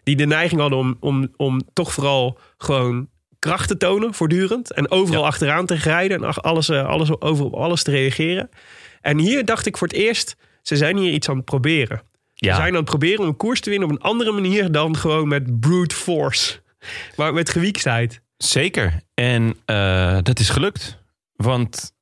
B: Die de neiging hadden om, om, om toch vooral gewoon kracht te tonen voortdurend. En overal achteraan te rijden. En ach- alles, eh, alles, over op alles te reageren. En hier dacht ik voor het eerst. Ze zijn hier iets aan het proberen.
A: ja.
B: Ze zijn aan het proberen om een koers te winnen op een andere manier dan gewoon met brute force. Maar met gewieksheid.
A: Zeker. En eh, dat is gelukt. Want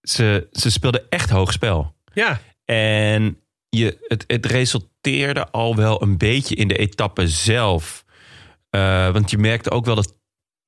A: ze, ze speelden echt hoog spel.
B: Ja,
A: En je, het, het resulteerde al wel een beetje in de etappe zelf. Eh, want je merkte ook wel dat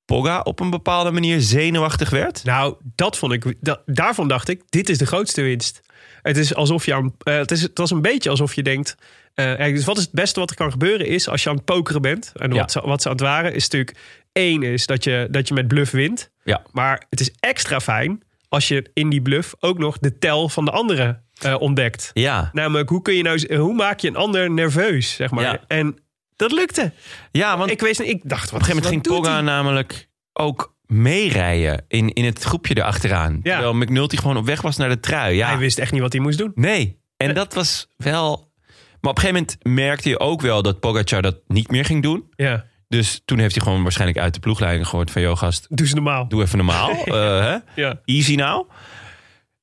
A: Pogga op een bepaalde manier zenuwachtig werd.
B: nou, dat vond ik, da- daarvan dacht ik, dit is de grootste winst. Het, is alsof je aan, eh, het, is, het was een beetje alsof je denkt... eh, eh, dus wat is het beste wat er kan gebeuren is als je aan het pokeren bent... en
A: Ja.
B: wat, ze, wat ze aan het waren is natuurlijk... één is dat je, dat je met bluff wint.
A: Ja.
B: Maar het is extra fijn als je in die bluff ook nog de tel van de andere eh, ontdekt.
A: Ja.
B: Namelijk, hoe, kun je nou, hoe maak je een ander nerveus, zeg maar.
A: Ja.
B: En dat lukte.
A: ja, want
B: ik, wees, ik dacht,
A: Op een gegeven moment ging Pogga namelijk ook meerijden in, in het groepje erachteraan.
B: Ja.
A: Terwijl McNulty gewoon op weg was naar de trui. Ja.
B: Hij wist echt niet wat hij moest doen.
A: Nee, en dat was wel... Maar op een gegeven moment merkte je ook wel dat Pogacar dat niet meer ging doen.
B: Ja,
A: Dus toen heeft hij gewoon waarschijnlijk uit de ploegleiding gehoord van... Yo gast,
B: doe ze normaal.
A: doe even normaal. eh, hè?
B: Ja.
A: Easy nou.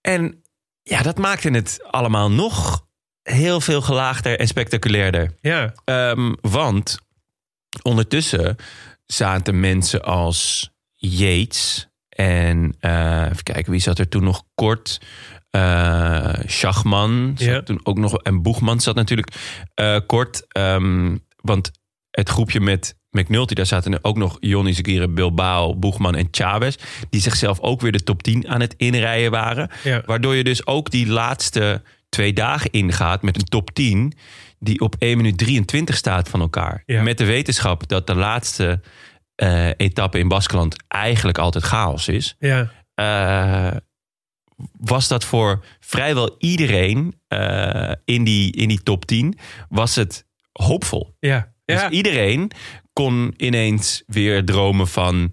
A: En ja, dat maakte het allemaal nog heel veel gelaagder en spectaculairder.
B: Ja,
A: Ehm, want ondertussen zaten mensen als Yates en eh, even kijken, wie zat er toen nog kort? Eh Schachman zat
B: Ja.
A: toen ook nog en Boegman zat natuurlijk eh, kort. Ehm, want het groepje met McNulty, daar zaten ook nog Johnny Zegire, Bilbao, Boegman en Chavez. Die zichzelf ook weer de top 10 aan het inrijden waren.
B: Ja.
A: Waardoor je dus ook die laatste twee dagen ingaat met een top 10 die op 1 minuut 23 staat van elkaar.
B: Ja.
A: Met de wetenschap dat de laatste eh, etappe in Baskeland eigenlijk altijd chaos is.
B: ja.
A: eh, was dat voor vrijwel iedereen eh, in, die, in die top 10, was het hoopvol.
B: Ja. Ja.
A: Dus iedereen kon ineens weer dromen van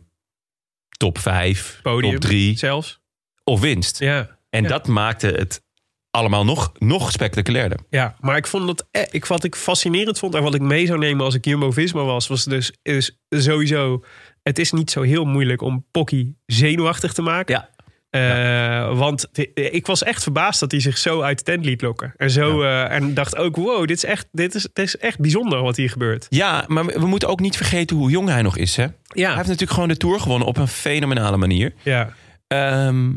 A: top 5,
B: Podium.
A: top 3
B: Zelfs.
A: of winst.
B: Ja.
A: En
B: Ja.
A: dat maakte het allemaal nog, nog spectaculairder.
B: ja, maar ik vond dat eh, ik, wat ik fascinerend vond en wat ik mee zou nemen als ik Jumbo Visma was, was dus, is sowieso: het is niet zo heel moeilijk om Pocky zenuwachtig te maken.
A: Ja.
B: Eh, Want de- ik was echt verbaasd dat hij zich zo uit de tent liet lokken. En, zo, eh, en dacht ook: wow, dit is, echt, dit, is, dit is echt bijzonder wat hier gebeurt.
A: Ja, maar we moeten ook niet vergeten hoe jong hij nog is. Hè? Hij heeft natuurlijk gewoon de Tour gewonnen op een fenomenale manier.
B: ja.
A: Ehm,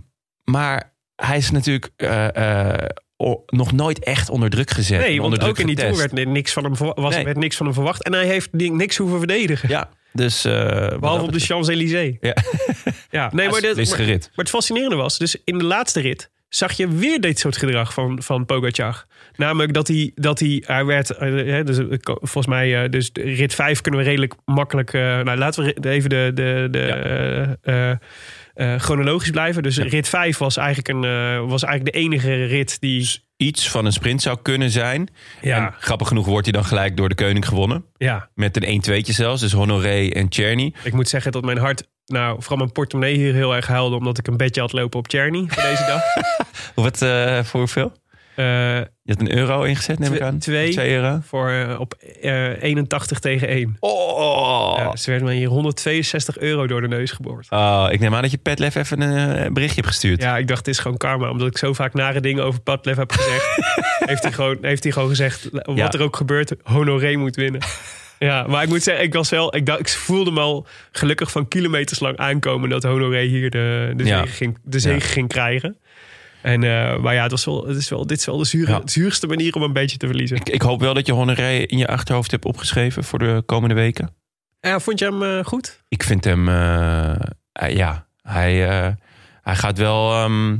A: maar hij is natuurlijk eh, eh, o- nog nooit echt onder druk gezet. en
B: Nee,
A: onder
B: want
A: druk
B: ook in die tour
A: getest.
B: werd ni- niks van hem, verwa- was,
A: Nee.
B: werd niks van hem verwacht. En hij heeft ni- niks hoeven verdedigen.
A: Ja, dus... eh, wat dat
B: Behalve op de
A: betreft-
B: Champs-Élysées.
A: Ja.
B: Ja, nee, maar, dit,
A: Is
B: maar,
A: gerit.
B: maar het fascinerende was, dus in de laatste rit zag je weer dit soort gedrag van, van Pogacar. Namelijk dat hij, dat hij, hij werd, eh, eh, dus, eh, ko- volgens mij, eh, dus de rit 5 kunnen we redelijk makkelijk, eh, nou laten we ri- even de, de, de, eh, eh, eh, chronologisch blijven. Dus rit 5 was eigenlijk, een, eh, was eigenlijk de enige rit die,
A: iets van een sprint zou kunnen zijn.
B: Dus, Ja.
A: En grappig genoeg wordt hij dan gelijk door de koning gewonnen.
B: ja,
A: Met een 1-2'tje zelfs, dus Honoré en Czerny.
B: Ik moet zeggen dat mijn hart, nou, vooral mijn portemonnee hier heel erg huilde. omdat ik een bedje had lopen op Cherny voor deze dag.
A: Wat eh, voor hoeveel?
B: Eh,
A: Je had een euro ingezet, neem ik
B: Twee-
A: aan?
B: twee.
A: Twee euro?
B: voor eh, op eh, 81 tegen 1.
A: Oh!
B: Ja, ze werd mij hier 162 euro door de neus geboord.
A: Oh, ik neem aan dat je Petlef even een eh, berichtje hebt gestuurd.
B: Ja, ik dacht, dit is gewoon karma. Omdat ik zo vaak nare dingen over Padlef heb gezegd. heeft, hij gewoon, heeft hij gewoon gezegd, wat
A: Ja.
B: er ook gebeurt, Honoré moet winnen. Ja, maar ik moet zeggen, ik was wel, ik, dacht, ik voelde me al gelukkig van kilometers lang aankomen dat Honoré hier de, de
A: Ja.
B: zege ging, de zege
A: Ja.
B: ging krijgen. En, eh, maar ja, het was wel, het is wel, dit is wel de zure,
A: Ja.
B: de zuurste manier om een beetje te verliezen.
A: Ik, ik hoop wel dat je Honoré in je achterhoofd hebt opgeschreven voor de komende weken.
B: Ja, vond je hem eh, goed?
A: Ik vind hem... eh, eh, ja, hij, eh, hij gaat wel ehm,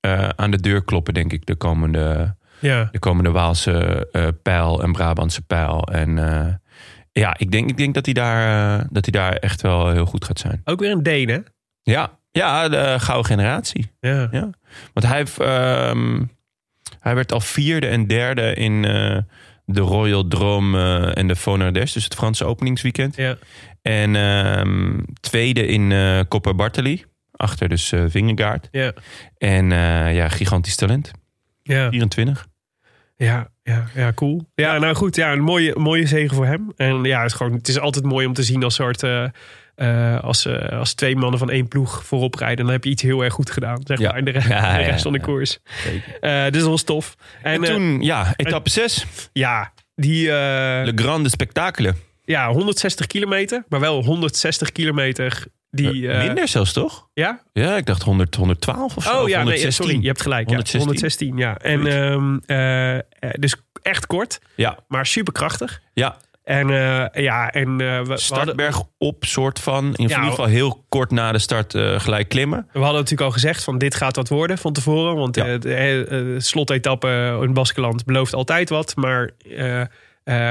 A: eh, aan de deur kloppen, denk ik, de komende...
B: Ja.
A: de komende Waalse eh pijl en Brabantse pijl. En eh, ja, ik denk, ik denk dat, hij daar, eh, dat hij daar echt wel heel goed gaat zijn.
B: Ook weer een Deen, hè?
A: Ja, ja de eh, gouden generatie.
B: Ja.
A: Ja. Want hij, heeft, ehm, hij werd al vierde en derde in eh, de Royal Drome eh, en de Fonardes. Dus het Franse openingsweekend.
B: Ja.
A: En ehm, tweede in eh Coppa Bartoli. Achter dus eh Vingegaard.
B: Ja.
A: En eh, ja, gigantisch talent.
B: Ja.
A: 24.
B: Ja, ja, ja, cool. Ja, nou goed, ja, een mooie, mooie zegen voor hem. En ja, het is, gewoon, het is altijd mooi om te zien als soort. eh, eh, als, eh, als twee mannen van één ploeg voorop rijden, dan heb je iets heel erg goed gedaan. Zeg
A: Ja.
B: maar, in de, re-
A: Ja,
B: de
A: ja,
B: rest van de
A: ja.
B: koers.
A: Zeker.
B: Eh, dus dat was tof. En,
A: En
B: eh,
A: toen, ja, etappe 6.
B: ja, die. eh,
A: Le Grande Spectacle.
B: Ja, 160 kilometer, maar wel 160 kilometer die... eh,
A: Minder zelfs, toch?
B: Ja?
A: Ja, ik dacht 100, 112 of zo.
B: Oh
A: of
B: ja, nee,
A: 116.
B: sorry, je hebt gelijk.
A: 116.
B: 116. Ja, 116 ja. En, ehm, eh, eh, dus echt kort,
A: Ja,
B: maar superkrachtig.
A: ja.
B: En eh, ja, en eh, we- we, hadden,
A: Startberg op, soort van. In
B: Ja,
A: ieder geval heel kort na de start eh, gelijk klimmen.
B: we hadden natuurlijk al gezegd van dit gaat wat worden van tevoren. Want
A: Ja.
B: eh, de eh, eh, slotetappe in Baskeland belooft altijd wat. Maar eh,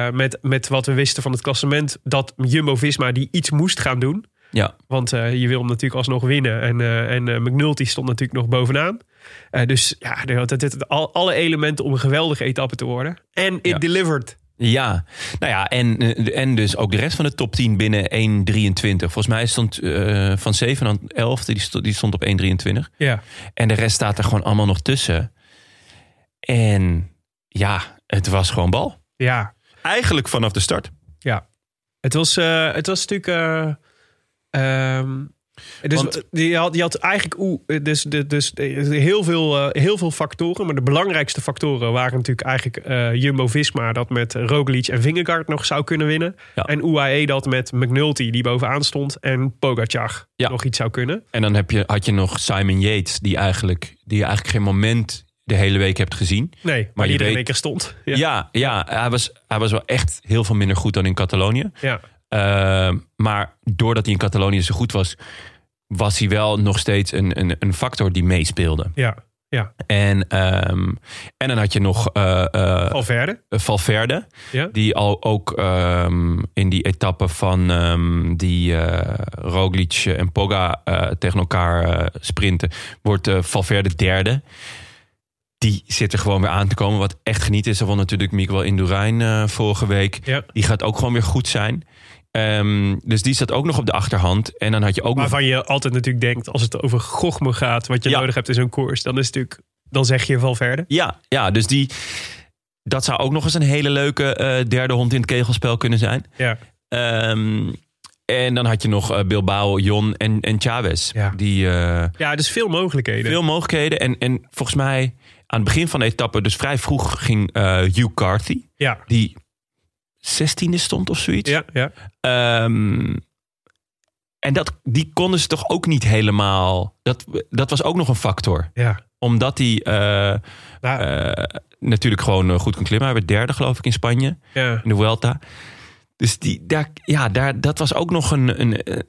B: eh, met, met wat we wisten van het klassement, dat Jumbo-Visma die iets moest gaan doen.
A: Ja,
B: Want eh, je wil hem natuurlijk alsnog winnen. En, eh, en eh, McNulty stond natuurlijk nog bovenaan. Eh, dus ja, er had- het- het- al, alle elementen om een geweldige etappe te worden. En it
A: Ja.
B: delivered.
A: Ja, nou ja, en, eh, en dus ook de rest van de top 10 binnen 1,23. Volgens mij stond eh, van 7 aan 11, die stond, die stond op 1,23.
B: Ja.
A: En de rest staat er gewoon allemaal nog tussen. En ja, het was gewoon bal.
B: Ja,
A: Eigenlijk vanaf de start.
B: ja. Het was, eh, het was natuurlijk... eh, ehm, dus
A: Want-
B: je, had, je had eigenlijk oe, dus, dus, dus heel, veel, eh, heel veel factoren. Maar de belangrijkste factoren waren natuurlijk eigenlijk eh, Jumbo-Visma... dat met Roglic en Vingegaard nog zou kunnen winnen.
A: Ja.
B: En UAE dat met McNulty, die bovenaan stond... en Pogacar
A: Ja.
B: nog iets zou kunnen.
A: En dan heb je, had je nog Simon Yates, die, eigenlijk, die je eigenlijk geen moment de hele week hebt gezien.
B: Nee, maar,
A: Maar je
B: die er in
A: weet-
B: één keer stond.
A: Ja, ja, hij, was, hij was wel echt heel veel minder goed dan in Catalonië.
B: ja.
A: Ehm, maar doordat hij in Catalonië zo goed was, was hij wel nog steeds een, een, een factor die meespeelde.
B: ja. ja.
A: En, ehm, en dan had je nog eh, eh,
B: Valverde.
A: Valverde,
B: Ja.
A: die al ook ehm, in die etappe van ehm, die eh, Roglic en Poga eh, tegen elkaar eh, sprinten, wordt eh, Valverde derde. Die zit er gewoon weer aan te komen. Wat echt geniet is, dat won natuurlijk Miguel Indurain eh, vorige week.
B: Ja.
A: Die gaat ook gewoon weer goed zijn. Ehm, dus die zat ook nog op de achterhand. En dan had je ook nog...
B: Waarvan je altijd natuurlijk denkt, als het over gochme gaat... wat je
A: Ja.
B: nodig hebt in zo'n koers, dan, is het natuurlijk, dan zeg je Valverde.
A: Ja, ja, dus die... Dat zou ook nog eens een hele leuke eh, derde hond in het kegelspel kunnen zijn.
B: Ja.
A: Ehm, en dan had je nog eh, Bilbao, Jon en, en Chavez.
B: Ja.
A: Die eh,
B: ja, dus veel mogelijkheden.
A: veel mogelijkheden. En, en volgens mij aan het begin van de etappe, dus vrij vroeg, ging eh Hugh Carthy.
B: Ja.
A: Die 16e stond of zoiets.
B: Ja, ja.
A: Ehm, en dat, die konden ze toch ook niet helemaal. Dat, dat was ook nog een factor.
B: ja.
A: Omdat die eh,
B: Nou,
A: eh, natuurlijk gewoon eh, goed kon klimmen. Hij werd derde, geloof ik, in Spanje
B: ja.
A: in de Vuelta. Dus die, daar, ja, daar, dat was ook nog een. een eh,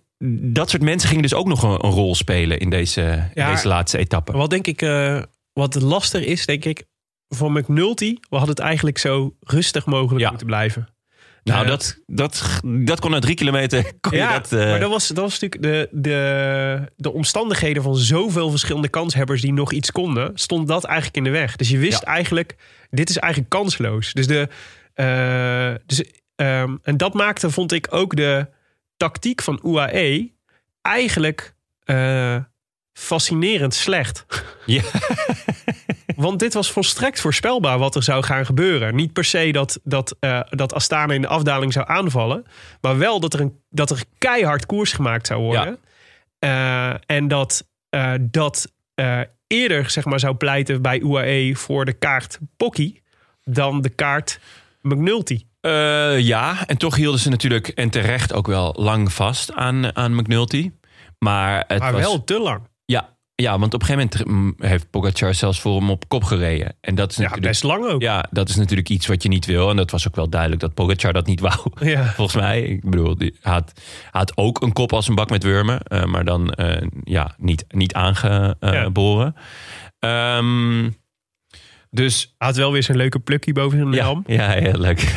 A: dat soort mensen gingen dus ook nog een, een rol spelen in deze, in
B: Ja.
A: deze laatste etappe.
B: Wat denk ik, eh, wat lastig is, denk ik, voor McNulty... we hadden het eigenlijk zo rustig mogelijk
A: Ja.
B: moeten blijven.
A: nou,
B: eh,
A: dat, dat, dat kon na drie kilometer. Kon
B: Ja,
A: je dat, eh,
B: maar dat was, dat was natuurlijk de, de, de omstandigheden van zoveel verschillende kanshebbers die nog iets konden, stond dat eigenlijk in de weg. Dus je wist
A: Ja.
B: eigenlijk, dit is eigenlijk kansloos. Dus de, eh, dus, ehm, en dat maakte, vond ik, ook de tactiek van E UAE eigenlijk eh, fascinerend slecht.
A: Ja.
B: Want dit was volstrekt voorspelbaar wat er zou gaan gebeuren. Niet per se dat, dat, eh, dat Astana in de afdaling zou aanvallen. Maar wel dat er, een, dat er keihard koers gemaakt zou worden. Eh, en dat eh, dat eh, eerder zeg maar, zou pleiten bij UAE voor de kaart Pocky dan de kaart McNulty.
A: Eh, ja, en toch hielden ze natuurlijk en terecht ook wel lang vast aan, aan McNulty. Maar het
B: maar
A: was,
B: wel te lang.
A: Ja, ja, want op een gegeven moment mm, heeft Pogacar zelfs voor hem op kop gereden. En dat is
B: Ja,
A: natuurlijk
B: best lang ook.
A: Ja, dat is natuurlijk iets wat je niet wil. En dat was ook wel duidelijk dat Pogacar dat niet wou.
B: Ja.
A: Volgens mij. Ik bedoel, die had, had ook een kop als een bak met wurmen. eh, maar dan eh, ja, niet, niet aangeboren. Ehm, dus
B: Hij had wel weer zijn leuke plukkie boven zijn
A: ja,
B: helm.
A: ja, heel leuk.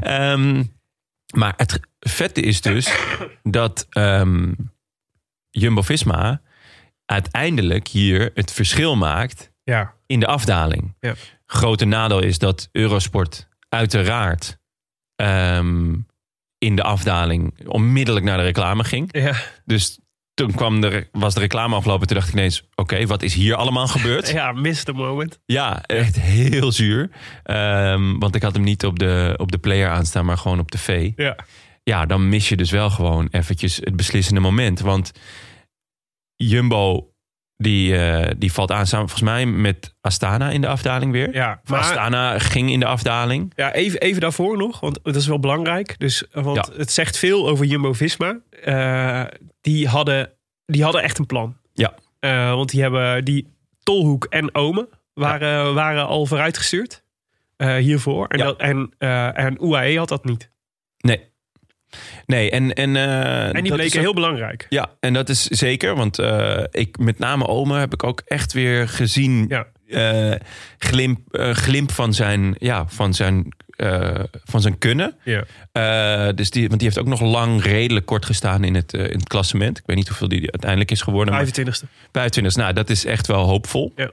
A: Ehm, maar het vette is dus dat ehm, Jumbo-Visma uiteindelijk hier het verschil maakt
B: Ja,
A: in de afdaling.
B: Ja.
A: Grote nadeel is dat Eurosport uiteraard ehm, in de afdaling onmiddellijk naar de reclame ging.
B: ja.
A: Dus toen kwam de, was de reclame afgelopen. Toen dacht ik ineens, oké, wat is hier allemaal gebeurd?
B: ja missed the moment.
A: Ja, echt heel zuur. Ehm, want ik had hem niet op de, op de player aanstaan, maar gewoon op tv.
B: Ja.
A: Ja, dan mis je dus wel gewoon eventjes het beslissende moment. Want Jumbo Die, eh, die valt aan samen volgens mij met Astana in de afdaling weer.
B: Ja,
A: Maar...
B: maar
A: Astana ging in de afdaling.
B: Ja, even, even daarvoor nog, want dat is wel belangrijk. Dus, eh, want
A: Ja.
B: het zegt veel over Jumbo-Visma. Eh, die, hadden, die hadden echt een plan.
A: Ja.
B: Eh, want die hebben die Tolhoek en Omen waren, waren al vooruitgestuurd eh, hiervoor. En,
A: Ja.
B: dat, en, eh, en UAE had dat niet.
A: Nee. Nee, en... En, eh,
B: En
A: dat
B: die bleken
A: is ook-
B: heel belangrijk.
A: Ja, en dat is zeker, want eh, ik, met name Ome heb ik ook echt weer gezien.
B: Ja.
A: eh, glimp, eh, glimp van zijn, ja, van zijn, eh, van zijn kunnen.
B: Ja.
A: Eh, dus die, want die heeft ook nog lang redelijk kort gestaan in het, eh, in het klassement. Ik weet niet hoeveel die uiteindelijk is geworden. Maar
B: 25e.
A: 25, nou, dat is echt wel hoopvol.
B: Ja.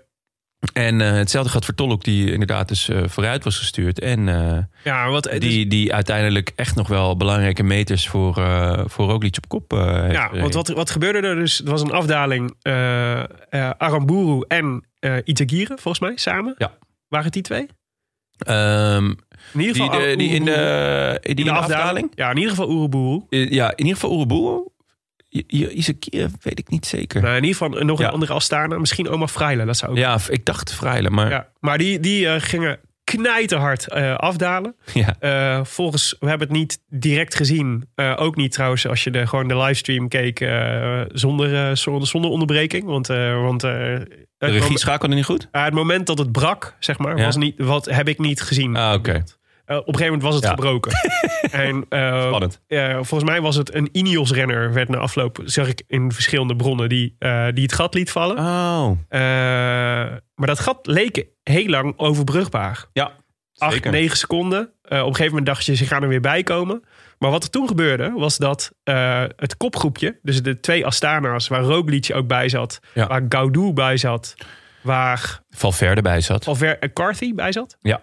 A: En eh, hetzelfde geldt voor Tolok, die inderdaad dus eh, vooruit was gestuurd. En eh,
B: Ja, wat, het is-
A: die, die uiteindelijk echt nog wel belangrijke meters voor, eh voor Roglic op kop eh, heeft
B: ja, want
A: gereden.
B: wat, wat gebeurde er dus? Het was een afdaling. eh eh, Aramburu en eh Itagire, volgens mij, samen.
A: Ja.
B: Waren het die twee?
A: Ehm,
B: In ieder
A: die,
B: geval
A: de- die in de, die in de afdaling?
B: Ja, in ieder geval Nou, Oeroboeroe.
A: Eh, Ja, in ieder geval Oeruboel. Isakira weet ik niet zeker.
B: Nou, in ieder geval nog een
A: Ja.
B: andere Astana. Misschien oma Freile, dat zou ook. Ja.
A: Ja, ik dacht Vrijle, maar ja.
B: Maar die, die eh, gingen knijterhard eh, afdalen. Eh, volgens, we hebben het niet direct gezien. Eh, ook niet trouwens als je de, gewoon de livestream keek eh, zonder, eh, zonder, zonder onderbreking. Want, eh, want eh,
A: de
B: het,
A: regie
B: mom-
A: schakelde niet goed.
B: eh, het moment dat het brak, zeg maar,
A: Ja.
B: was niet, wat heb ik niet gezien.
A: Ah, oké.
B: Eh, op een gegeven moment was het
A: Ja.
B: gebroken. en, eh,
A: Spannend.
B: eh, volgens mij was het een Ineos-renner, werd na afloop, zag ik in verschillende bronnen, die, eh, die het gat liet vallen.
A: Oh,
B: Eh, maar dat gat leek heel lang overbrugbaar.
A: ja.
B: Acht,
A: zeker.
B: negen seconden. Eh, op een gegeven moment dacht je, ze gaan er weer bij komen. Maar wat er toen gebeurde, was dat eh, het kopgroepje... dus de twee Astana's, waar Roglic ook bij zat...
A: Ja.
B: waar Gaudu bij zat... waar
A: Valverde bij zat.
B: Alver eh, Carthy bij zat...
A: Ja.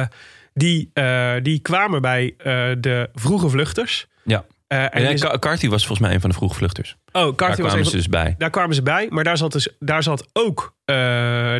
B: eh, die, eh, die kwamen bij eh, de vroege vluchters.
A: ja.
B: Eh, en
A: En,
B: je zag-
A: Ka- Carty was volgens mij een van de vroegvluchters.
B: oh,
A: Daar
B: Carthy was
A: kwamen
B: een
A: ze dus bij.
B: daar kwamen ze bij, maar daar zat, dus, daar zat ook. eh,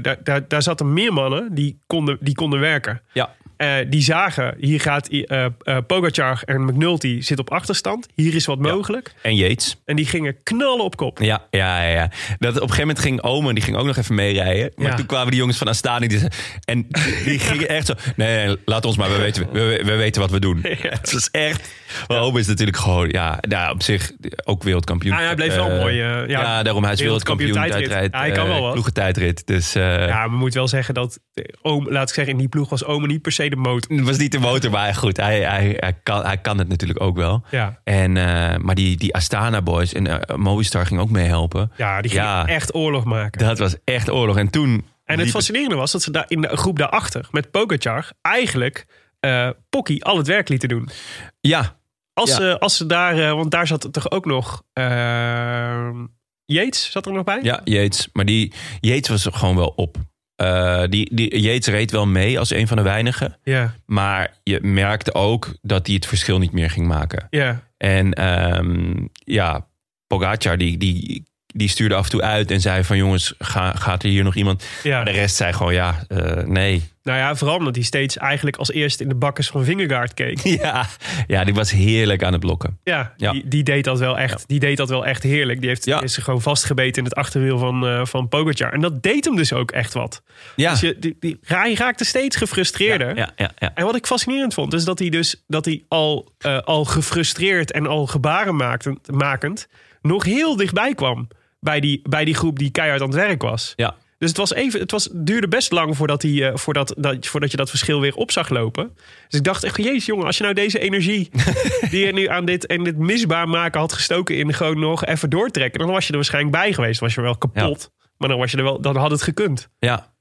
B: daar, daar, daar zaten meer mannen die konden, die konden werken.
A: Ja.
B: Eh, die zagen, hier gaat eh eh, Pogacar en McNulty zit op achterstand. Hier is wat mogelijk.
A: En Yates.
B: En die gingen knallen op kop.
A: Ja, ja, ja, ja. Dat, op een gegeven moment ging Omen, die ging ook nog even meerijden. Maar
B: Ja.
A: toen kwamen die jongens van Astani. Die, ze- en die gingen echt zo... Nee, nee, laat ons maar, we weten, we, we weten wat we doen. Het is echt... Maar Omen is natuurlijk gewoon... Ja, nou, op zich ook wereldkampioen.
B: Ah, hij bleef wel
A: Eh,
B: mooi, eh, ja.
A: ja. daarom, hij is
B: Wereldkampioen
A: wereldkampioen
B: tijdrit.
A: tijdrit.
B: Hij kan
A: eh,
B: wel wat.
A: Ploegentijdrit. Dus eh,
B: Ja, we moeten wel zeggen dat, eh, Oom, laat ik zeggen, in die ploeg was Omen niet per se de motor.
A: het was niet de motor, maar goed, hij, hij, hij, kan, hij kan het natuurlijk ook wel.
B: Ja.
A: En, eh, maar die, die Astana boys en eh, Movistar ging ook meehelpen.
B: Ja, die gingen
A: Ja.
B: echt oorlog maken.
A: Dat was echt oorlog. En toen...
B: En het
A: liep
B: fascinerende was dat ze daar in de groep daarachter met Pogacar eigenlijk eh Pocky al het werk lieten doen.
A: Ja,
B: Als,
A: Ja.
B: ze, als ze daar, eh, want daar zat toch ook nog. ehm Yates zat er nog bij?
A: ja, Yates. Maar die Yates was gewoon wel op. Eh, die, die, Yates reed wel mee als een van de weinigen.
B: Ja.
A: Maar je merkte ook dat hij het verschil niet meer ging maken.
B: ja.
A: En ehm, ja, Pogacar die, die, die stuurde af en toe uit en zei van... jongens, ga, gaat er hier nog iemand?
B: ja.
A: Maar de rest zei gewoon ja, eh, nee.
B: Nou ja, vooral omdat hij steeds eigenlijk als eerste in de bakkers van Vingegaard keek.
A: ja, ja, die was heerlijk aan het blokken.
B: Ja,
A: Ja.
B: Die, die, deed dat wel echt, die deed dat wel echt heerlijk. Die heeft
A: Ja.
B: is zich gewoon vastgebeten in het achterwiel van, eh van Pogacar. En dat deed hem dus ook echt wat.
A: Ja,
B: Dus je, die, die, hij raakte steeds gefrustreerder.
A: ja, ja, ja.
B: En wat ik fascinerend vond, is dat hij dus dat hij al, eh, al gefrustreerd en al gebaren maakend, makend nog heel dichtbij kwam bij die, bij die groep die keihard aan het werk was.
A: ja.
B: Dus het, was even, het was, duurde best lang voordat, hij, eh, voordat, dat, voordat je dat verschil weer op zag lopen. Dus ik dacht echt, jezus jongen, als je nou deze energie die je nu aan dit, en dit misbaar maken had gestoken in gewoon nog even doortrekken, dan was je er waarschijnlijk bij geweest. Was je wel kapot, maar dan, was je er wel, dan had het gekund.
A: Ja,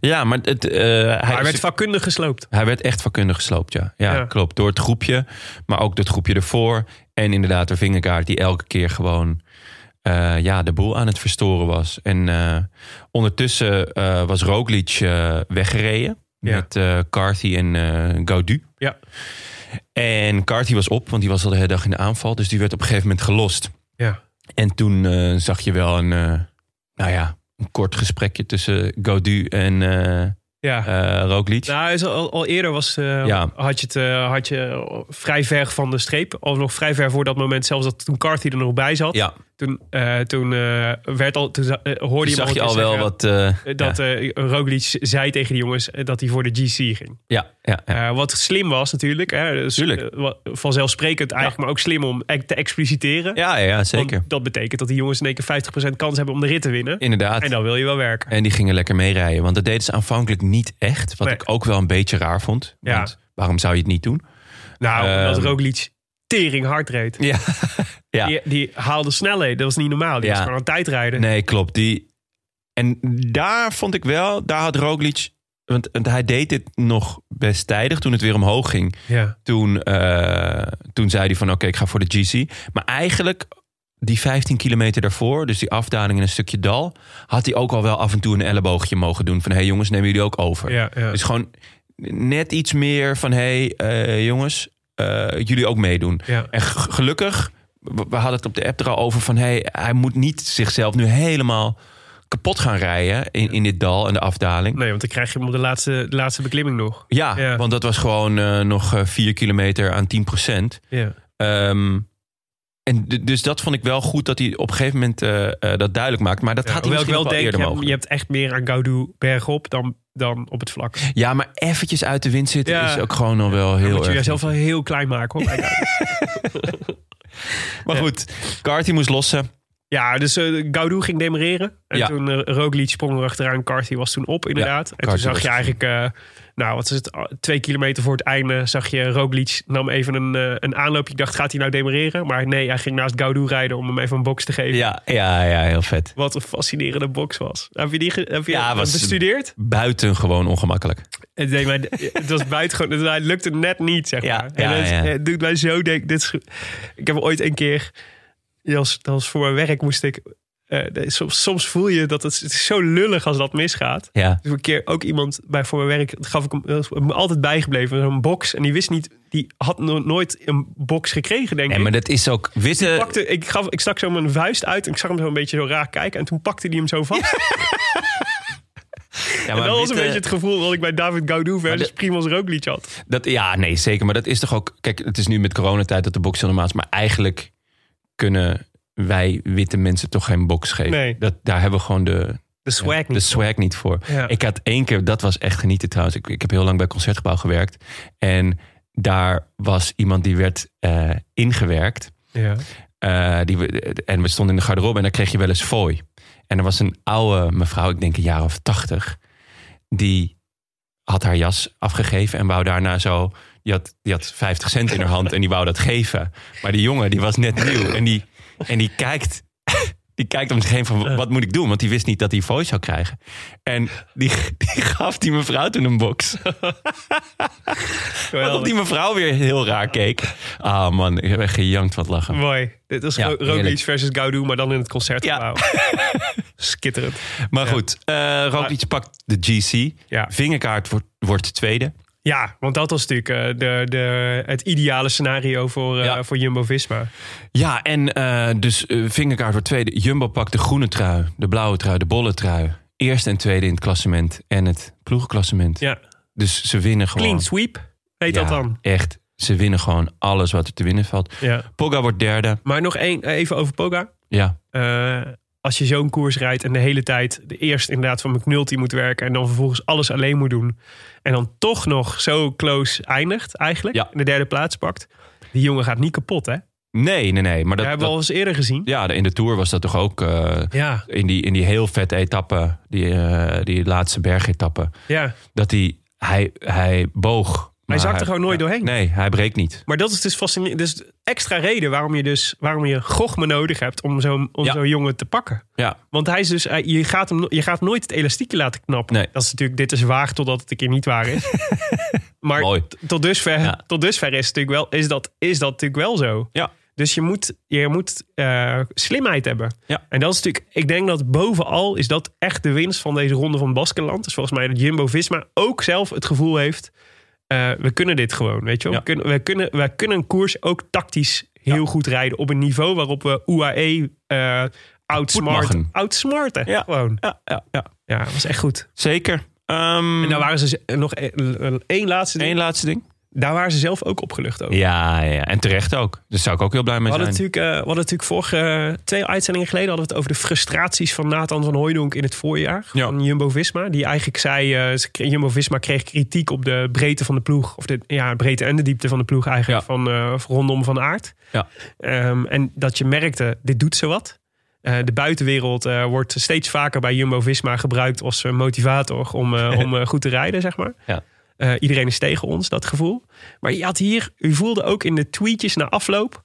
A: ja maar het, eh, hij,
B: Hij werd
A: is-
B: vakkundig gesloopt.
A: hij werd echt vakkundig gesloopt, ja. ja.
B: Ja.
A: klopt. Door het groepje, maar ook door het groepje ervoor. En inderdaad de vingerkaart die elke keer gewoon eh, ja, de boel aan het verstoren was. En eh, ondertussen eh, was Roglic eh, weggereden
B: Ja.
A: met eh, Carthy en eh Gaudu.
B: Ja.
A: En Carthy was op, want die was al de hele dag in de aanval. Dus die werd op een gegeven moment gelost.
B: Ja.
A: En toen eh, zag je wel een, eh, nou ja, een kort gesprekje tussen Gaudu en eh
B: Ja.
A: eh, Roglic.
B: Nou, is al, al eerder was, eh,
A: Ja.
B: had, je het, eh, had je vrij ver van de streep. Of nog vrij ver voor dat moment zelfs dat toen Carthy er nog bij zat.
A: ja,
B: Toen, eh, toen, eh, werd al, toen za- eh, hoorde
A: Toen
B: je
A: zag
B: hem
A: je al
B: al een keer
A: wel
B: zeggen
A: wat... eh,
B: Dat
A: ja.
B: eh Roglic zei tegen die jongens eh, dat hij voor de GC ging.
A: ja, ja, ja.
B: Eh, wat slim was natuurlijk. Hè? Dus,
A: Tuurlijk.
B: eh, wa- vanzelfsprekend eigenlijk, maar ook slim om e- te expliciteren.
A: ja, ja, ja,
B: Want
A: zeker.
B: dat betekent dat die jongens in één keer 50% kans hebben om de rit te winnen.
A: Inderdaad.
B: En dan wil je wel werken.
A: En die gingen lekker meerijden. Want dat deden ze aanvankelijk niet echt. Wat
B: Nee.
A: ik ook wel een beetje raar vond.
B: Ja.
A: Want waarom zou je het niet doen?
B: Nou,
A: Ehm.
B: omdat Roglic tering hard reed.
A: Ja. ja.
B: Die, die haalde snelheden. Dat was niet normaal. Die
A: Ja.
B: was gewoon aan het tijdrijden.
A: Nee, klopt. Die... En daar vond ik wel, daar had Roglic... Want, want hij deed dit nog best tijdig toen het weer omhoog ging.
B: Ja.
A: Toen, eh, toen zei hij van oké, ik ga voor de GC. Maar eigenlijk die 15 kilometer daarvoor, dus die afdaling in een stukje dal... had hij ook al wel af en toe een elleboogje mogen doen. Van hé hey, jongens, nemen jullie ook over.
B: Ja, ja.
A: Dus gewoon net iets meer van hé hey, eh, jongens, eh, jullie ook meedoen.
B: Ja.
A: En g- gelukkig, we we hadden het op de app er al over van... Hey, hij moet niet zichzelf nu helemaal kapot gaan rijden in, in dit dal en de afdaling.
B: Nee, want dan krijg je hem op de laatste, de laatste beklimming nog.
A: Ja,
B: Ja.
A: want dat was gewoon eh, nog eh, 4 kilometer aan 10
B: Ja.
A: Ehm, en d- dus dat vond ik wel goed dat hij op een gegeven moment eh, eh, dat duidelijk maakt. Maar dat
B: Ja,
A: had hij
B: hoewel ik
A: misschien
B: wel
A: wel, wel
B: denk,
A: eerder
B: je, hebt-
A: mogen.
B: je hebt echt meer aan Gaudu bergop dan, dan op het vlak.
A: doen. Ja, maar eventjes uit de wind zitten
B: Ja.
A: is ook gewoon al wel heel
B: dan moet je
A: erg.
B: jezelf wel heel klein maken hoor. bij Gaudu.
A: Maar goed, Carty moest lossen.
B: ja, dus eh Gaudu ging demereren. En
A: Ja.
B: toen eh, Roglic sprong er achteraan. Carthy was toen op inderdaad. en toen
A: Carthy
B: zag
A: was
B: je
A: toen.
B: eigenlijk, eh, nou wat is het, ah, twee kilometer voor het einde zag je Roglic nam even een, eh, een aanloopje. Ik dacht, gaat hij nou demereren? Maar nee, hij ging naast Gaudu rijden om hem even een box te geven.
A: Ja, ja, ja, heel vet.
B: Wat een fascinerende box was. Heb je die ge- heb je
A: Ja, was-
B: bestudeerd?
A: Buitengewoon ongemakkelijk.
B: Het, deed mij, het was buitengewoon. Het, het lukte net niet, zeg
A: Ja,
B: maar.
A: ja,
B: en het,
A: ja.
B: het doet mij zo denken. Dit is, ik heb ooit een keer. Dat was, dat was voor mijn werk moest ik. eh, soms, soms voel je dat het, het is zo lullig als dat misgaat.
A: Ja.
B: Dus een keer ook iemand bij voor mijn werk. dat gaf ik hem, dat is me altijd bijgebleven. Zo'n box. En die wist niet. Die had no- nooit een box gekregen, denk
A: Nee,
B: ik.
A: maar dat is ook witte.
B: pakte, ik, gaf, ik stak zo mijn vuist uit. En ik zag hem zo een beetje zo raar kijken. En toen pakte hij hem zo vast.
A: ja,
B: En
A: maar
B: dat was een
A: witte-
B: beetje het gevoel dat ik bij David Gaudu versus Primoz Roglic had.
A: Dat, ja, nee, zeker. Maar dat is toch ook... Kijk, het is nu met coronatijd dat de box heel normaal is. Maar eigenlijk kunnen wij witte mensen toch geen box geven.
B: Nee.
A: Dat, daar hebben we gewoon de,
B: De swag niet.
A: de swag niet voor.
B: Ja.
A: Ik had één keer... Dat was echt genieten trouwens. Ik, ik heb heel lang bij Concertgebouw gewerkt. En daar was iemand die werd eh, ingewerkt.
B: Ja.
A: Eh, die we, en we stonden in de garderobe en daar kreeg je wel eens fooi. En er was een oude mevrouw, ik denk een jaar of tachtig, die had haar jas afgegeven en wou daarna zo. Die had, die had 50 cent in haar hand en die wou dat geven. Maar die jongen, die was net nieuw en die, en die kijkt. Die kijkt om zich heen van wat moet ik doen? Want die wist niet dat hij fooi zou krijgen. En die, die gaf die mevrouw toen een box. Waarop die mevrouw weer heel raar keek. Ah man, ik heb echt gejankt van het lachen.
B: Mooi. Dit is
A: Ja,
B: Ro- Roglic
A: heerlijk.
B: versus Gaudu, maar dan in het concertgebouw. Skitterend.
A: Maar goed, eh Roglic pakt de GC.
B: Ja.
A: Vingerkaart wordt, wordt tweede.
B: Ja, want dat was natuurlijk eh, de, de, het ideale scenario voor, eh,
A: Ja.
B: voor Jumbo-Visma.
A: Ja, en eh, dus eh, Vingerkaart wordt tweede. Jumbo pakt de groene trui, de blauwe trui, de bolle trui. Eerste en tweede in het klassement en het ploegenklassement.
B: Ja.
A: Dus ze winnen gewoon.
B: Clean sweep heet
A: Ja,
B: dat dan.
A: Echt, ze winnen gewoon alles wat er te winnen valt.
B: Ja.
A: Pogga wordt derde.
B: Maar nog één, eh, even over Poga.
A: Ja,
B: Eh, als je zo'n koers rijdt en de hele tijd de eerst inderdaad van McNulty moet werken en dan vervolgens alles alleen moet doen en dan toch nog zo close eindigt eigenlijk
A: Ja.
B: en de derde plaats pakt, die jongen gaat niet kapot hè? Dat,
A: nee, nee, nee. Maar dat,
B: hebben we al eens eerder gezien.
A: dat- ja, in de Tour was dat toch ook... eh,
B: Ja,
A: in, die, in die heel vette etappe, die, eh, die laatste bergetappe...
B: ja.
A: dat hij, hij, hij boog. maar
B: zakte gewoon nooit doorheen.
A: Nee, hij breekt niet.
B: Maar dat is dus fascinerend. Dus extra reden waarom je dus waarom je Gochme nodig hebt om zo'n om
A: Ja.
B: zo'n jongen te pakken.
A: Ja,
B: Want hij is dus, hij- je, gaat hem, je gaat nooit het elastiekje laten knappen.
A: Nee.
B: Dat is natuurlijk, dit is waar totdat het een keer niet waar is. maar
A: Mooi.
B: t- tot dusver,
A: Ja.
B: tot dusver is, het natuurlijk wel, is, dat, is dat natuurlijk wel zo.
A: Ja.
B: Dus je moet, je moet eh, slimheid hebben.
A: Ja.
B: En dat is natuurlijk, ik denk dat bovenal is dat echt de winst van deze ronde van Baskeland. Dus volgens mij dat Jumbo Visma ook zelf het gevoel heeft: eh, we kunnen dit gewoon. Weet je wel?
A: Ja.
B: We, kunnen, we, kunnen, we kunnen een koers ook tactisch heel goed rijden op een niveau waarop we UAE eh outsmart,
A: Goed
B: outsmarten.
A: Ja.
B: Gewoon.
A: ja, ja, ja.
B: Ja, dat was echt goed.
A: zeker. Ehm
B: eh, En daar waren ze nog e- één, één laatste ding.
A: één laatste ding.
B: Daar waren ze zelf ook opgelucht over.
A: Ja, ja, en terecht ook. Daar zou ik ook heel blij mee
B: We
A: zijn.
B: hadden, natuurlijk, eh, we hadden natuurlijk vorige eh, twee uitzendingen geleden hadden we het over de frustraties van Nathan van Hooijdonk in het voorjaar
A: Ja.
B: van Jumbo-Visma. Die eigenlijk zei, eh, ze kre- Jumbo-Visma kreeg kritiek op de breedte van de ploeg. Of de ja, breedte en de diepte van de ploeg eigenlijk
A: Ja.
B: van, eh, rondom Van Aert.
A: Ja.
B: Ehm, en dat je merkte, dit doet ze wat. Eh, de buitenwereld eh, wordt steeds vaker bij Jumbo-Visma gebruikt als eh, motivator om, eh, om eh, goed te rijden, zeg maar.
A: Ja.
B: Eh, iedereen is tegen ons, dat gevoel. Maar je had hier, u voelde ook in de tweetjes na afloop...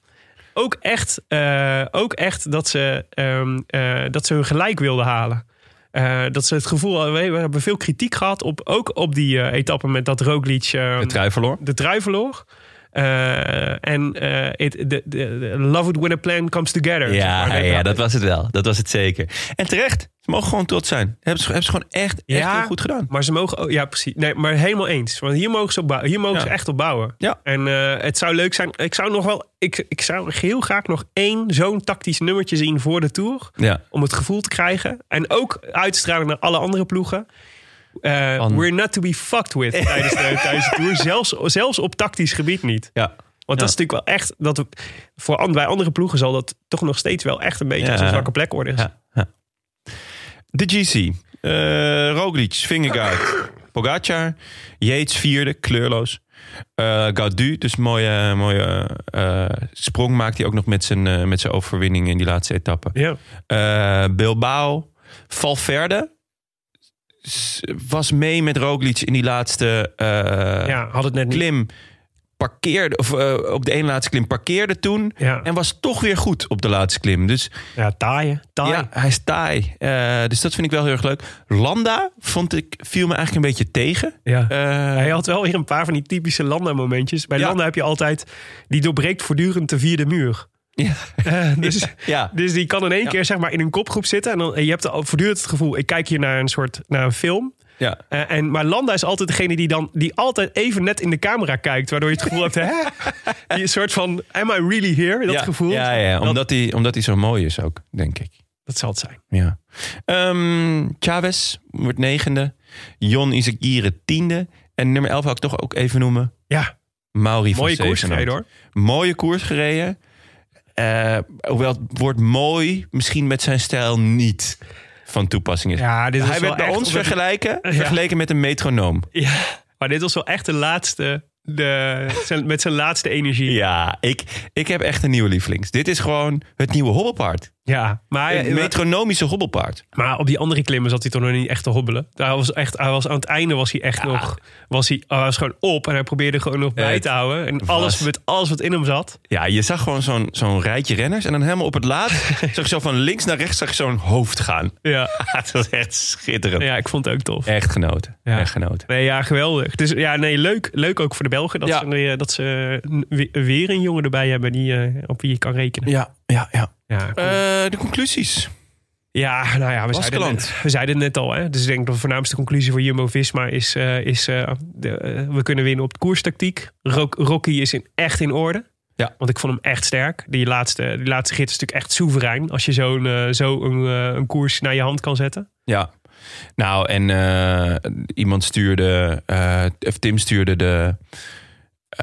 B: ook echt, eh, ook echt dat, ze, ehm, eh, dat ze hun gelijk wilden halen. Eh, dat ze het gevoel hadden, we- we hebben veel kritiek gehad... Op, ook op die eh etappe met dat Roglic... ehm,
A: De trui verloor.
B: de trui verloor. Eh, en eh, it- de- de- de- love it when a plan comes together. zeg
A: Ja,
B: maar.
A: ja, dat was het wel. Dat was het zeker. En terecht. Ze mogen gewoon trots zijn. Dat hebben ze, hebben ze gewoon echt, echt
B: Ja.
A: heel goed gedaan.
B: Maar ze mogen, ook- ja precies, nee, maar helemaal eens. Want hier mogen ze, op bou- hier mogen
A: Ja.
B: ze echt op bouwen.
A: Ja.
B: En eh, het zou leuk zijn, ik zou nog wel, ik, ik zou heel graag nog één zo'n tactisch nummertje zien voor de Tour.
A: Ja.
B: Om het gevoel te krijgen. En ook uitstraling naar alle andere ploegen. Eh,
A: Van-
B: We're not to be fucked with tijdens de, tijdens de Tour. Zelfs, zelfs op tactisch gebied niet.
A: Ja.
B: Want dat
A: Ja.
B: is natuurlijk wel echt. Dat we- voor, an- bij andere ploegen zal dat toch nog steeds wel echt een beetje
A: Ja.
B: als een zwakke plek worden.
A: Ja. ja. De GC. eh Roglic, Vingegaard, Pogacar. Yates vierde, kleurloos. Eh Gaudu, dus mooie, mooie eh, sprong maakt hij ook nog met zijn, eh, met zijn overwinning in die laatste etappe.
B: Ja.
A: Eh, Bilbao. Valverde s- was mee met Roglic in die laatste eh,
B: Ja, had het net niet.
A: klim. Parkeerde, of eh, op de ene laatste klim parkeerde toen.
B: Ja.
A: En was toch weer goed op de laatste klim. Dus
B: Ja, taaien. Taai.
A: ja, hij is taai. Eh, dus dat vind ik wel heel erg leuk. Landa vond ik, viel me eigenlijk een beetje tegen.
B: Ja.
A: Eh,
B: Hij had wel weer een paar van die typische Landa-momentjes. Bij
A: Ja.
B: Landa heb je altijd... Die doorbreekt voortdurend de vierde muur.
A: ja,
B: Eh, dus,
A: ja,
B: dus die kan in één
A: Ja.
B: keer zeg maar, in een kopgroep zitten. En dan, en je hebt al voortdurend het gevoel... Ik kijk hier naar een soort naar een film.
A: ja.
B: Eh, en, maar Landa is altijd degene die dan die altijd even net in de camera kijkt. Waardoor je het gevoel hebt... Hè? Die een soort van... Am I really here? Dat
A: ja,
B: gevoel.
A: Ja, ja, Omdat, hij, omdat hij zo mooi is ook, denk ik.
B: Dat zal het zijn.
A: Ja. Ehm Chavez wordt negende. Jon Izagirre tiende. En nummer 11 wil ik toch ook even noemen.
B: Ja,
A: Mauri van
B: mooie koers
A: Zevenhout.
B: gereden hoor.
A: Mooie koers gereden. Eh, hoewel het woord mooi misschien met zijn stijl niet van toepassing is.
B: Ja, dit
A: Hij werd bij ons vergelijken, vergeleken met een metronoom.
B: Ja, maar dit was wel echt de laatste... De, zijn- met zijn laatste energie.
A: Ja, ik, ik heb echt een nieuwe lievelings. Dit is gewoon het nieuwe hobbelpaard.
B: Ja, maar,
A: Een metronomische hobbelpaard.
B: maar op die andere klimmen zat hij toch nog niet echt te hobbelen. Hij was echt, hij was, aan het einde was hij echt nog... Was hij, hij was gewoon op en hij probeerde gewoon nog bij
A: Het
B: te houden. En alles,
A: was-
B: met alles wat in hem zat.
A: Ja, je zag gewoon zo'n zo'n rijtje renners. En dan helemaal op het laatst zag je zo van links naar rechts zag je zo'n hoofd gaan.
B: Ja,
A: Het was echt schitterend.
B: ja ik vond het ook tof.
A: Echt genoten.
B: Ja.
A: Echt genoten.
B: Nee, ja, geweldig. Dus ja, nee, leuk, leuk ook voor de Belgen dat
A: Ja.
B: ze, eh, dat ze n- we- weer een jongen erbij hebben die, eh, op wie je kan rekenen.
A: Ja, ja, ja.
B: Ja, cool.
A: Eh, de conclusies.
B: Ja, nou ja, we zeiden,
A: Baskeland.
B: net, we zeiden het net al. Hè? Dus ik denk dat de voornaamste conclusie voor Jumbo-Visma is... eh, is eh, de, eh, we kunnen winnen op de koerstactiek. Ro- Rocky is in, echt in orde.
A: Ja.
B: Want ik vond hem echt sterk. Die laatste, die laatste gids is natuurlijk echt soeverein. Als je zo'n eh, zo een, eh, een koers naar je hand kan zetten.
A: Ja. Nou, en eh, iemand stuurde, eh, of Tim stuurde de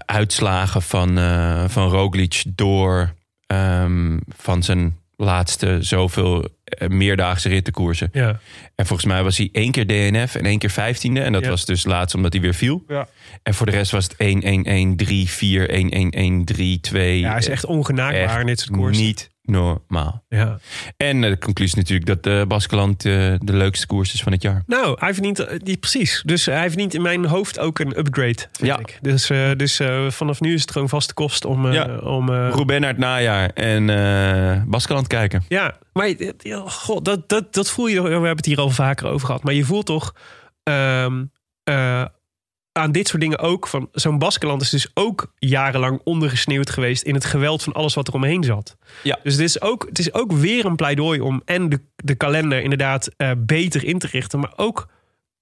A: uitslagen van, eh, van Roglic door ehm, van zijn laatste zoveel eh, meerdaagse rittenkoersen.
B: Ja.
A: En volgens mij was hij één keer DNF en één keer vijftiende. En dat
B: Ja.
A: was dus laatst omdat hij weer viel.
B: Ja.
A: En voor de rest was het 1 1 1 3 4 1 1 1 3 2
B: ja, hij is echt ongenaakbaar
A: echt
B: in dit soort koersen.
A: Niet normaal.
B: Ja.
A: En eh, de conclusie natuurlijk dat eh Baskeland eh, de leukste koers is van het jaar.
B: Nou, hij verdient, eh, die, precies. Dus eh, hij verdient in mijn hoofd ook een upgrade, vind
A: Ja.
B: ik. Dus, eh, dus eh, vanaf nu is het gewoon vaste kost om... eh,
A: Ja.
B: om eh,
A: Ruben naar het najaar en eh Baskeland kijken.
B: Ja, maar je- ja, god, dat, dat, dat voel je. We hebben het hier al vaker over gehad. Maar je voelt toch ehm, eh, aan dit soort dingen ook. van Zo'n Baskeland is dus ook jarenlang ondergesneeuwd geweest. in het geweld van alles wat er omheen zat.
A: Ja.
B: Dus het is ook, het is ook weer een pleidooi om. en de, de kalender inderdaad eh, beter in te richten. maar ook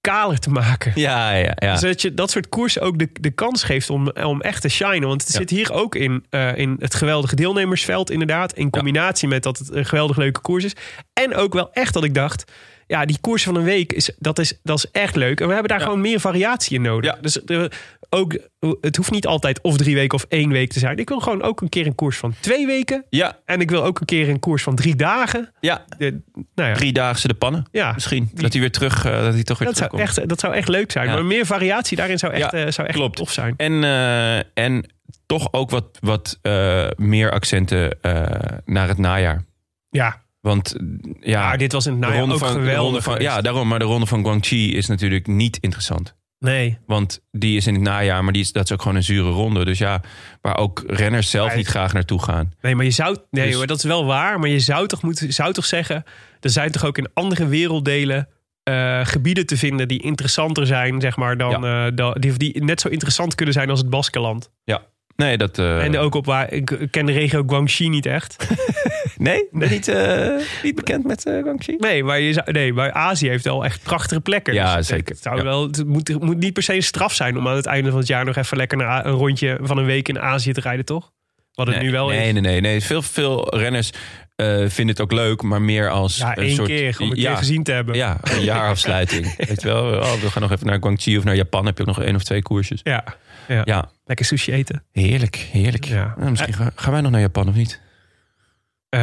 B: kaler te maken.
A: Ja, ja, ja.
B: Zodat je dat soort koersen ook de, de kans geeft om, om echt te shinen. Want het
A: Ja.
B: zit hier ook in, eh, in het geweldige deelnemersveld, inderdaad. In combinatie met dat het een geweldig leuke koers is. En ook wel echt dat ik dacht. Ja, die koers van een week, is, dat, is, dat is echt leuk. En we hebben daar gewoon meer variatie in nodig.
A: Ja.
B: Dus de, ook, het hoeft niet altijd of drie weken of één week te zijn. Ik wil gewoon ook een keer een koers van twee weken.
A: Ja,
B: En ik wil ook een keer een koers van drie dagen.
A: ja.
B: De, nou ja,
A: Driedaagse de pannen.
B: ja.
A: Misschien. Dat hij weer terug, eh, dat hij toch weer
B: Dat zou,
A: terugkomt.
B: echt, dat zou echt leuk zijn.
A: Ja.
B: Maar meer variatie daarin zou echt,
A: Ja,
B: eh, zou echt
A: klopt.
B: tof zijn.
A: En, eh, en toch ook wat, wat eh, meer accenten eh, naar het najaar.
B: Ja,
A: Want eh, ja,
B: maar dit was in het
A: de
B: Ah, najaar
A: ronde
B: ook
A: van, de
B: geweldig.
A: ronde van,
B: geweest.
A: ja, daarom. Maar de ronde van Guangxi is natuurlijk niet interessant.
B: nee.
A: Want die is in het najaar, maar die is, dat is ook gewoon een zure ronde. Dus ja, waar ook renners zelf
B: Maar-
A: niet graag naartoe gaan.
B: Nee, maar je zou. Nee,
A: Dus-
B: hoor, dat is wel waar. Maar je zou toch, moeten, zou toch zeggen. Er zijn toch ook in andere werelddelen. eh, gebieden te vinden die interessanter zijn, zeg maar, dan, eh, dan die, die net zo interessant kunnen zijn als het Baskeland.
A: Nee, dat... eh,
B: En ook op waar ik ik ken de regio Guangxi niet echt.
A: Nee? Ben je Niet, eh, niet bekend met eh, Guangxi?
B: Nee, maar, je zou, nee, maar Azië heeft al echt prachtige plekken.
A: Ja,
B: ik denk,
A: zeker.
B: Het, zou
A: Ja.
B: wel, het, moet, het moet niet per se een straf zijn om aan het einde van het jaar nog even lekker naar A- een rondje van een week in Azië te rijden, toch? Wat het
A: nee,
B: nu wel
A: nee,
B: is.
A: Nee, nee, nee. Veel, veel renners eh, vinden het ook leuk, maar meer als
B: Ja,
A: een
B: één
A: soort...
B: keer om het
A: ja,
B: keer gezien te hebben.
A: Ja, een jaarafsluiting. Weet je wel, oh, we gaan nog even naar Guangxi of naar Japan. Heb je ook nog één of twee koersjes.
B: Ja.
A: Ja,
B: Lekker sushi eten.
A: heerlijk, heerlijk.
B: Ja.
A: Nou, misschien gaan, gaan wij nog naar Japan of niet?
B: Eh,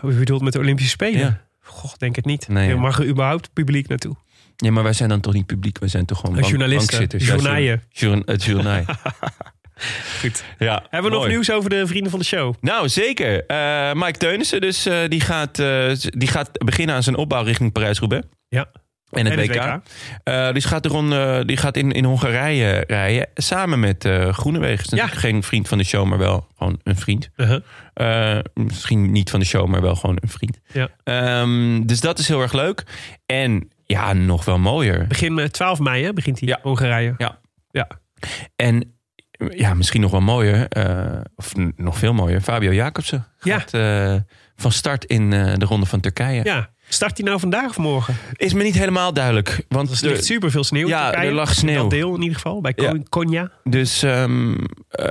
B: Hoe je bedoelt met de Olympische Spelen?
A: Ja.
B: Goh, denk het niet.
A: Nee,
B: Je
A: ja.
B: mag er überhaupt publiek naartoe.
A: Ja, maar wij zijn dan toch niet publiek. Wij zijn toch gewoon
B: Als
A: bank-
B: journalisten,
A: bankzitters. Ja,
B: journaaien.
A: journa- het journaai.
B: Goed.
A: Ja,
B: Hebben we nog
A: mooi.
B: nieuws over de vrienden van de show?
A: Nou, zeker. Eh, Mike Teunissen dus, eh, die, gaat, eh, die gaat beginnen aan zijn opbouw richting Parijs-Roubaix.
B: Ja.
A: En het,
B: En het
A: WK.
B: WK.
A: Eh, dus gaat de ronde, die gaat in, in Hongarije rijden. Samen met eh Groenewegen. Is natuurlijk Geen vriend van de show, maar wel gewoon een vriend. Eh, misschien niet van de show, maar wel gewoon een vriend.
B: Ja.
A: Ehm, dus dat is heel erg leuk. En ja, nog wel mooier.
B: Begin eh, 12 mei, hè? Begint hij
A: Ja.
B: Hongarije.
A: Ja.
B: ja.
A: En ja, misschien nog wel mooier. eh, of n- nog veel mooier. Fabio Jacobsen
B: Ja.
A: gaat eh, van start in eh, de ronde van Turkije.
B: Ja. Start hij nou vandaag of morgen?
A: Is me niet helemaal duidelijk. Want
B: Er
A: er-
B: ligt super veel sneeuw. in
A: Ja,
B: Turkije.
A: er lag sneeuw.
B: Dat deel in ieder geval, bij Ko-
A: Ja.
B: Konya.
A: Dus ehm, eh,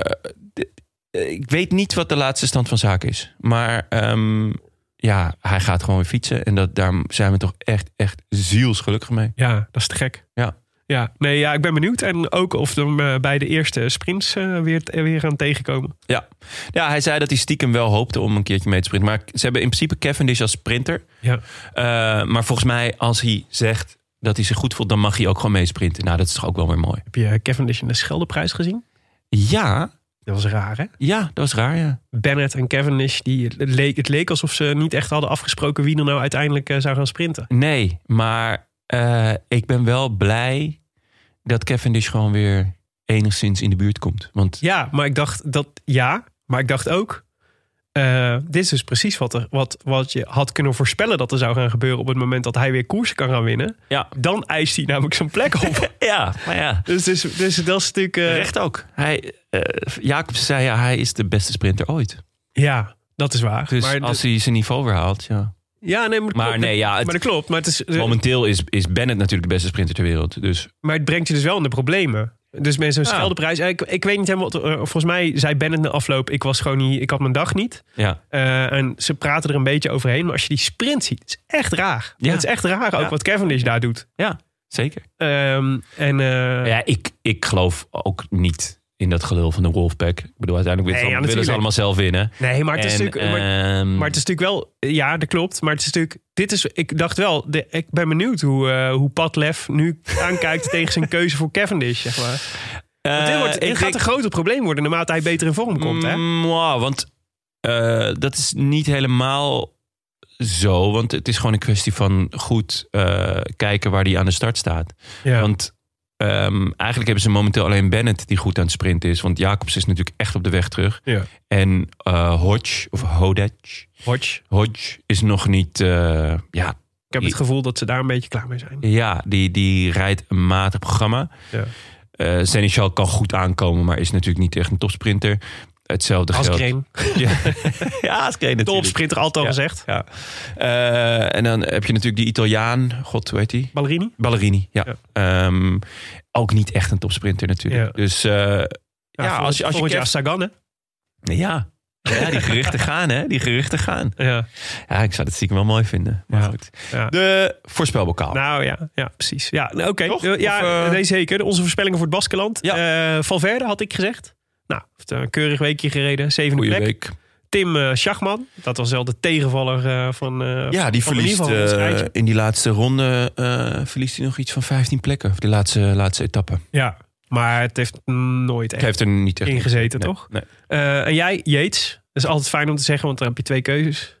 A: d- eh, ik weet niet wat de laatste stand van zaken is. Maar ehm, ja, hij gaat gewoon weer fietsen. En dat, daar zijn we toch echt, echt zielsgelukkig mee.
B: Ja, dat is te gek.
A: Ja.
B: Ja, nee, ja, ik ben benieuwd. En ook of we hem eh, bij de eerste sprints eh, weer, eh, weer gaan tegenkomen.
A: Ja. ja, hij zei dat hij stiekem wel hoopte om een keertje mee te sprinten. Maar ze hebben in principe Cavendish als sprinter.
B: Ja.
A: Eh, maar volgens mij, als hij zegt dat hij zich goed voelt, dan mag hij ook gewoon meesprinten. Nou, dat is toch ook wel weer mooi.
B: Heb je eh, Cavendish in de Scheldeprijs gezien?
A: Ja,
B: Dat was raar, hè?
A: ja, dat was raar, ja.
B: Bennett en Cavendish, die, het, leek, het leek alsof ze niet echt hadden afgesproken wie er nou uiteindelijk eh, zou gaan sprinten.
A: Nee, maar eh, ik ben wel blij dat Cavendish gewoon weer enigszins in de buurt komt. Want
B: Ja, maar ik dacht dat ja, maar ik dacht ook. eh, dit is dus precies wat, er, wat, wat je had kunnen voorspellen dat er zou gaan gebeuren op het moment dat hij weer koersen kan gaan winnen.
A: ja,
B: Dan eist hij namelijk zijn plek op.
A: ja maar ja.
B: dus, dus, dus dat is natuurlijk. eh,
A: Recht ook. Hij, eh Jacobs zei ja, hij is de beste sprinter ooit.
B: Ja, dat is waar.
A: Dus
B: maar,
A: als hij zijn niveau weer haalt, ja.
B: ja, nee, maar, dat
A: Maar
B: klopt.
A: nee, ja, het-
B: maar dat klopt. Maar het, is,
A: Momenteel is, is Bennett natuurlijk de beste sprinter ter wereld. Dus
B: maar het brengt je dus wel in de problemen. Dus mensen, zo'n
A: Ja.
B: scheldeprijs. eh, Ik, ik weet niet helemaal. wat- eh, volgens mij zei Bennett na afloop: ik was gewoon niet. Ik had mijn dag niet.
A: ja,
B: Eh, en ze praten er een beetje overheen. Maar als je die sprint ziet, het is echt raar.
A: Ja.
B: Het is echt raar ook
A: Ja.
B: wat Cavendish daar doet.
A: ja zeker.
B: Ehm, en, eh,
A: Ja, ik, ik geloof ook niet in dat gelul van de Wolfpack. Ik bedoel, uiteindelijk
B: Nee,
A: willen,
B: ja,
A: ze, willen ze
B: natuurlijk.
A: allemaal zelf winnen.
B: Nee, maar het is
A: En,
B: natuurlijk. maar-
A: ehm,
B: Maar het is natuurlijk wel, ja, dat klopt. Maar het is natuurlijk, dit is, ik dacht wel, de- ik ben benieuwd hoe, eh hoe Pat Lef nu aankijkt tegen zijn keuze voor Cavendish, zeg maar. Want dit
A: eh,
B: wordt,
A: ik
B: dit gaat
A: denk- Mm,
B: een groter probleem worden naarmate hij beter in vorm komt, hè?
A: Mwah, want eh, dat is niet helemaal zo. Want het is gewoon een kwestie van goed eh, kijken waar die aan de start staat.
B: Ja.
A: Want ehm, eigenlijk hebben ze momenteel alleen Bennett die goed aan het sprinten is. Want Jacobs is natuurlijk echt op de weg terug.
B: Ja.
A: En eh Hodge, of Hodge,
B: Hodge.
A: Hodge is nog niet... eh, ja,
B: Ik heb het gevoel dat ze daar een beetje klaar mee zijn.
A: ja die, die rijdt een matig programma.
B: Ja.
A: Eh Seneschal kan goed aankomen, maar is natuurlijk niet echt een topsprinter. Hetzelfde
B: Als
A: geldt...
B: Green.
A: Ja, ja Askreen natuurlijk.
B: Topsprinter, altijd al
A: Ja.
B: gezegd.
A: Ja. Eh, en dan heb je natuurlijk die Italiaan, god hoe heet die?
B: Ballerini.
A: Ballerini, ja. Ehm, ook niet echt een topsprinter natuurlijk.
B: Ja.
A: Dus eh, ja, als,
B: volgend-
A: je- als je...
B: volgend jaar
A: Kev-
B: Sagan, hè?
A: Ja, Ja, die geruchten gaan, hè? Die geruchten gaan.
B: Ja,
A: Ja, ik zou dat stiekem wel mooi vinden. Maar
B: Ja.
A: goed.
B: ja.
A: De voorspelbokaal.
B: Nou ja, ja precies. Ja, nou, oké.
A: Toch?
B: Eh, Ja,
A: Of, eh,
B: nee, zeker. Onze voorspellingen voor het Baskeland. Eh, Valverde had ik gezegd. Nou, heeft een keurig weekje gereden. Zevende
A: Goeie
B: plek.
A: week.
B: Tim eh Schachman. Dat was wel de tegenvaller eh, van... eh,
A: Ja, die
B: van in
A: verliest
B: ieder geval ons
A: eh,
B: rijtje.
A: in die laatste ronde eh, verliest hij nog iets van 15 plekken. Of de laatste, laatste etappe.
B: Ja, maar het heeft nooit echt
A: Hij heeft er niet echt
B: ingezeten,
A: Nee,
B: toch?
A: nee.
B: Eh, en jij, Yates. Dat is altijd fijn om te zeggen, want dan heb je twee keuzes.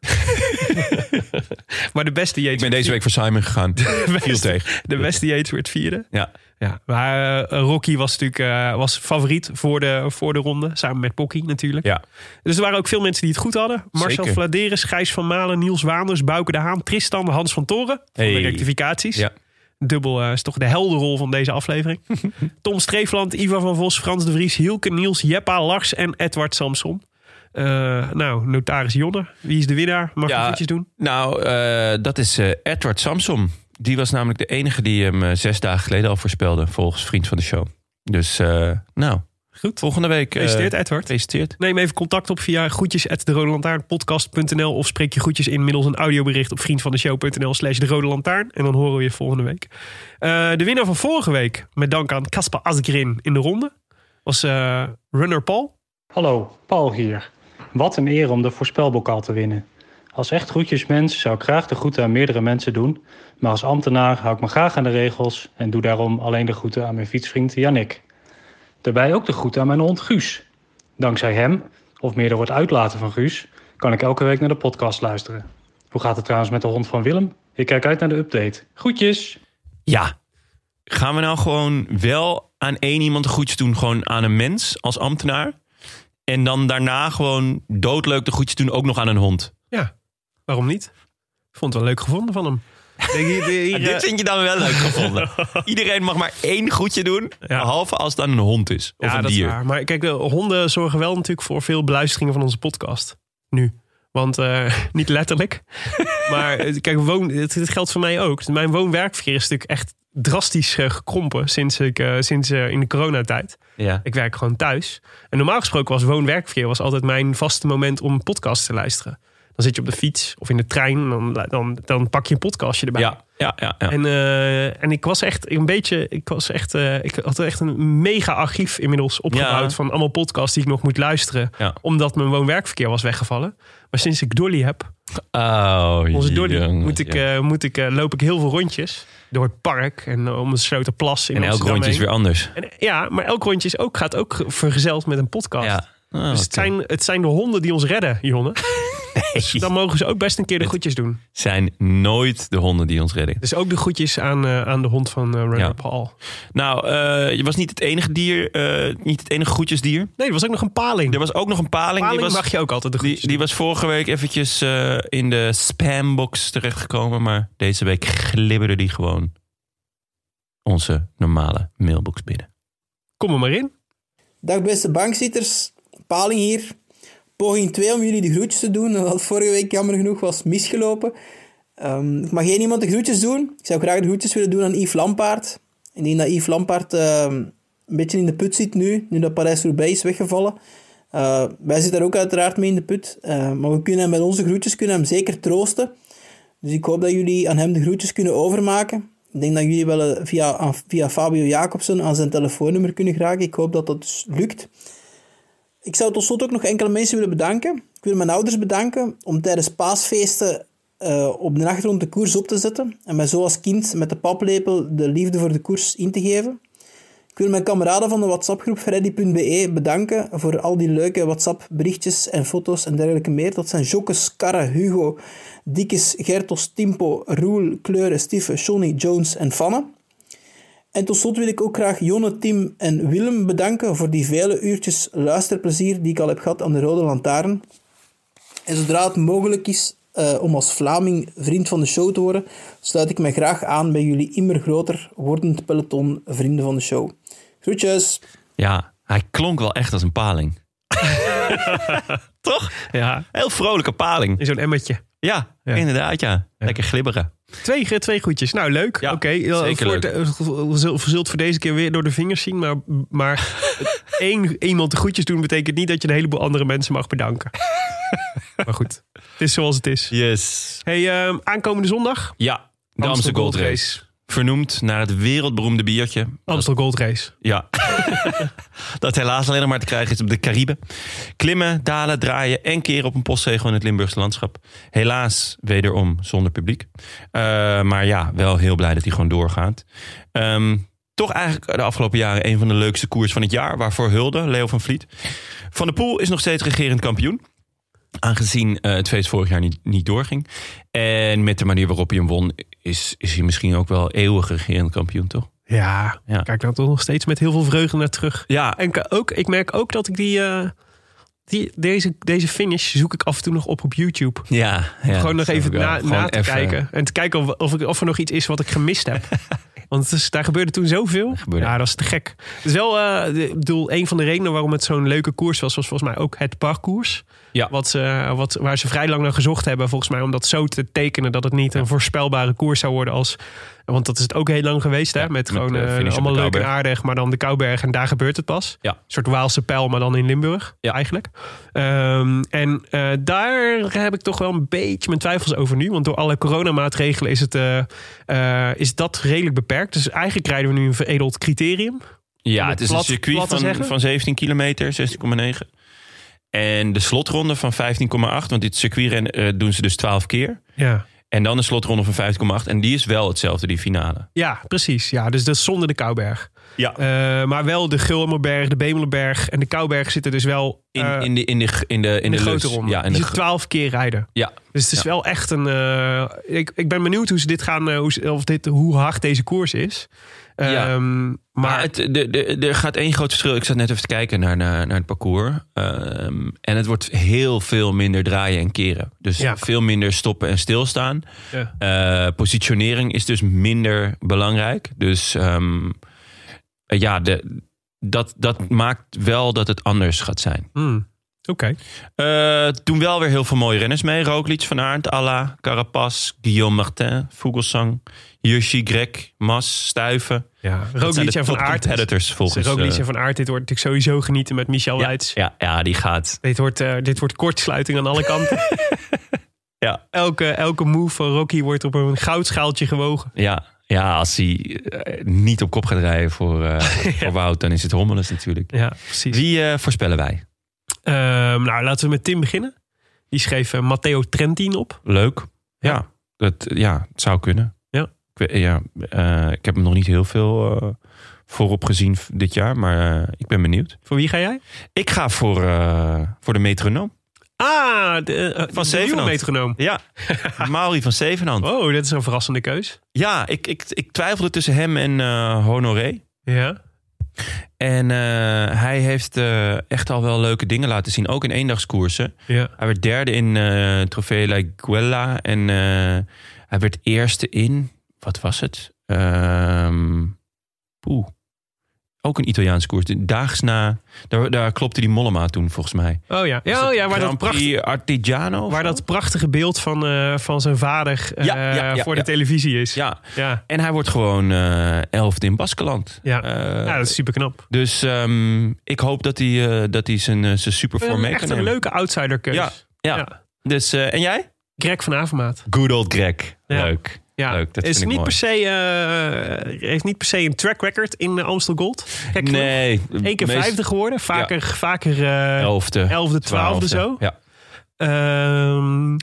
B: maar de beste Yates...
A: Ik ben deze week voor Simon gegaan. Viel tegen.
B: De beste Yates werd vierde.
A: Ja.
B: Ja, maar eh, Rocky was natuurlijk eh, was favoriet voor de, voor de ronde. Samen met Pocky natuurlijk.
A: Ja.
B: Dus er waren ook veel mensen die het goed hadden. Marcel
A: Zeker.
B: Vladeres, Gijs van Malen, Niels Waanders, Bouke de Haan, Tristan, Hans van Toren. Van de
A: Hey.
B: rectificaties.
A: Ja.
B: Dubbel eh, is toch de helderrol van deze aflevering. Tom Streefland, Ivan van Vos, Frans de Vries, Hielke Niels, Jeppa Lars en Edward Samson. Eh, nou, notaris Jonne. Wie is de winnaar? Mag je
A: Ja.
B: goedjes doen?
A: Nou, eh, dat is eh, Edward Samsom. Die was namelijk de enige die hem eh, zes dagen geleden al voorspelde. Volgens Vriend van de Show. Dus eh, nou,
B: Goed.
A: volgende week. eh,
B: Gefeliciteerd, Edward.
A: Gefeliciteerd.
B: Neem even contact op via groetjes.derodelantaarnpodcast.nl of spreek je groetjes in middels een audiobericht op vriendvandeshow.nl slash de Rode Lantaarn. En dan horen we je volgende week. Eh, de winnaar van vorige week, met dank aan Kasper Asgrin in de ronde, was eh, runner Paul.
E: Hallo, Paul hier. Wat een eer om de voorspelbokaal te winnen. Als echt groetjesmens zou ik graag de groeten aan meerdere mensen doen, maar als ambtenaar hou ik me graag aan de regels en doe daarom alleen de groeten aan mijn fietsvriend Jannik. Daarbij ook de groeten aan mijn hond Guus. Dankzij hem, of meer door het uitlaten van Guus, kan ik elke week naar de podcast luisteren. Hoe gaat het trouwens met de hond van Willem? Ik kijk uit naar de update. Groetjes!
A: Ja. Gaan we nou gewoon wel aan één iemand goeds doen? Gewoon aan een mens als ambtenaar. En dan daarna gewoon doodleuk de goeds doen ook nog aan een hond.
B: Ja, waarom niet? Ik vond het wel leuk gevonden van hem. Denk je, hier, eh,
A: Ah, dit vind je dan wel leuk gevonden. Iedereen mag maar één goedje doen.
B: Ja.
A: Behalve als het aan een hond is. Of
B: ja,
A: een
B: dat
A: dier.
B: is waar. Maar kijk, de honden zorgen wel natuurlijk voor veel beluisteringen van onze podcast. Nu. Want eh, niet letterlijk. maar eh, kijk, woon, het, het geldt voor mij ook. Dus Mijn woon-werkverkeer is natuurlijk echt drastisch eh, gekrompen sinds, ik, eh, sinds eh, in de coronatijd.
A: Ja.
B: Ik werk gewoon thuis. En normaal gesproken was woon-werkverkeer was altijd mijn vaste moment om een podcast te luisteren. Dan zit je op de fiets of in de trein en dan, dan, dan pak je een podcastje erbij.
A: Ja, ja, ja, ja.
B: En, eh, en ik was echt een beetje, ik was echt, eh, ik had echt een mega archief inmiddels opgebouwd
A: Ja.
B: van allemaal podcasts die ik nog moet luisteren.
A: Ja.
B: Omdat mijn woon-werkverkeer was weggevallen. Maar sinds ik Dolly heb,
A: Oh,
B: onze Dolly,
A: jongens,
B: moet ik,
A: ja.
B: eh, moet ik, eh, loop ik heel veel rondjes door het park en eh, om de Sloterplas in
A: en elk
B: Amsterdam
A: rondje is
B: heen.
A: weer anders.
B: En, eh, ja, maar elk rondje is ook, gaat ook ge- vergezeld met een podcast.
A: Ja. Oh,
B: Dus het
A: oké.
B: zijn, het zijn de honden die ons redden, Jonne. Dus
A: Nee.
B: dan mogen ze ook best een keer de goedjes doen.
A: zijn nooit de honden die ons redden.
B: Dus ook de goedjes aan, eh, aan de hond van eh Runner
A: Ja.
B: Paul.
A: Nou, eh, je was niet het enige dier, eh, niet het enige groetjesdier.
B: Nee, er was ook nog een paling.
A: Er was ook nog een paling.
B: Paling
A: die, was,
B: mag je ook altijd de
A: die,
B: groetjes
A: die was vorige week eventjes eh, in de spambox terechtgekomen. Maar deze week glibberde die gewoon onze normale mailbox binnen.
B: Kom er maar in.
F: Dag beste bankzitters, Paling hier. Poging 2 om jullie de groetjes te doen, want vorige week jammer genoeg was misgelopen. Ehm, ik mag geen iemand de groetjes doen. Ik zou graag de groetjes willen doen aan Yves Lampaard. Ik denk dat Yves Lampaard ehm, een beetje in de put zit nu, nu dat Parijs-Roubaix is weggevallen. Eh, wij zitten daar ook uiteraard mee in de put, eh, maar we kunnen hem met onze groetjes kunnen hem zeker troosten. Dus ik hoop dat jullie aan hem de groetjes kunnen overmaken. Ik denk dat jullie wel eh, via, aan- via Fabio Jacobsen aan zijn telefoonnummer kunnen geraken. Ik hoop dat dat dus lukt. Ik zou tot slot ook nog enkele mensen willen bedanken. Ik wil mijn ouders bedanken om tijdens paasfeesten eh, op de achtergrond de koers op te zetten. En mij zo als kind met de paplepel de liefde voor de koers in te geven. Ik wil mijn kameraden van de WhatsApp-groep Freddy.be bedanken voor al die leuke WhatsApp-berichtjes en foto's en dergelijke meer. Dat zijn Jokkes, Karre, Hugo, Dikkes, Gertos, Timpo, Roel, Kleuren, Stieffe, Johnny, Jones en Fanne. En tot slot wil ik ook graag Jonne, Tim en Willem bedanken voor die vele uurtjes luisterplezier die ik al heb gehad aan de Rode Lantaarn. En zodra het mogelijk is eh, om als Vlaming vriend van de show te worden, sluit ik mij graag aan bij jullie immer groter wordend peloton vrienden van de show. Groetjes!
A: Ja, hij klonk wel echt als een paling. Toch?
B: Ja,
A: Heel vrolijke paling.
B: in zo'n emmertje.
A: Ja,
B: Ja.
A: inderdaad, ja. Lekker glibberen.
B: Twee, twee goedjes. Nou, leuk.
A: Ja,
B: Oké. eh,
A: zeker
B: voor het- eh, zult- Zult voor deze keer weer door de vingers zien. Maar, maar één iemand de groetjes doen betekent niet dat je een heleboel andere mensen mag bedanken. maar goed, het is zoals het is.
A: Yes.
B: Hey, ehm, aankomende zondag.
A: Ja, de Amstel Gold Race. Vernoemd naar het wereldberoemde biertje.
B: Amstel Gold Race.
A: Ja. dat helaas alleen nog maar te krijgen is op de Cariben. Klimmen, dalen, draaien en keren op een postzegel in het Limburgse landschap. Helaas wederom zonder publiek. Eh, maar ja, wel heel blij dat hij gewoon doorgaat. Ehm, toch eigenlijk de afgelopen jaren een van de leukste koers van het jaar. Waarvoor hulde, Leo van Vliet. Van der Poel is nog steeds regerend kampioen. Aangezien eh, het feest vorig jaar niet, niet doorging. En met de manier waarop hij hem won, is, is hij misschien ook wel eeuwig regerend kampioen, toch?
B: Ja,
A: Ja.
B: kijk daar toch nog steeds met heel veel vreugde naar terug.
A: Ja,
B: En ka- ook, ik merk ook dat ik die, eh, die, deze, deze finish zoek ik af en toe nog op op YouTube.
A: Ja, ja,
B: gewoon nog
A: snap
B: even
A: ik wel.
B: na,
A: Gewoon
B: na te
A: even- eh,
B: kijken. En te kijken of, of, ik- of er nog iets is wat ik gemist heb. Want het is, daar gebeurde toen zoveel.
A: gebeurde-
B: Ja, dat is te gek. Het is wel, eh, de- ik bedoel, een van de redenen waarom het zo'n leuke koers was, was volgens mij ook het parcours.
A: Ja.
B: Wat ze, wat, waar ze vrij lang naar gezocht hebben, volgens mij, om dat zo te tekenen dat het niet een voorspelbare koers zou worden als. Want dat is het ook heel lang geweest, hè? met,
A: met,
B: gewoon
A: eh,
B: eh,
A: finish op de
B: allemaal leuk en
A: Kouwberg.
B: aardig, maar dan de Kouberg en daar gebeurt het pas.
A: Ja.
B: Een soort Waalse pijl, maar dan in Limburg
A: Ja.
B: eigenlijk. Ehm, en eh, daar heb ik toch wel een beetje mijn twijfels over nu. Want door alle coronamaatregelen is, het, eh, eh, is dat redelijk beperkt. Dus eigenlijk krijgen we nu een veredeld criterium.
A: Ja,
B: Om
A: het
B: het
A: is
B: plat-
A: een circuit
B: plat te
A: van,
B: zeggen?
A: van 17 kilometer, 16,9. En de slotronde van 15,8. Want dit circuit doen ze dus 12 keer.
B: Ja.
A: En dan de slotronde van 15,8. En die is wel hetzelfde, die finale.
B: Ja, precies. Ja, dus dat is zonder de Kouberg.
A: Ja.
B: Eh, maar wel de Gulmerberg, de Bemelenberg en de Kouberg zitten dus wel
A: In,
B: eh,
A: in de, in de, g- in de, in
B: in
A: de,
B: de, grote
A: lus.
B: ronde.
A: Ja, in
B: die
A: de
B: ze
A: gro-
B: twaalf keer rijden.
A: ja,
B: Dus het is
A: Ja.
B: wel echt een. eh, ik, ik ben benieuwd hoe ze dit gaan, eh, hoe, ze- of dit, hoe hard deze koers is.
A: Ja.
B: Ehm,
A: Maar
B: maar
A: het, de, de, er gaat één groot verschil. Ik zat net even te kijken naar, naar, naar het parcours. Ehm, en het wordt heel veel minder draaien en keren. Dus
B: Ja.
A: veel minder stoppen en stilstaan.
B: Ja.
A: Eh, positionering is dus minder belangrijk. Dus ehm, eh, ja, de, dat, dat maakt wel dat het anders gaat zijn.
B: hmm, Oké.
A: Eh doen wel weer heel veel mooie renners mee. Roglic, Van Aert, Alla, Carapaz, Guillaume Martin, Vogelsang, Hirschi, Greg, Mas, Stuiven.
B: Ja,
A: Dat zijn
B: Roglic
A: de
B: en Van
A: top
B: Aert. Dus,
A: competitors volgens
B: Roglic
A: eh,
B: en Van Aert, dit wordt natuurlijk sowieso genieten met Michel
A: ja,
B: Leids.
A: ja, ja, die gaat.
B: Dit wordt, eh, dit wordt kortsluiting aan alle kanten.
A: Ja.
B: Elke, elke move van Rocky wordt op een goudschaaltje gewogen.
A: Ja, ja als hij eh, niet op kop gaat rijden voor, eh voor Wout, dan is het hommeles natuurlijk.
B: Ja, precies.
A: Wie eh, voorspellen wij?
B: Ehm, nou, laten we met Tim beginnen. Die schreef eh, Matteo Trentin op.
A: Leuk. Ja,
B: Ja.
A: Dat, ja het zou kunnen.
B: Ja.
A: Ik, weet- ja, eh, ik heb hem nog niet heel veel eh, voorop gezien v- dit jaar, maar eh, ik ben benieuwd.
B: Voor wie ga jij?
A: Ik ga voor, eh, voor de metronoom.
B: Ah, de, eh,
A: Van
B: de nieuwe
A: Zevenhand.
B: metronoom.
A: Ja, Mauri van Zevenhand.
B: Oh, dat is een verrassende keus.
A: Ja, ik, ik, ik twijfelde tussen hem en eh, Honoré.
B: Ja.
A: En eh, hij heeft eh, echt al wel leuke dingen laten zien. Ook in eendagskoersen.
B: ja.
A: Hij werd derde in eh Trofee La Guella. En eh, hij werd eerste in... Wat was het? Ehm poeh. Ook een Italiaans koers. De Daags na... Daar, daar klopte die Mollema toen, volgens mij.
B: Oh ja.
A: Was
B: Ja, oh,
A: het
B: ja waar, dat
A: Grand Prix
B: pracht,
A: Artigiano? of
B: waar
A: zo?
B: dat prachtige beeld van, eh, van zijn vader eh,
A: Ja, ja, ja,
B: voor
A: ja.
B: de televisie is.
A: Ja.
B: Ja,
A: En hij wordt gewoon eh, elfde in Baskeland.
B: Ja.
A: Eh,
B: ja dat is super knap.
A: Dus ehm, ik hoop dat hij, eh, dat hij zijn, eh, zijn supervorm mee
B: echt
A: kan
B: een
A: nemen.
B: leuke outsiderkeus.
A: Ja, ja. Dus, eh, en jij?
B: Greg van Avermaat.
A: Good old Greg.
B: Ja.
A: Leuk.
B: Ja.
A: Leuk, dat
B: is
A: vind ik
B: niet
A: mooi.
B: per se, eh, heeft niet per se een track record in de Amstel Gold. Gek genoeg.
A: nee.
B: Eén keer
A: meest-
B: vijfde geworden. Vaker, vaker eh,
A: Elfde.
B: elfde, twaalfde zo.
A: Ja.
B: Ehm,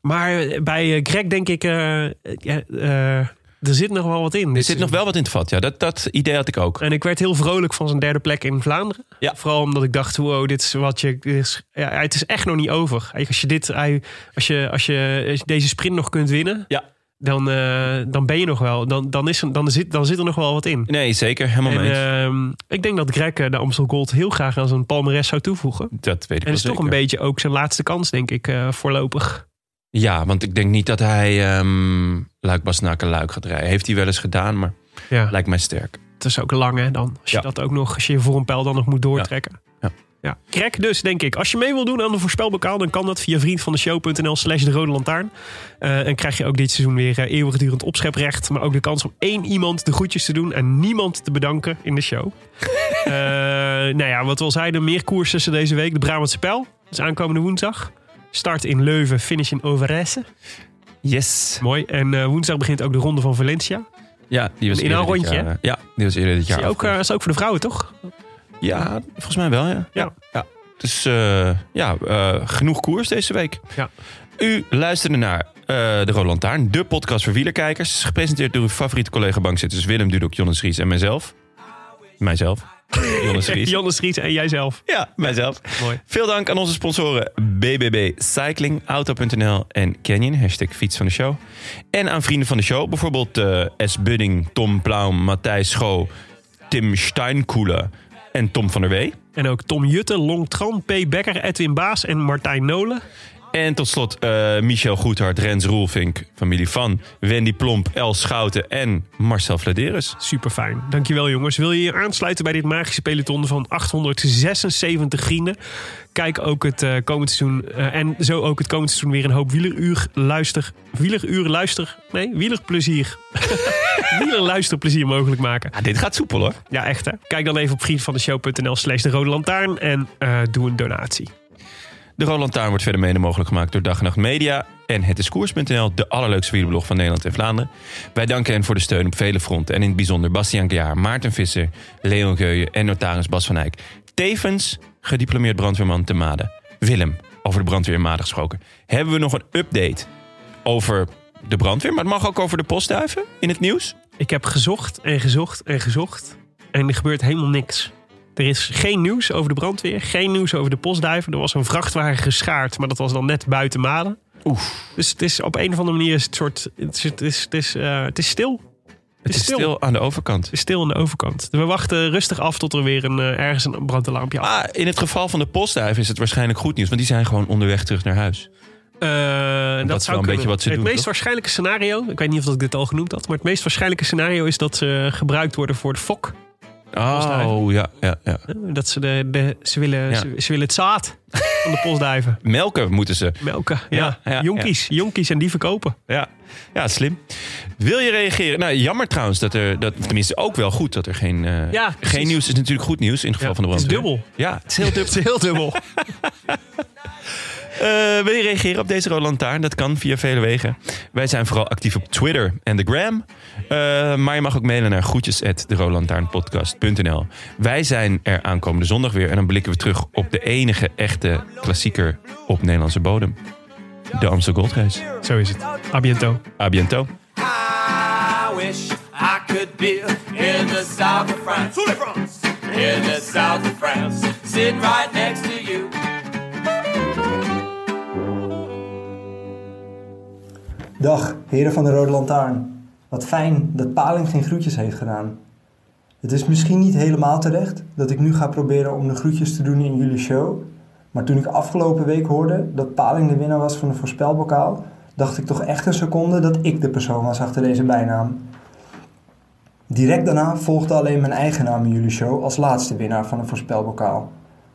B: maar bij eh, Greg denk ik, eh, eh, eh, er zit nog wel wat in.
A: Er zit nog wel wat in het vat. Ja, dat, dat idee had ik ook.
B: En ik werd heel vrolijk van zijn derde plek in Vlaanderen.
A: Ja.
B: Vooral omdat ik dacht, wow, dit is wat je... dit is, ja, het is echt nog niet over. Als je, dit, als, je, als, je, als je deze sprint nog kunt winnen,
A: Ja.
B: dan, eh, dan ben je nog wel. Dan, dan, is, er- dan, zit, dan zit er nog wel wat in.
A: Nee, zeker. Helemaal
B: En
A: mee. eens.
B: ehm, ik denk dat Greg eh, de Amstel Gold heel graag aan zijn palmares zou toevoegen.
A: dat weet ik wel
B: En het is toch
A: zeker.
B: een beetje ook zijn laatste kans, denk ik, eh, voorlopig.
A: Ja, want ik denk niet dat hij ehm Luik Basnaken Luik gaat rijden. Heeft hij wel eens gedaan, maar
B: Ja.
A: lijkt mij sterk.
B: Het is ook lang, hè, dan. Als je
A: Ja.
B: dat ook nog, als je je voor een pijl dan nog moet doortrekken.
A: Ja. Ja.
B: Crack dus, denk ik. Als je mee wil doen aan de voorspelbokaal, dan kan dat via vriendvandeshow.nl slash de rode lantaarn. Eh, en krijg je ook dit seizoen weer eh, eeuwigdurend opscheprecht. Maar ook de kans om één iemand de groetjes te doen en niemand te bedanken in de show. Eh, nou ja, wat we al zeiden, meer koers tussen deze week. De Brabantse Pijl, dat is aankomende woensdag. Start in Leuven, finish in Overijse.
A: Yes.
B: Mooi. En eh, woensdag begint ook de Ronde van Valencia.
A: Ja, die was
B: In een
A: eerder dit
B: rondje,
A: jaar, eh, ja, die was eerder dit
B: Ja,
A: jaar.
B: ook, eh,
A: afgerond.
B: dat is ook voor de vrouwen, toch?
A: ja, volgens mij wel, ja.
B: Ja.
A: ja. Dus eh, ja, eh, genoeg koers deze week.
B: Ja.
A: U luisterde naar eh, De Rode Lantaarn, de podcast voor wielerkijkers. Gepresenteerd door uw favoriete collega bankzitters Willem Dudok, Jonas Ries en mijzelf. Mijzelf. Jonas Ries.
B: Janne Ries en jijzelf.
A: Ja, mijzelf.
B: Mooi.
A: Veel dank aan onze sponsoren BBB Cycling, Auto.nl en Canyon, hashtag fiets van de show. En aan vrienden van de show, bijvoorbeeld eh, S. Budding, Tom Plaum, Matthijs Schoo, Tim Steinkoele en Tom van der Wee.
B: En ook Tom Jutte, Longtran, P. Becker, Edwin Baas en Martijn Nolen.
A: En tot slot eh, Michel Goethart, Rens Roelvink, familie van Wendy Plomp, Els Schouten en Marcel Vladeres.
B: Super fijn. Dankjewel jongens. Wil je je aansluiten bij dit magische peloton van 876 vrienden? Kijk ook het eh komend seizoen eh, en zo ook het komend seizoen weer een hoop wieleruur luister. Wieleruur luister. Nee, wielerplezier. Wielerluisterplezier mogelijk maken.
A: Ah, dit gaat soepel hoor.
B: Ja, echt hè. Kijk dan even op vriendvandeshow.nl slash de rode lantaarn en eh, doe een donatie.
A: De Roland Taarn wordt verder mede mogelijk gemaakt door Dag en Nacht Media en Het is Koers.nl, de allerleukste wielerblog van Nederland en Vlaanderen. Wij danken hen voor de steun op vele fronten en in het bijzonder Bastiaan Gejaar, Maarten Visser, Leon Geuyen en notaris Bas van Eyck. Tevens gediplomeerd brandweerman te Maden. Willem, over de brandweer in Maden gesproken. Hebben we nog een update over de brandweer, maar het mag ook over de postduiven in het nieuws?
B: Ik heb gezocht en gezocht en gezocht. En er gebeurt helemaal niks. Er is geen nieuws over de brandweer, geen nieuws over de postduiven. Er was een vrachtwagen geschaard, maar dat was dan net buiten Malen. Oef. Dus het is op een of andere manier is het soort. Het is, het is, het is, eh, het is stil.
A: Het is stil aan de overkant.
B: Het is stil aan de overkant. We wachten rustig af tot er weer een, eh, ergens een brandalarmpje af.
A: Ah, in het geval van de postduiven is het waarschijnlijk goed nieuws, want die zijn gewoon onderweg terug naar huis.
B: Eh, dat,
A: wel een
B: zou
A: beetje
B: kunnen.
A: wat ze
B: het
A: doen,
B: meest
A: toch?
B: waarschijnlijke scenario, ik weet niet of dat ik dit al genoemd had, maar het meest waarschijnlijke scenario is dat ze gebruikt worden voor de fok.
A: Oh, ja, ja, ja.
B: Eh, Dat ze, de, de, ze, willen,
A: Ja.
B: ze, ze willen het zaad van de postduiven.
A: Melken moeten ze.
B: Melken, ja.
A: Ja, ja,
B: jonkies, jonkies en die verkopen.
A: Ja, ja slim. Wil je reageren? Nou, jammer trouwens dat er, dat, of tenminste ook wel goed dat er geen, eh,
B: Ja, precies.
A: geen nieuws is. Natuurlijk goed nieuws in het geval
B: Ja,
A: van de
B: het is
A: brandweer.
B: dubbel.
A: Ja, het is heel dubbel.
B: Het is heel dubbel.
A: Eh, wil je reageren op deze Rode Lantaarn? Dat kan via vele wegen. Wij zijn vooral actief op Twitter en de Gram. Eh, maar je mag ook mailen naar groetjes at deroodlantaarnpodcast.nl. Wij zijn er aankomende zondag weer. En dan blikken we terug op de enige echte klassieker op Nederlandse bodem. De Amsterdam Gold Race.
B: Zo is het. A biento.
A: A biento.
D: I wish I could be in the south of France. In the south of France. Sitting right next to you.
G: Dag, heren van de Rode Lantaarn. Wat fijn dat Paling geen groetjes heeft gedaan. Het is misschien niet helemaal terecht dat ik nu ga proberen om de groetjes te doen in jullie show. Maar toen ik afgelopen week hoorde dat Paling de winnaar was van de voorspelbokaal, dacht ik toch echt een seconde dat ik de persoon was achter deze bijnaam. Direct daarna volgde alleen mijn eigen naam in jullie show als laatste winnaar van de voorspelbokaal.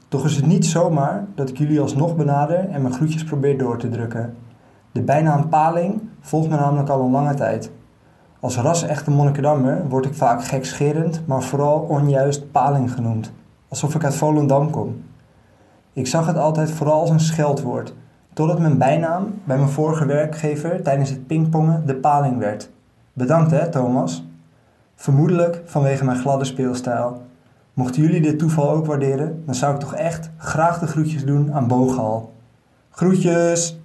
G: Toch is het niet zomaar dat ik jullie alsnog benader en mijn groetjes probeer door te drukken. De bijnaam Paling volgt me namelijk al een lange tijd. Als ras-echte Monnikendammer word ik vaak gekscherend, maar vooral onjuist Paling genoemd. Alsof ik uit Volendam kom. Ik zag het altijd vooral als een scheldwoord, totdat mijn bijnaam bij mijn vorige werkgever tijdens het pingpongen de Paling werd. Bedankt hè, Thomas. Vermoedelijk vanwege mijn gladde speelstijl. Mochten jullie dit toeval ook waarderen, dan zou ik toch echt graag de groetjes doen aan Booghal. Groetjes!